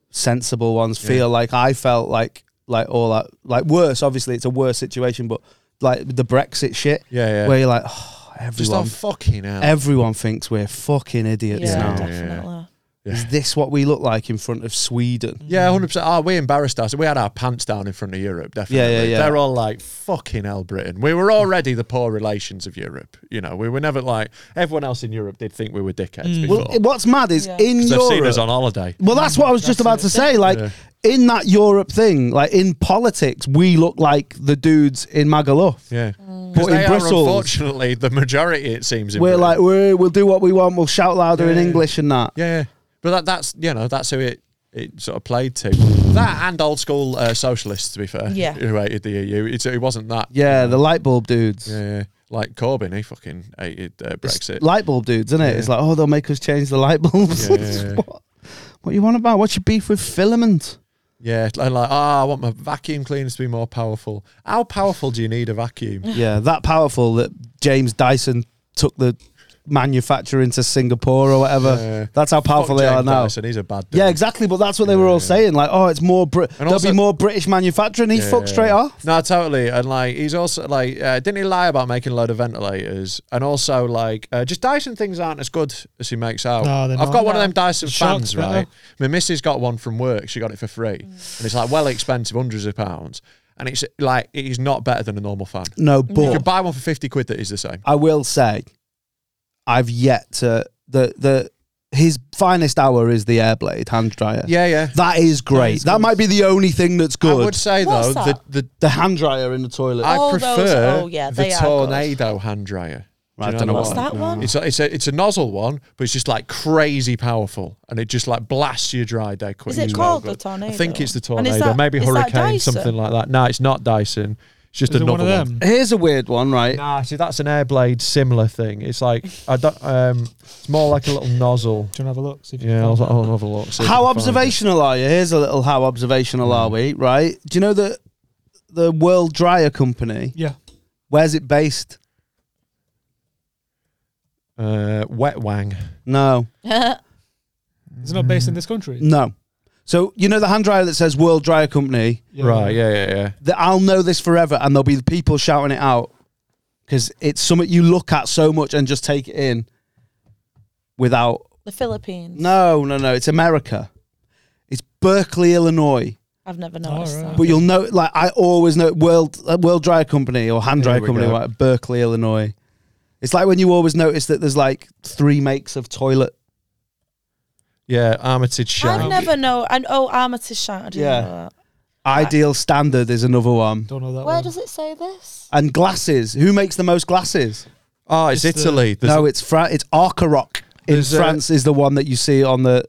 S2: sensible ones, feel like I felt like, like all that, like worse. Obviously, it's a worse situation, but like the Brexit shit,
S3: Yeah, yeah.
S2: where you're like, oh,
S3: just
S2: everyone
S3: on fucking hell.
S2: Everyone thinks we're fucking idiots
S1: Yeah,
S2: now.
S1: definitely.
S2: Is this what we look like in front of Sweden?
S3: yeah, hundred percent. Oh, we embarrassed us. We had our pants down in front of Europe. Definitely.
S2: Yeah, yeah, yeah.
S3: They're all like fucking hell, Britain. We were already the poor relations of Europe. You know, we were never like everyone else in Europe did think we were dickheads
S1: Mm.
S3: before.
S2: Well, what's mad is
S1: Yeah.
S2: in
S3: 'Cause they've seen
S2: Europe.
S3: us on holiday.
S2: Well, that's what I was just about to say. Like
S3: Yeah.
S2: in that Europe thing, like in politics, we look like the dudes in Magaluf.
S3: Yeah.
S2: But
S3: Because
S2: in
S3: they are,
S2: Brussels-
S3: unfortunately, the majority, it seems. In
S2: We're
S3: Britain.
S2: like, we we'll do what we want. We'll shout louder in
S3: Yeah.
S2: English and that.
S3: yeah. yeah. But that, that's, you know, that's who it it sort of played to. That and old school uh, socialists, to be fair.
S1: Yeah.
S3: Who hated the EU. It, it wasn't that.
S2: Yeah, the light bulb dudes.
S3: Yeah, yeah. Like Corbyn, he fucking hated uh,
S2: It's
S3: Brexit.
S2: light bulb dudes, isn't it?
S3: Yeah.
S2: It's like, oh, they'll make us change the light bulbs.
S3: Yeah, yeah, yeah.
S2: what, what you want about? What's your beef with filament?
S3: yeah, and like, ah, I want my vacuum cleaners to be more powerful. How powerful do you need a vacuum?
S2: yeah, that powerful that James Dyson took the manufacturer into Singapore or whatever.
S3: Yeah.
S2: That's how powerful
S3: Fuck
S2: they are
S3: James
S2: now.
S3: Dyson, he's a bad dude.
S2: Yeah, exactly. But that's what they were all saying. Like, oh, it's more. Brit- there'll
S3: also-
S2: be more British manufacturing. He
S3: Yeah.
S2: fucked straight off.
S3: No, totally. And like, he's also like, uh, didn't he lie about making a load of ventilators? And also, like, uh, just Dyson things aren't as good as he makes out.
S6: No, they're
S3: I've
S6: not.
S3: got one of them Dyson
S6: Shark's
S3: fans,
S6: better.
S3: right? My missus got one from work. She got it for free, and it's like well expensive, hundreds of pounds. And it's like it is not better than a normal fan.
S2: No,
S3: You
S2: but
S3: could buy one for fifty quid that is the same.
S2: I will say, I've yet to the the his finest hour is the Airblade hand dryer.
S3: Yeah, yeah.
S2: That is great.
S3: is
S2: that
S3: good.
S2: might be the only thing that's good.
S3: I would say
S1: What's
S3: though
S1: that?
S3: that the,
S2: the hand dryer in the toilet.
S3: I
S1: Oh, those-
S3: prefer
S1: oh, yeah,
S3: the
S1: they are good.
S3: tornado hand dryer. Do
S2: I
S3: you
S2: don't know
S3: what
S2: what's
S3: I mean?
S1: that one?
S3: It's a, it's a it's a nozzle one, but it's just like crazy powerful, and it just like blasts you dry dead quick.
S1: Is it
S3: It's
S1: called
S3: well good.
S1: the tornado?
S3: I think it's the
S1: And
S3: tornado,
S1: is that-
S3: maybe
S1: is that
S3: hurricane,
S1: Dyson?
S3: something like that. No, it's not Dyson. It's just
S6: Is it
S3: another
S6: one of them?
S2: Here's a weird one, right?
S3: Nah, see that's an airblade similar thing. It's like I don't. Um, it's more like a little nozzle.
S6: Do you want to have a look? See if you
S3: Yeah,
S6: can
S3: I'll,
S6: find
S3: I'll have a look. see if
S2: how
S3: I can find it. Hmm.
S2: observational are you? Here's a little how observational are we, right? Do you know that the World Dryer Company,
S6: it. Yeah.
S2: where's it based?
S3: Uh, wet wang.
S2: No,
S6: Is it not based in this country?
S3: Mm.
S2: no. So, you know the hand dryer that says World Dryer Company?
S6: Yeah.
S3: Right. Yeah. Yeah. Yeah.
S2: That I'll know this forever and there'll be people shouting it out because it's something you look at so much and just take it in without.
S1: The Philippines.
S2: No, no, no. It's America. It's Berkeley, Illinois.
S1: I've never noticed
S6: Alright.
S1: that.
S2: But you'll know, like I always know, World uh, World Dryer Company or Hand Dryer
S3: Here we
S2: Company,
S3: go.
S2: like Berkeley, Illinois. It's like when you always notice that there's like three makes of toilet.
S3: Yeah. Armitage
S1: I've
S3: shank.
S1: never know. And oh, Armitage Shank. I didn't
S2: Yeah.
S1: know that.
S2: Ideal standard is another one.
S6: Don't know that
S1: Where
S6: one.
S1: does it say this?
S2: And glasses. Who makes the most glasses?
S3: Oh, it's,
S6: It's the-
S3: Italy. There's
S2: no, it's Fra- it's Arcaroc in
S3: There's a-
S2: France is the one that you see on the.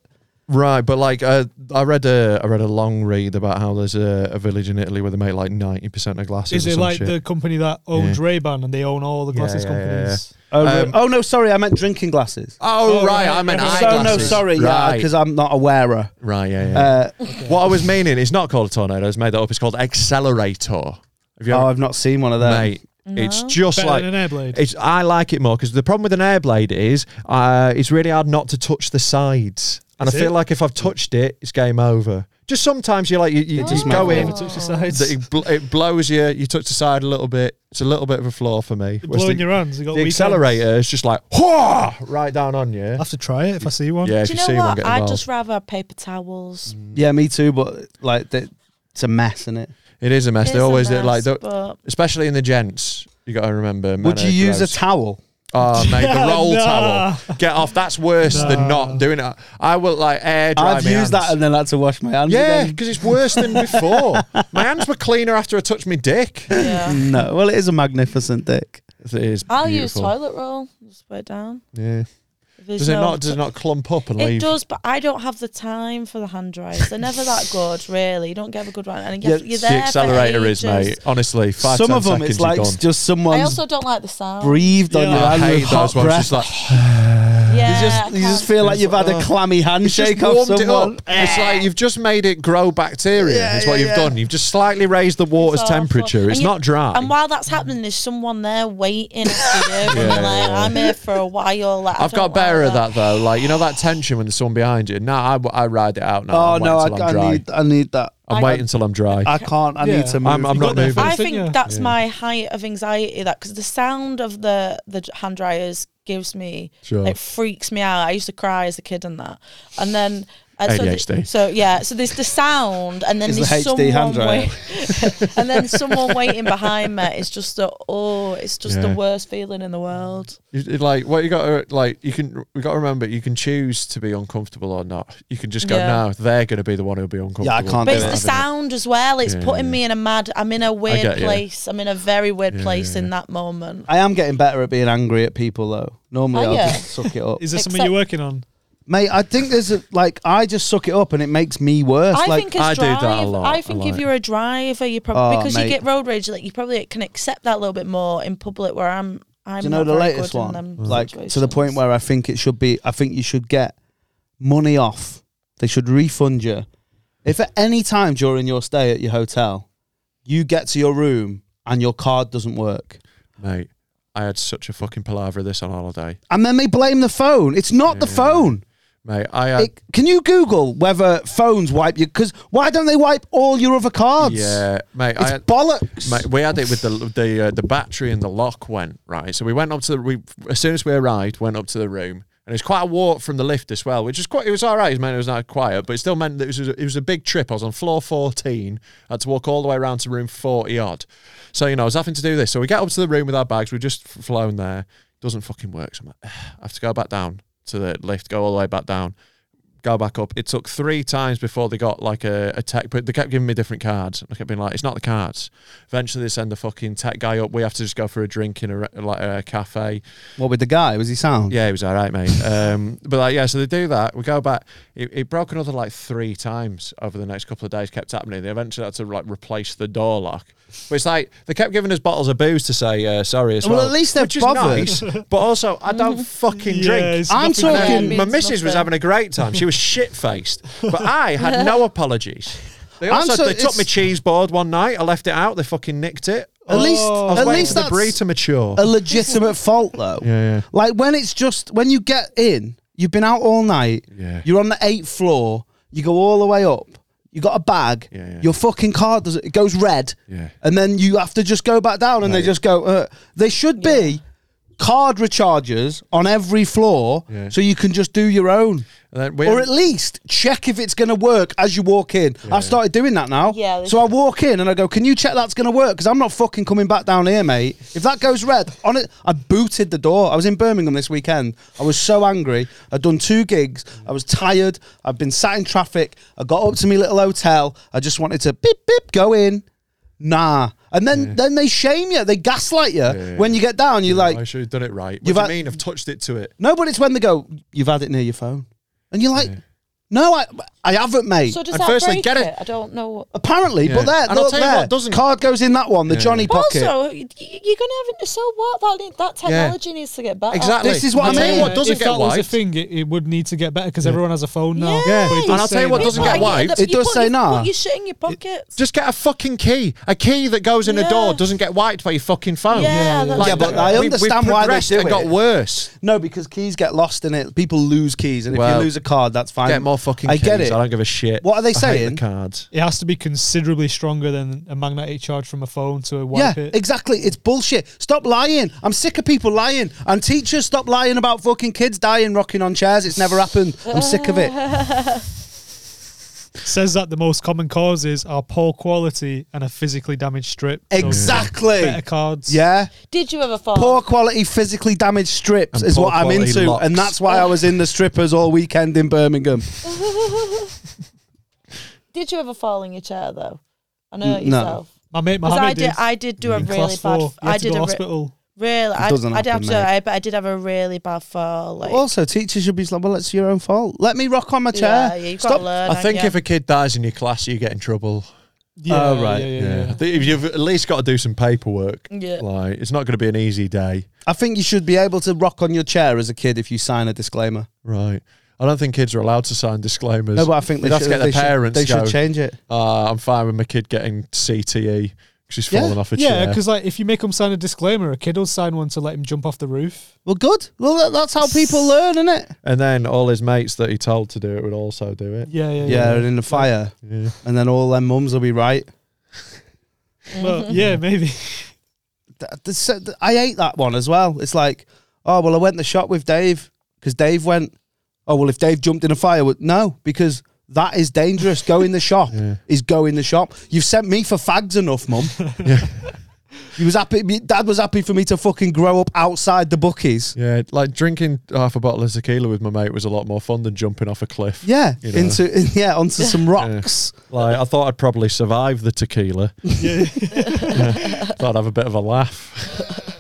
S3: Right, but like uh, I read a I read a long read about how there's a, a village in Italy where they make like ninety percent of glasses.
S6: Is
S3: or
S6: it
S3: some
S6: like
S3: shit.
S6: the company that owns Ray Ban and they own all the
S3: Yeah,
S6: glasses
S3: yeah, yeah,
S6: companies?
S2: Oh,
S3: Um,
S2: re- oh no, sorry, I meant drinking glasses.
S3: Oh,
S6: Oh,
S3: right,
S6: right,
S3: I meant
S6: yeah,
S2: so no,
S3: eyeglasses.
S2: sorry, yeah,
S3: right.
S2: because I'm not a wearer.
S3: right, yeah, yeah.
S2: Uh,
S3: What I was meaning, it's not called a tornado. It's made that up. It's called accelerator. Have you
S2: oh,
S3: ever,
S2: I've not seen one of them.
S3: mate? It's just
S6: Better
S3: like
S6: than an airblade.
S3: It's I like it more because the problem with an airblade is uh, it's really hard not to touch the sides, and
S6: Is
S3: I feel
S6: it?
S3: like if I've touched it, it's game over. Just sometimes you're like you, you just
S2: might
S3: go
S2: be
S3: in,
S6: Never touch the sides.
S3: that it, bl- it blows you. You touch the side a little bit. It's a little bit of a flaw for me.
S6: You're
S3: Whereas
S6: blowing
S3: the,
S6: your hands. You got
S3: the
S6: weekends.
S3: accelerator is just like "Hwah!" right down on you.
S6: I have to try it if I see one.
S3: Yeah, if
S1: Do
S3: you,
S1: you know
S3: see one,
S1: what?
S3: get
S1: I'd
S3: involved. Mm.
S1: just rather have paper towels.
S2: Yeah, me too. But like, th- it's a mess, isn't it?
S3: It is a mess.
S1: It
S3: They
S1: is a
S3: always do
S1: mess,
S3: like, the-
S1: but
S3: especially in the gents. You got to remember. men
S2: Would you
S3: are
S2: use a
S3: gross.
S2: towel?
S3: Oh, mate, the roll
S6: Nah.
S3: towel. Get off. That's worse than not doing it. I will like air dry.
S2: I've
S3: my
S2: used that
S3: hands.
S2: and then had to wash my hands.
S3: yeah,
S2: again.
S3: because it's worse than before. my hands were cleaner after I touched my dick. It
S1: yeah.
S2: No, well, it is a magnificent dick.
S3: is
S1: I'll
S3: beautiful.
S1: use toilet roll. Just put it down.
S3: Yeah.
S1: If there's
S3: Does it
S1: no-
S3: not? Does it not clump up and
S1: It
S3: leave?
S1: does, but I don't have the time for the hand dryers. They're never that good, really. You don't get a good one, and you
S2: Yeah,
S1: have- you're
S2: the
S1: there
S3: the
S1: for
S3: accelerator is,
S1: ages.
S3: mate. Um, Honestly, five
S2: Some
S3: ten
S2: of them,
S3: seconds
S2: it's
S3: you're
S2: like
S3: gone.
S2: just
S1: I
S2: someone's
S1: also don't like the sound.
S2: breathed on
S6: Yeah.
S2: your
S6: I
S2: hand
S3: I
S2: with
S3: hate
S2: hot
S3: those ones. Just
S2: breath.
S3: like
S1: Yeah,
S2: you
S1: I
S2: just, you just
S1: can't.
S2: feel like you've had a
S3: like,
S2: clammy
S3: It's
S2: handshake
S3: just
S2: off
S3: warmed it
S2: someone.
S3: up. It's like you've just made it grow bacteria.
S2: Yeah,
S3: is what
S2: yeah,
S3: you've
S2: yeah.
S3: done. You've just slightly raised the
S1: It's
S3: water's
S1: awful.
S3: temperature.
S1: And
S3: It's
S1: you-
S3: not dry.
S1: And while that's happening, there's someone there waiting for you. and
S3: Yeah.
S1: like, I'm here for a while. Like, I
S3: I've
S1: don't like
S3: got better at that though. Like you know that tension when there's someone behind you. Nah, I, I ride it out now.
S2: Oh
S3: I'm
S2: no, I,
S3: waiting till I'm
S2: I
S3: dry.
S2: need, I need that.
S3: I'm
S1: I-
S3: waiting until I'm dry.
S2: I can't. I
S6: Yeah.
S2: need to move.
S3: I'm- I'm
S6: You
S3: not
S6: got there
S3: moving.
S6: first,
S1: I
S6: didn't
S1: think
S6: you?
S1: that's my height of anxiety. That because the sound of the the j- hand dryers gives me
S3: Sure.
S1: it freaks me out. I used to cry as a kid and that, and then. uh, so, the-
S3: ADHD.
S1: so yeah, so there's the sound, and then
S2: It's the
S1: there's
S2: HD hand
S1: someone wait, and then someone waiting behind me. It's just the oh, it's just the
S3: Yeah.
S1: worst feeling in the world.
S3: You- you like what you got to like you can we got to remember you can choose to be uncomfortable or not. You can just go
S1: Yeah.
S3: no, they're going to be the one who'll be uncomfortable.
S2: can't
S1: But
S2: do
S1: it's
S2: it.
S1: the
S2: Having
S1: sound as well. It's
S3: Yeah,
S1: putting
S3: yeah.
S1: me in a mad. I'm in a weird
S3: get you.
S1: place. I'm in a very weird
S3: Yeah,
S1: place
S3: yeah,
S1: in that moment.
S2: I am getting better at being angry at people though. Normally,
S1: Are
S2: I'll
S1: you?
S2: just suck it up.
S6: Is there something
S1: Except-
S6: you're working on?
S2: Mate, I think there's a, like I just suck it up and it makes me worse.
S1: I
S2: like
S1: think as drive, I think if you're a driver, you probably
S2: Oh,
S1: because you
S2: mate.
S1: get road rage, like you probably can accept that a little bit more in public. Where I'm, I'm.
S2: Do you know
S1: not
S2: the
S1: very
S2: latest
S1: good in
S2: one?
S1: them
S3: Mm.
S2: Like to the
S1: situations.
S2: point where I think it should be. I think you should get money off. They should refund you. If at any time during your stay at your hotel, you get to your room and your card doesn't work,
S3: Mate, I had such a fucking palaver of this on holiday.
S2: and then they blame the phone. It's not the phone.
S3: Mate, I had.
S2: It- can you Google whether phones wipe you? Because why don't they wipe all your other cards?
S3: yeah, mate. I
S2: it's
S3: had,
S2: bollocks.
S3: Mate, we had it with the the uh, the battery and the lock went right. So we went up to the we as soon as we arrived, went up to the room, and it was quite a walk from the lift as well, which is quite it was all right. It meant it was not quiet, but it still meant that it was it was a big trip. I was on floor fourteen, I had to walk all the way around to room forty odd. So you know, I was having to do this. So we get up to the room with our bags. We just f- flown there. Doesn't fucking work. So I'm like, I have to go back down to the lift, go all the way back down go back up. It took three times before they got like a, a tech, but they kept giving me different cards. And I kept being like, it's not the cards. Eventually, they send the fucking tech guy up. We have to just go for a drink in a re- like a cafe.
S2: What with the guy? Was he sound?
S3: Yeah, it was all right, mate. Um, but like, yeah, so they do that. We go back. It, it broke another like three times over the next couple of days. Kept happening. They eventually had to like replace the door lock. But it's like they kept giving us bottles of booze to say uh, sorry as well.
S2: Well, at least they're
S3: which is
S2: bothered.
S3: nice. But also, I don't fucking drink.
S6: it's
S2: I'm
S6: nothing-
S1: Yeah,
S2: talking.
S1: it means
S3: My missus was
S1: nothing.
S3: having a great time. She was shit faced, but I had no apologies. They
S2: I'm
S3: also
S2: so-
S3: they took
S2: it's-
S3: my cheese board one night. I left it out. They fucking nicked it.
S2: At least,
S3: Oh, I was
S2: at
S3: waiting
S2: least
S3: for the
S2: that's
S3: brie to mature.
S2: a legitimate fault though.
S3: yeah.
S2: Like when it's just when you get in, you've been out all night.
S3: Yeah.
S2: You're on the eighth floor. You go all the way up. You got a bag.
S3: Yeah, yeah.
S2: Your fucking card does it goes red.
S3: Yeah.
S2: And then you have to just go back down, and they just go. Uh, they should be card recharges on every floor,
S3: Yeah.
S2: so you can just do your own.
S3: And then we-
S2: Or at least check if it's going to work as you walk in. I've started doing that now.
S1: Yeah, they
S2: So I walk in and I go, "Can you check that's going to work?" Because I'm not fucking coming back down here, mate. If that goes red, on it, I booted the door. I was in Birmingham this weekend. I was so angry. I'd done two gigs. I was tired. I've been sat in traffic. I got up to my little hotel. I just wanted to beep beep go in. Nah. And then then they shame you. They gaslight you when you get down. You're
S3: I
S2: like,
S3: should have done it right. What
S2: You've
S3: do
S2: had-
S3: you mean? I've touched it to it.
S2: no, but it's when they go, "You've had it near your phone," and you're like. No, I, I haven't, mate.
S1: So does
S3: And
S1: that
S3: firstly,
S1: break
S3: get
S1: it?
S3: it-
S1: I don't know. What.
S2: Apparently,
S3: Yeah.
S2: but there,
S3: And I'll
S2: look
S3: tell you
S2: there.
S3: what doesn't-
S2: card goes in that one, the Johnny pocket.
S1: Also, y- y- you're gonna have it. So what? That need- that technology needs to get better.
S3: Exactly.
S2: This is what I
S3: I'll tell you
S2: mean.
S3: what doesn't
S6: if
S3: get
S6: that was a
S3: wiped.
S6: thing, it, it would need to get better because everyone has a phone now.
S1: Yeah.
S6: But it
S1: And
S6: does
S3: I'll tell you
S6: say
S3: what
S6: that.
S3: doesn't
S1: People are
S3: get
S1: getting
S3: wiped.
S1: the-
S2: It
S1: you
S2: does
S1: put
S2: say
S1: your-
S2: nah.
S1: Put your shit in your pockets.
S3: Just get a fucking key. A key that goes in a door
S1: Yeah.
S3: doesn't get wiped by your fucking phone.
S1: Yeah, Yeah, that's
S2: Yeah, but I
S3: we- we've
S2: understand why they
S3: progressed
S2: do
S3: and got
S2: it.
S3: worse.
S2: no, because keys get lost in it. People lose keys, and if
S3: Well,
S2: you lose a card, that's fine.
S3: Get more fucking
S2: I
S3: keys.
S2: get it.
S3: I don't give a shit.
S2: What are they
S3: I hate
S2: saying?
S3: the cards.
S6: It has to be considerably stronger than a magnetic charge from a phone to
S2: yeah,
S6: wipe it.
S2: exactly. It's bullshit. Stop lying. I'm sick of people lying. And teachers, stop lying about fucking kids dying rocking on chairs. It's never happened. I'm sick of it.
S6: Says that the most common causes are poor quality and a physically damaged strip. So
S2: Exactly.
S6: better cards.
S2: Yeah.
S1: Did you ever fall?
S2: Poor quality, physically damaged strips
S3: And
S2: is what
S3: poor
S2: I'm
S3: quality
S2: into.
S3: locks.
S2: And that's why I was in the strippers all weekend in Birmingham.
S1: Did you ever fall in your chair though? I know
S2: Mm, no.
S1: yourself.
S6: My mate
S1: Because
S6: Mohammed
S1: I did, I did do a
S6: in
S1: really
S6: class
S1: bad.
S6: four. He had
S1: I
S6: to
S1: did a
S6: go
S1: re-
S6: hospital.
S1: really. I,
S2: doesn't
S1: I did have
S2: happen,
S1: to. I, but I did have a really bad fall. Like,
S2: Also, teachers should be like, well, it's your own fault. Let me rock on my chair.
S1: yeah, yeah, you've got
S2: Stop
S1: to learn.
S3: I think
S1: yeah.
S3: if a kid dies in your class, you get in trouble.
S6: Yeah,
S2: Oh, right.
S6: Yeah, yeah,
S3: Yeah.
S6: yeah.
S3: I think If you've at least got to do some paperwork,
S1: Yeah.
S3: like it's not going to be an easy day,
S2: I think you should be able to rock on your chair as a kid if you sign a disclaimer.
S3: right? I don't think kids are allowed to sign disclaimers.
S2: No, but I think they
S3: They'd have
S2: should.
S3: to get
S2: they
S3: their parents.
S2: Should, they
S3: go,
S2: should change it.
S3: "Ah, I'm fine with my kid getting CTE because she's
S2: Yeah.
S3: fallen off a
S6: Yeah,
S3: chair.
S6: because like if you make him sign a disclaimer, a kid will sign one to let him jump off the roof.
S2: Well, good. Well, that, that's how people learn, isn't it?
S3: and then all his mates that he told to do it would also do it.
S6: Yeah, yeah,
S2: Yeah,
S6: yeah.
S2: and in the fire,
S3: Yeah.
S2: and then all their mums will be right.
S6: Well, yeah, maybe.
S2: Th- th- so- th- I hate that one as well. It's like, oh well, I went in the shop with Dave because Dave went. Oh well, if Dave jumped in a fire, would no because. That is dangerous. Go in the shop. Is go in the shop. You've sent me for fags enough, mum. You was happy. me- Dad was happy for me to fucking grow up outside the bookies.
S3: Yeah, like drinking half a bottle of tequila with my mate was a lot more fun than jumping off a cliff.
S2: Yeah,
S3: You know.
S2: into yeah onto some rocks.
S3: Like I thought I'd probably survive the tequila.
S6: Yeah.
S3: Thought I'd have a bit of a laugh.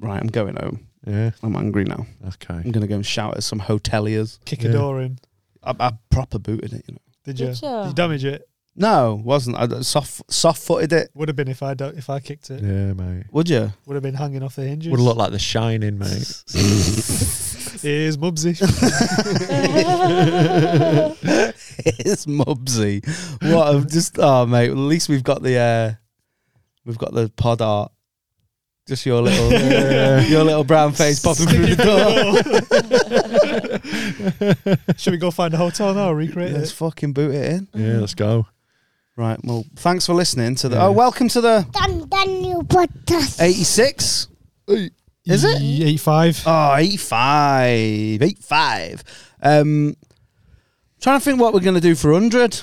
S2: Right, I'm going home.
S3: Yeah.
S2: I'm angry now.
S3: Okay.
S2: I'm gonna go and shout at some hoteliers.
S6: Kick a door in.
S2: I, I proper booted it. You know.
S6: Did you?
S1: Did
S6: Did
S1: ya?
S6: you, damage it?
S2: No, wasn't. I soft soft footed it.
S6: Would have been if I do- if I kicked it.
S3: Yeah, mate.
S2: Would you?
S6: Would have been hanging off the hinges.
S3: Would look like the shining, mate.
S6: Here's Mubsy.
S2: it's Mubsy. What? I'm just oh mate. At least we've got the uh, we've got the pod art. Just your little your little brown face popping through the door.
S6: Should we go find a hotel now? Recreate
S2: Let's
S6: it.
S2: fucking boot it in.
S3: Yeah, let's go.
S2: Right. Well, thanks for listening to the. Oh, welcome to the
S11: Daniel Podcast.
S2: 86. Is it?
S6: E- eighty-five?
S2: Oh, 85. 85. Um, trying to think what we're going to do for 100.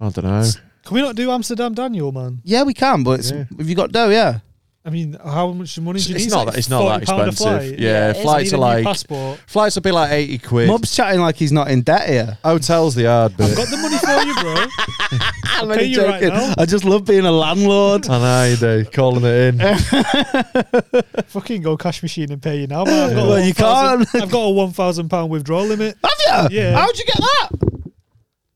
S3: I don't know.
S6: Can we not do Amsterdam Daniel, man?
S2: Yeah, we can, but it's,
S3: Yeah.
S2: have you got dough? Yeah.
S6: I mean, how much money do you
S3: It's
S6: need?
S3: not
S6: like
S3: that- it's not that
S6: 40 pound a
S3: expensive.
S6: flight.
S3: Yeah,
S6: it's-
S3: flights are
S6: you need a new
S3: like-
S6: passport.
S3: Flights will be like 80 quid.
S2: Mub's chatting like he's not in debt here.
S3: Hotel's the hard bit.
S6: Got the money for you, bro.
S2: I'm
S6: pay you right now.
S2: I just love being a landlord.
S3: I know you do. Calling it in.
S6: Fucking go cash machine and pay you now, man. I've got a
S2: Well, you
S6: 1,000
S2: can't.
S6: I've got a one thousand pound withdrawal limit.
S2: have you?
S6: Yeah.
S2: How'd you get that?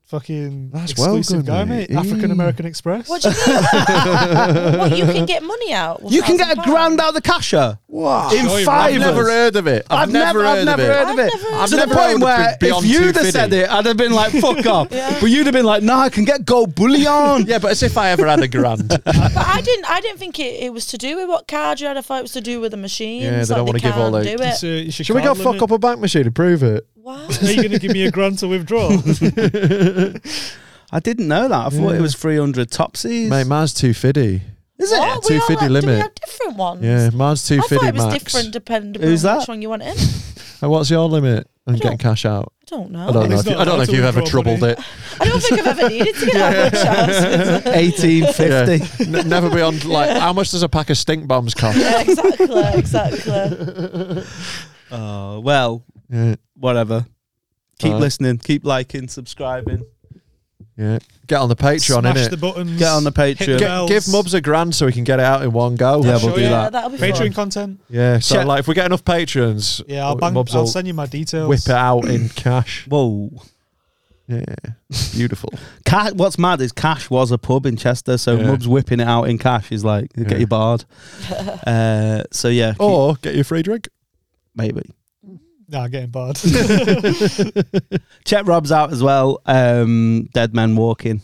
S6: Fucking
S3: That's well
S6: exclusive
S3: good,
S6: guy,
S3: mate.
S6: mate. African American Express.
S1: What do you mean? what, you can get money out?
S2: You can get a
S1: £1,000?
S2: grand out of the casher.
S3: Wow.
S2: In
S6: you
S2: five
S3: I've never heard of it. I've, never, heard
S2: I've never
S3: of it.
S2: heard
S1: I've
S2: of it.
S1: never heard
S2: to the
S3: of it.
S2: point
S3: Never heard
S2: where
S3: of
S2: if
S3: beyond
S2: you'd have
S3: 250.
S2: said it, I'd have been like, "Fuck off," but you'd have been like, "No, I can get gold bullion."
S3: Yeah, but as if I ever had a grand.
S1: But I didn't. I didn't think it, it was to do with what card you had. I thought it was to do with the machines.
S3: Yeah, they
S1: like,
S3: don't wanna
S1: want to
S3: give all the-
S1: do it.
S3: Should we go fuck up a bank machine to prove it?
S1: What?
S6: Are you going to give me a grand to withdraw?
S2: I didn't know that. I thought it was three hundred topsies.
S3: Mate, mine's 250.
S2: Is it?
S1: What?
S3: Two
S1: we all
S3: fifty
S1: had- do
S3: limit.
S1: We have different ones.
S3: Yeah, mine's
S1: I thought
S3: 250
S1: it was
S3: max.
S1: different depending
S2: Who's
S1: on
S2: that?
S1: which one you went in. I
S3: And what's your limit on
S1: don't-
S3: getting cash out?
S1: don't know.
S3: I don't know.
S6: It's
S3: If you,
S6: not
S3: I don't know if
S6: allowed
S3: you've
S6: to
S3: ever
S6: withdraw money.
S3: troubled it.
S1: I don't think I've ever needed to get out of much house.
S2: Eighteen fifty.
S3: N- never beyond like how much does a pack of stink bombs cost?
S1: Yeah, exactly, exactly.
S2: Oh well,
S3: Yeah,
S2: whatever. Keep
S3: Alright.
S2: listening. Keep liking, subscribing.
S3: yeah. Get on the Patreon,
S6: Smash
S3: innit?
S6: the buttons.
S2: Get on the Patreon.
S6: Hit the
S3: Get,
S6: bells.
S3: give Mubs a grand so we can get it out in one go.
S2: Yeah, we'll do
S1: yeah,
S2: that.
S1: that'll be fun.
S6: Patreon content.
S3: Yeah, so
S2: Check-
S3: like if we get enough patrons,
S6: Yeah, I'll,
S3: w-
S6: bang,
S3: Mubs
S6: I'll
S3: Oh, will
S6: send you my details.
S3: whip it out in cash.
S2: Whoa.
S3: Yeah, beautiful.
S2: Ca what's mad is Cash was a pub in Chester, so
S3: Yeah.
S2: Mubs whipping it out in Cash is like get
S3: Yeah.
S2: you barred. uh, so yeah, keep-
S3: or get you a free drink.
S2: maybe.
S6: Nah, getting barred.
S2: Check Rob's out as well. Um, Dead Man Walking.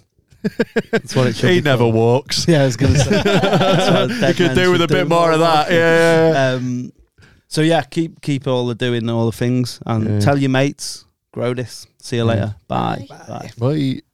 S2: That's what it should
S3: He
S2: be
S3: never
S2: called.
S3: walks.
S2: Yeah, I was gonna say.
S3: you could do with a bit more of that. Yeah, yeah,
S2: Um, so yeah, keep keep all the doing all the things and
S3: Yeah.
S2: tell your mates. Grow this. See you later. Bye. Bye.
S3: yeah. Bye.